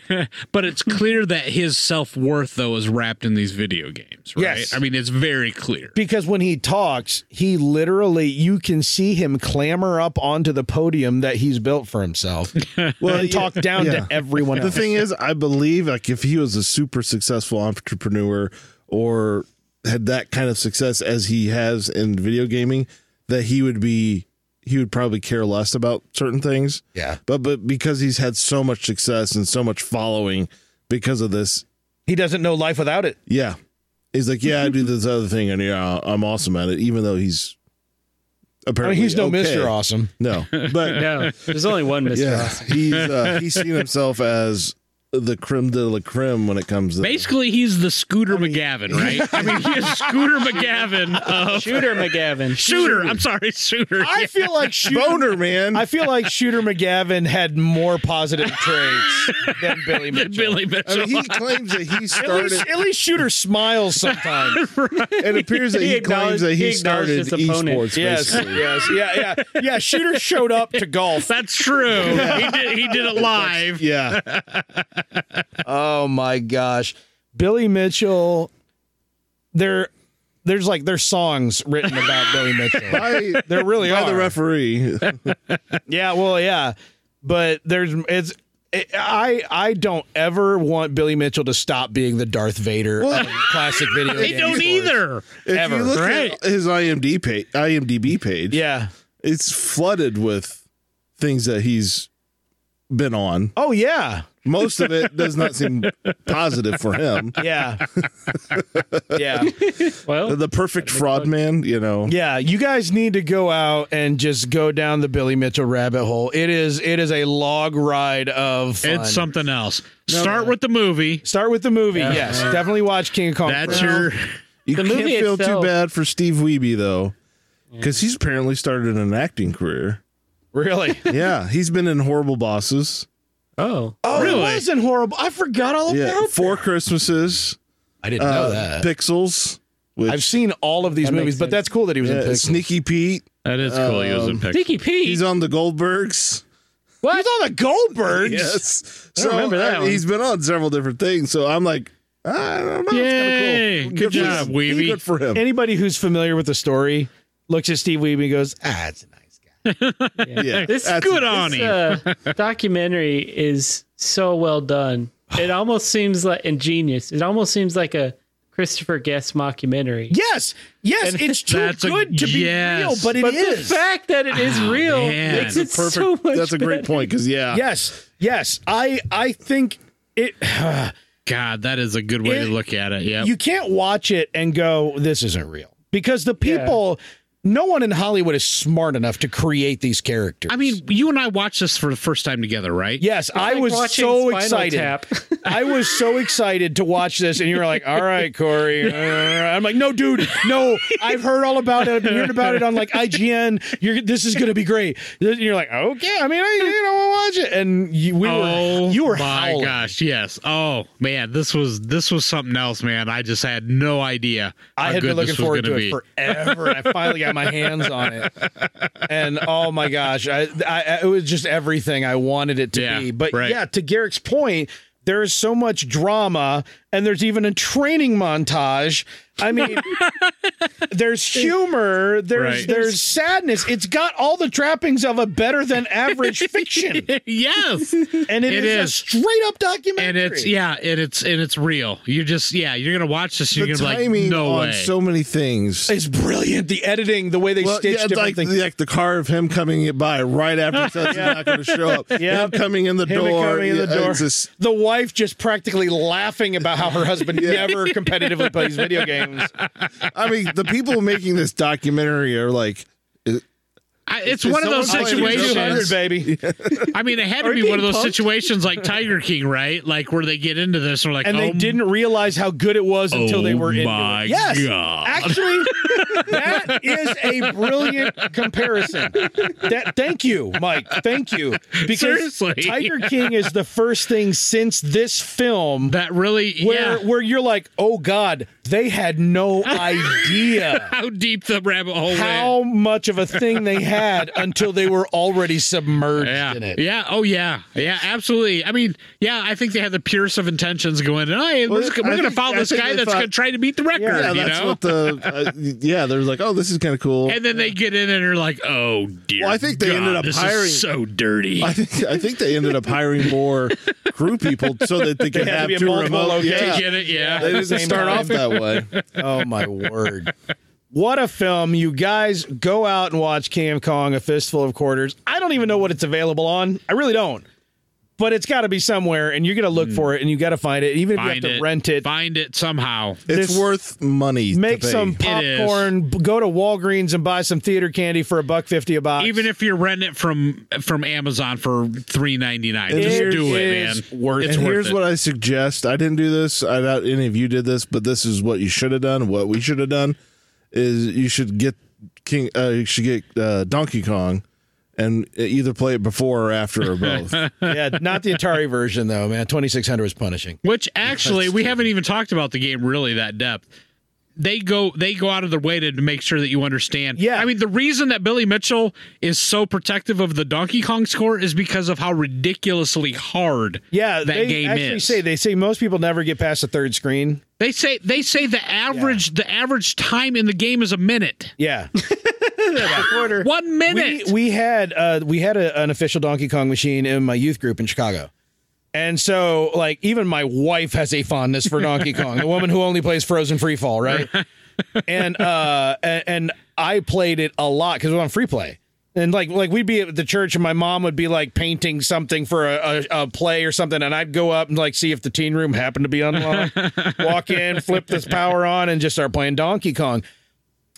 [SPEAKER 6] but it's clear that his self worth though is wrapped in these video games, right?
[SPEAKER 1] Yes.
[SPEAKER 6] I mean, it's very clear.
[SPEAKER 1] because when he talks, he literally you can see him clamber up onto the podium that he's built for himself
[SPEAKER 7] Well,
[SPEAKER 1] and
[SPEAKER 7] yeah,
[SPEAKER 1] talk down
[SPEAKER 7] yeah.
[SPEAKER 1] to everyone
[SPEAKER 7] the
[SPEAKER 1] else.
[SPEAKER 7] thing is, I believe like if he was a super successful entrepreneur or had that kind of success as he has in video gaming, that he would be he would probably care less about certain things.
[SPEAKER 1] Yeah.
[SPEAKER 7] But but because he's had so much success and so much following because of this,
[SPEAKER 1] He doesn't know life without it.
[SPEAKER 7] yeah. He's like, yeah, I do this other thing, and yeah, I'm awesome at it. Even though he's
[SPEAKER 1] I mean,
[SPEAKER 7] apparently
[SPEAKER 1] he's no
[SPEAKER 7] okay.
[SPEAKER 1] Mr. Awesome.
[SPEAKER 7] No, but
[SPEAKER 5] No, there's only one Mr.
[SPEAKER 7] yeah,
[SPEAKER 5] Awesome.
[SPEAKER 7] he's uh, he's seen himself as the creme de la creme when it comes to
[SPEAKER 6] Basically, he's the Scooter McGavin, right? I mean, he is Scooter McGavin of
[SPEAKER 5] Shooter McGavin.
[SPEAKER 6] Shooter. I'm sorry, Shooter.
[SPEAKER 1] I feel like Shooter
[SPEAKER 7] boner, man.
[SPEAKER 1] I feel like Shooter McGavin had more positive traits than Billy Mitchell.
[SPEAKER 6] Billy
[SPEAKER 7] I
[SPEAKER 6] Mitchell.
[SPEAKER 7] mean, he claims that he
[SPEAKER 1] At least,
[SPEAKER 7] started.
[SPEAKER 1] at least Shooter smiles sometimes.
[SPEAKER 7] It appears that
[SPEAKER 5] He
[SPEAKER 7] he, claims that
[SPEAKER 5] acknowledged-
[SPEAKER 7] he,
[SPEAKER 5] he acknowledged
[SPEAKER 7] started
[SPEAKER 5] his opponent.
[SPEAKER 7] esports.
[SPEAKER 1] yes,
[SPEAKER 7] basically.
[SPEAKER 1] yes, yeah, yeah, yeah. Shooter showed up to golf.
[SPEAKER 6] That's true. He did. He did it live.
[SPEAKER 7] Yeah.
[SPEAKER 1] Oh my gosh, Billy Mitchell. There, there's like there's songs written about Billy Mitchell.
[SPEAKER 7] By,
[SPEAKER 1] There really
[SPEAKER 7] by
[SPEAKER 1] are.
[SPEAKER 7] the referee.
[SPEAKER 1] Yeah, well, yeah, but there's it's. It, I I don't ever want Billy Mitchell to stop being the Darth Vader of classic video.
[SPEAKER 6] They
[SPEAKER 1] game
[SPEAKER 6] don't
[SPEAKER 1] scores.
[SPEAKER 6] either.
[SPEAKER 7] If
[SPEAKER 1] Ever.
[SPEAKER 7] you look
[SPEAKER 6] Right.
[SPEAKER 7] at his IMDb page, IMDb page,
[SPEAKER 1] Yeah,
[SPEAKER 7] it's flooded with things that he's been on.
[SPEAKER 1] Oh yeah,
[SPEAKER 7] Most of it does not seem positive for him.
[SPEAKER 1] yeah, yeah,
[SPEAKER 5] Well,
[SPEAKER 7] The perfect fraud man, you know.
[SPEAKER 1] yeah. You guys need to go out and just go down the Billy Mitchell rabbit hole. It is it is a log ride of fun.
[SPEAKER 6] It's something else. Start with the movie.
[SPEAKER 1] Start with the movie. Yes, definitely watch King Kong.
[SPEAKER 6] That's
[SPEAKER 1] first.
[SPEAKER 6] your
[SPEAKER 7] You
[SPEAKER 5] The
[SPEAKER 7] can't
[SPEAKER 5] movie
[SPEAKER 7] feel
[SPEAKER 5] itself-
[SPEAKER 7] too bad for Steve Wiebe though, because he's apparently started an acting career.
[SPEAKER 1] really.
[SPEAKER 7] Yeah, he's been in Horrible Bosses.
[SPEAKER 5] oh,
[SPEAKER 1] Oh, it wasn't horrible. I forgot all about
[SPEAKER 7] Yeah,
[SPEAKER 1] that.
[SPEAKER 7] Four Christmases. uh,
[SPEAKER 1] I didn't know that.
[SPEAKER 7] Pixels. Which,
[SPEAKER 1] I've seen all of these
[SPEAKER 5] That makes
[SPEAKER 1] movies, but
[SPEAKER 5] sense.
[SPEAKER 1] that's cool that he was
[SPEAKER 7] yeah,
[SPEAKER 1] in Pixels.
[SPEAKER 7] Sneaky Pete.
[SPEAKER 6] That is cool. He
[SPEAKER 1] Um,
[SPEAKER 6] was in Pixar.
[SPEAKER 5] Sneaky Pete.
[SPEAKER 7] He's on the Goldbergs.
[SPEAKER 5] what?
[SPEAKER 1] on the Goldbergs.
[SPEAKER 7] Yes.
[SPEAKER 5] I don't remember that one.
[SPEAKER 7] He's been on several different things, so I'm like, "Ah, I don't know.
[SPEAKER 6] Yay.
[SPEAKER 7] It's kind of cool.
[SPEAKER 6] Good
[SPEAKER 7] for
[SPEAKER 6] job,
[SPEAKER 7] him.
[SPEAKER 6] Weeby.
[SPEAKER 7] Good for him.
[SPEAKER 1] Anybody who's familiar with the story looks at Steve Weeby and goes, "Ah, it's a nice guy."
[SPEAKER 7] yeah,
[SPEAKER 6] This
[SPEAKER 7] that's-
[SPEAKER 6] good on
[SPEAKER 5] This
[SPEAKER 6] him.
[SPEAKER 5] uh, documentary is so well done. It almost seems like ingenious. It almost seems like a Christopher Guest mockumentary.
[SPEAKER 1] Yes, yes,
[SPEAKER 5] And
[SPEAKER 1] it's too
[SPEAKER 6] that's a-
[SPEAKER 1] good to be
[SPEAKER 6] yes.
[SPEAKER 1] real, but it is.
[SPEAKER 5] but the fact that it is real
[SPEAKER 6] man.
[SPEAKER 5] makes it
[SPEAKER 6] That's
[SPEAKER 7] perfect.
[SPEAKER 5] so much.
[SPEAKER 7] that's a great
[SPEAKER 5] better.
[SPEAKER 7] point because yeah,
[SPEAKER 1] yes, yes, I I think it.
[SPEAKER 6] God, that is a good way
[SPEAKER 1] It-
[SPEAKER 6] to look at it. Yeah.
[SPEAKER 1] You can't watch it and go, "This isn't real," because the people, no one in Hollywood is smart enough to create these characters.
[SPEAKER 6] I mean, you and I watched this for the first time together, right?
[SPEAKER 1] Yes, I
[SPEAKER 5] like
[SPEAKER 1] was
[SPEAKER 5] watching
[SPEAKER 1] so
[SPEAKER 5] Spinal
[SPEAKER 1] excited.
[SPEAKER 5] Tap.
[SPEAKER 1] I was so excited to watch this, and you were like, "All right, Corey." I'm like, "No, dude, no. I've heard all about it. I've been hearing about it on like IGN. You're this is gonna be great." And you're like, "Okay, I mean, I you know, I'll watch it." And you, we
[SPEAKER 6] Oh,
[SPEAKER 1] were you were
[SPEAKER 6] my
[SPEAKER 1] howling.
[SPEAKER 6] gosh, yes. Oh man, this was this was something else, man. I just had no idea.
[SPEAKER 1] I
[SPEAKER 6] how
[SPEAKER 1] had
[SPEAKER 6] good
[SPEAKER 1] been looking
[SPEAKER 6] this was
[SPEAKER 1] forward to
[SPEAKER 6] gonna
[SPEAKER 1] it forever. I finally got my hands on it, and oh my gosh, I, I, I- it was just everything I wanted it to
[SPEAKER 6] Yeah,
[SPEAKER 1] be. But
[SPEAKER 6] right.
[SPEAKER 1] yeah, to Garrick's point, there is so much drama, and there's even a training montage. I mean, there's humor, there's
[SPEAKER 6] Right.
[SPEAKER 1] there's sadness. It's got all the trappings of a better than average fiction,
[SPEAKER 6] yes,
[SPEAKER 1] and
[SPEAKER 6] It
[SPEAKER 1] it is,
[SPEAKER 6] is.
[SPEAKER 1] a straight up documentary.
[SPEAKER 6] and it's yeah, and it's and it's real. You're just yeah, you're gonna watch this.
[SPEAKER 7] the
[SPEAKER 6] and You're gonna be like,
[SPEAKER 7] timing
[SPEAKER 6] no
[SPEAKER 7] on
[SPEAKER 6] way.
[SPEAKER 7] so many things.
[SPEAKER 1] It's brilliant. The editing, the way they
[SPEAKER 7] Well,
[SPEAKER 1] stitch
[SPEAKER 7] yeah, it's
[SPEAKER 1] different
[SPEAKER 7] like,
[SPEAKER 1] things.
[SPEAKER 7] like the car of him coming by right after Tessa's not going to show up. Yeah, him coming in the
[SPEAKER 1] Him and
[SPEAKER 7] door.
[SPEAKER 1] coming in the
[SPEAKER 7] Yeah,
[SPEAKER 1] door.
[SPEAKER 7] it's just-
[SPEAKER 1] the wife just practically laughing about how her husband never competitively plays video games.
[SPEAKER 7] I mean, the people making this documentary are like,
[SPEAKER 6] I, it's, one of those
[SPEAKER 7] someone playing
[SPEAKER 1] 200,
[SPEAKER 6] situations.
[SPEAKER 1] baby.
[SPEAKER 6] I mean, it had to
[SPEAKER 5] Are
[SPEAKER 6] be
[SPEAKER 5] you
[SPEAKER 6] one of those
[SPEAKER 5] being punked?
[SPEAKER 6] situations like Tiger King, right? Like where they get into this and we're like,
[SPEAKER 1] And
[SPEAKER 6] oh,
[SPEAKER 1] they didn't realize how good it was until they
[SPEAKER 6] oh
[SPEAKER 1] were in.
[SPEAKER 6] my
[SPEAKER 1] it. Yes,
[SPEAKER 6] God.
[SPEAKER 1] actually, that is a brilliant comparison. That, thank you, Mike. Thank you. Because
[SPEAKER 6] Seriously.
[SPEAKER 1] Tiger King is the first thing since this film
[SPEAKER 6] that really
[SPEAKER 1] where
[SPEAKER 6] yeah.
[SPEAKER 1] where you're like, oh God, they had no idea.
[SPEAKER 6] how deep the rabbit hole went.
[SPEAKER 1] how much of a thing they had until they were already submerged
[SPEAKER 6] Yeah.
[SPEAKER 1] in it.
[SPEAKER 6] Yeah. Oh, yeah. Yeah. Absolutely. I mean, yeah. I think they had the purest of intentions going. Oh, hey,
[SPEAKER 7] Well,
[SPEAKER 6] we're, just-
[SPEAKER 7] I
[SPEAKER 6] we're going to
[SPEAKER 7] think-
[SPEAKER 6] follow
[SPEAKER 7] I
[SPEAKER 6] this
[SPEAKER 7] think
[SPEAKER 6] guy
[SPEAKER 7] they
[SPEAKER 6] that's
[SPEAKER 7] thought-
[SPEAKER 6] going to try to beat the record.
[SPEAKER 7] yeah,
[SPEAKER 6] you
[SPEAKER 7] that's
[SPEAKER 6] know.
[SPEAKER 7] what the, uh, yeah, they're like, oh, this is kind of cool.
[SPEAKER 6] and then they get in and they're like, "Oh dear."
[SPEAKER 7] Well, I think they
[SPEAKER 6] God,
[SPEAKER 7] ended up
[SPEAKER 6] this
[SPEAKER 7] hiring-
[SPEAKER 6] Is so dirty.
[SPEAKER 7] I think I think they ended up hiring more crew people so that they could
[SPEAKER 1] had to
[SPEAKER 7] have
[SPEAKER 1] be in
[SPEAKER 7] two
[SPEAKER 1] multiple
[SPEAKER 7] remote.
[SPEAKER 1] locations.
[SPEAKER 6] They
[SPEAKER 7] Yeah.
[SPEAKER 6] get it. Yeah.
[SPEAKER 7] They didn't
[SPEAKER 1] Same
[SPEAKER 7] start
[SPEAKER 1] time.
[SPEAKER 7] off that way.
[SPEAKER 1] Oh my word. What a film. You guys go out and watch Cam Kong, A Fistful of Quarters. I don't even know what it's available on. I really don't. But it's got to be somewhere, and you're going to look for it, and you got to find it. Even if
[SPEAKER 6] Hmm. Find
[SPEAKER 1] you have to
[SPEAKER 6] it.
[SPEAKER 1] rent it,
[SPEAKER 6] Find it somehow.
[SPEAKER 7] It's
[SPEAKER 1] This-
[SPEAKER 7] worth money. to
[SPEAKER 1] make
[SPEAKER 7] pay.
[SPEAKER 1] some
[SPEAKER 6] is.
[SPEAKER 1] popcorn, b- go to Walgreens and buy some theater candy for a buck fifty a box.
[SPEAKER 6] Even if you're renting it from from Amazon for three ninety nine, just
[SPEAKER 1] It
[SPEAKER 6] do
[SPEAKER 1] is
[SPEAKER 6] it, man. Worth it's
[SPEAKER 7] and
[SPEAKER 6] worth
[SPEAKER 7] here's
[SPEAKER 6] it.
[SPEAKER 7] what I suggest. I didn't do this. I doubt any of you did this, but this is what you should have done. What we should have done is you should get King. Uh, you should get uh, Donkey Kong, and uh, either play it before or after or both.
[SPEAKER 1] yeah, not the Atari version though, man. Twenty six hundred was punishing.
[SPEAKER 6] Which actually, we haven't even talked about the game really that depth. They go they go out of their way to, to make sure that you understand.
[SPEAKER 1] Yeah.
[SPEAKER 6] I mean, the reason that Billy Mitchell is so protective of the Donkey Kong score is because of how ridiculously hard
[SPEAKER 1] Yeah,
[SPEAKER 6] that
[SPEAKER 1] they
[SPEAKER 6] game
[SPEAKER 1] actually
[SPEAKER 6] is.
[SPEAKER 1] say they say most people never get past the third screen.
[SPEAKER 6] they say they say the average the average time in the game is a minute.
[SPEAKER 1] Yeah,
[SPEAKER 6] One
[SPEAKER 1] we,
[SPEAKER 6] minute.
[SPEAKER 1] we had uh, we had a, an official Donkey Kong machine in my youth group in Chicago, and so like even my wife has a fondness for Donkey Kong, the woman who only plays Frozen Free Fall, right? And uh, and, and I played it a lot because it was on free play. And like like we'd be at the church and my mom would be like painting something for a, a, a play or something and I'd go up and like see if the teen room happened to be unlocked, walk in, flip this power on and just start playing Donkey Kong.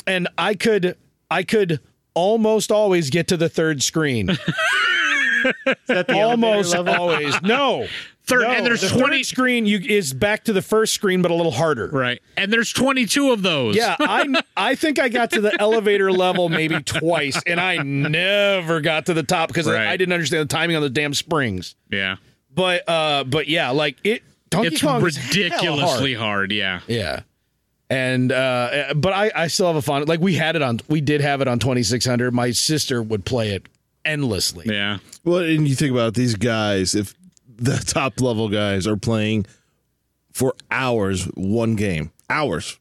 [SPEAKER 1] And I could I could almost always get to the third screen. almost always. No.
[SPEAKER 6] Third,
[SPEAKER 1] no,
[SPEAKER 6] and there's
[SPEAKER 1] the
[SPEAKER 6] twenty.
[SPEAKER 1] third screen you is back to the first screen but a little harder.
[SPEAKER 6] right, and there's twenty-two of those.
[SPEAKER 1] Yeah, I I think I got to the elevator level maybe twice, and I never got to the top because
[SPEAKER 6] Right.
[SPEAKER 1] I didn't understand the timing on the damn springs.
[SPEAKER 6] yeah.
[SPEAKER 1] But uh, but yeah, like it. Donkey
[SPEAKER 6] It's
[SPEAKER 1] Kong is hella
[SPEAKER 6] ridiculously
[SPEAKER 1] hard.
[SPEAKER 6] hard. Yeah,
[SPEAKER 1] Yeah, and uh, uh, but I I still have a fond like we had it on we did have it on twenty six hundred. My sister would play it endlessly.
[SPEAKER 6] yeah.
[SPEAKER 7] Well, and you think about it, these guys, if the top level guys are playing for hours one game, hours.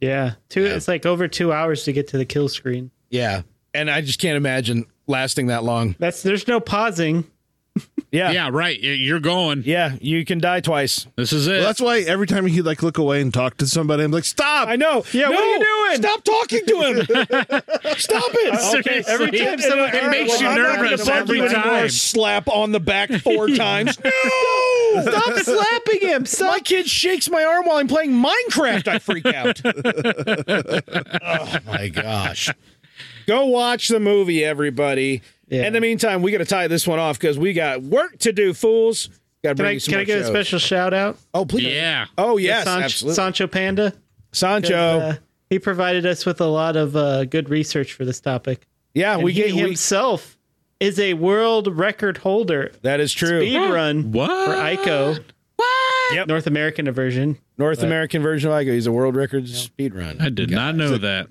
[SPEAKER 5] Yeah, two. It's like over two hours to get to the kill screen.
[SPEAKER 1] Yeah, and I just can't imagine lasting that long.
[SPEAKER 5] That's there's no pausing.
[SPEAKER 1] Yeah, yeah,
[SPEAKER 6] Yeah, right. y- You're going.
[SPEAKER 1] you can die twice.
[SPEAKER 6] This is it.
[SPEAKER 7] Well, that's why every time he like look away and talk to somebody, I'm like, stop.
[SPEAKER 1] I know.
[SPEAKER 5] Yeah, what are you
[SPEAKER 1] No!
[SPEAKER 5] doing?
[SPEAKER 1] Stop talking to him. Stop it.
[SPEAKER 6] Seriously.
[SPEAKER 5] every time someone-
[SPEAKER 6] it makes you
[SPEAKER 5] uh, Well, I'm not gonna
[SPEAKER 6] nervous
[SPEAKER 5] bug
[SPEAKER 6] every
[SPEAKER 5] you anymore.
[SPEAKER 6] time.
[SPEAKER 1] slap on the back four times. No!
[SPEAKER 5] Stop slapping him.
[SPEAKER 1] My
[SPEAKER 5] Stop.
[SPEAKER 1] kid shakes my arm while I'm playing Minecraft. I freak out. oh my gosh. Go watch the movie, everybody.
[SPEAKER 5] Yeah.
[SPEAKER 1] In the meantime, we got to tie this one off because we got work to do, fools. Got to
[SPEAKER 5] Can
[SPEAKER 1] bring
[SPEAKER 5] I
[SPEAKER 1] you some
[SPEAKER 5] can
[SPEAKER 1] more
[SPEAKER 5] I get a
[SPEAKER 1] shows.
[SPEAKER 5] special shout out?
[SPEAKER 1] Oh please.
[SPEAKER 6] Yeah.
[SPEAKER 1] Oh yes,
[SPEAKER 5] Sanch-
[SPEAKER 1] absolutely.
[SPEAKER 5] Sancho Panda.
[SPEAKER 1] Sancho.
[SPEAKER 5] Uh, he provided us with a lot of uh, good research for this topic.
[SPEAKER 1] yeah,
[SPEAKER 5] And
[SPEAKER 1] we
[SPEAKER 5] he
[SPEAKER 1] get we,
[SPEAKER 5] himself is a world record holder.
[SPEAKER 1] that is true.
[SPEAKER 5] Speed run
[SPEAKER 6] What?
[SPEAKER 5] for Ico.
[SPEAKER 1] Yep.
[SPEAKER 5] North American version.
[SPEAKER 1] North American version of Ico. He's a world record speed run.
[SPEAKER 6] I did not know that.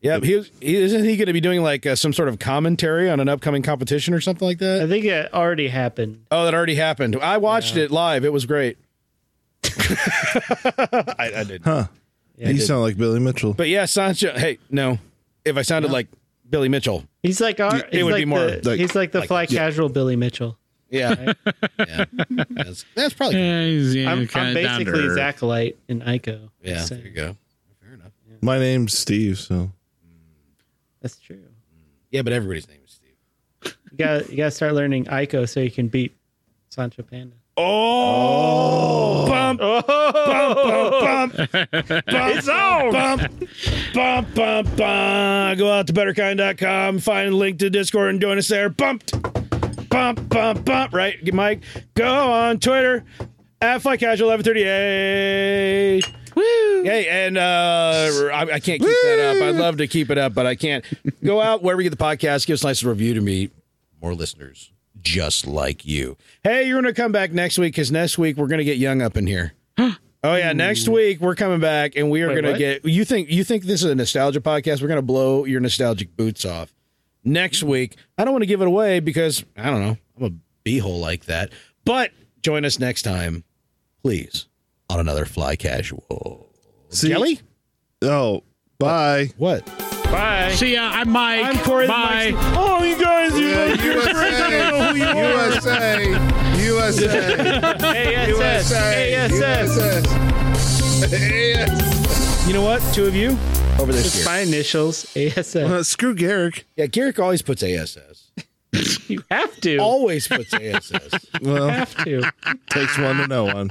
[SPEAKER 1] Yeah, he, was- he isn't he going to be doing like uh, some sort of commentary on an upcoming competition or something like
[SPEAKER 5] I
[SPEAKER 1] that?
[SPEAKER 5] think it already happened.
[SPEAKER 1] Oh, that already happened. I watched it live. It was great. I, I did, not
[SPEAKER 7] you sound like Billy Mitchell.
[SPEAKER 1] but yeah, Sancho. Hey, no, if I sounded like Billy Mitchell,
[SPEAKER 5] He's like our.
[SPEAKER 1] It
[SPEAKER 5] He's
[SPEAKER 1] would
[SPEAKER 5] like
[SPEAKER 1] be more
[SPEAKER 5] the,
[SPEAKER 7] like-
[SPEAKER 5] he's like the
[SPEAKER 1] like-
[SPEAKER 5] fly casual Billy Mitchell.
[SPEAKER 1] yeah, yeah. That's, that's probably
[SPEAKER 6] Yeah, he's, yeah,
[SPEAKER 5] I'm,
[SPEAKER 6] kinda
[SPEAKER 5] I'm
[SPEAKER 6] down to
[SPEAKER 5] basically his
[SPEAKER 6] earth.
[SPEAKER 5] acolyte in Ico.
[SPEAKER 1] yeah.
[SPEAKER 5] So,
[SPEAKER 1] There you go. Fair enough.
[SPEAKER 7] My name's Steve, so
[SPEAKER 5] that's true.
[SPEAKER 1] Yeah, but everybody's name is Steve.
[SPEAKER 5] You got you got to start learning Ico so you can beat Sancho Panda.
[SPEAKER 1] Oh, bump, bump, bump, bump, bump, it's on. bump, bump, bump, bump. Go out to betterkind.com, find a link to Discord and join us there. Bumped, bump, bump, bump. Right, Mike. Go on Twitter at Fly Casual 1138. Woo! Hey, and uh, I, I can't keep that up. I'd love to keep it up, but I can't. Go out wherever you get the podcast. Give us a nice review to me more listeners just like you. Hey, you're going to come back next week because next week we're going to get young up in here. oh yeah, next week we're coming back and we are going to
[SPEAKER 5] what?
[SPEAKER 1] get. You think you think this is a nostalgia podcast? We're going to blow your nostalgic boots off next week. I don't want to give it away because I don't know. I'm a beehole like that. But join us next time, please, on another Fly Casual.
[SPEAKER 7] See-
[SPEAKER 1] Kelly,
[SPEAKER 7] Oh, bye.
[SPEAKER 1] what?
[SPEAKER 6] See ya. I'm Mike.
[SPEAKER 1] I'm Corey.
[SPEAKER 6] Bye.
[SPEAKER 1] Oh, you guys, you.
[SPEAKER 8] USA, USA, USA,
[SPEAKER 5] ASS, ASS.
[SPEAKER 8] USA.
[SPEAKER 1] You know what? Two of you over there.
[SPEAKER 5] It's my initials, ASS.
[SPEAKER 7] Uh, screw Garrick.
[SPEAKER 1] Yeah, Garrick always puts ASS.
[SPEAKER 5] You have to.
[SPEAKER 1] always puts ASS.
[SPEAKER 7] Well,
[SPEAKER 5] have to.
[SPEAKER 7] takes one to know one.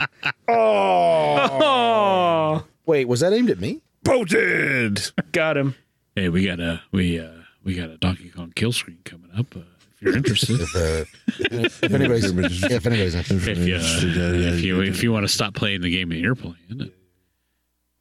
[SPEAKER 5] Oh,
[SPEAKER 1] Wait, was that aimed at me?
[SPEAKER 7] Voted.
[SPEAKER 5] got him.
[SPEAKER 6] Hey, we got a we uh we got a Donkey Kong kill screen coming up. Uh, if you're interested,
[SPEAKER 1] If anybody's, if anybody's interested.
[SPEAKER 6] if you uh, if you if you want to stop playing the game that you're playing,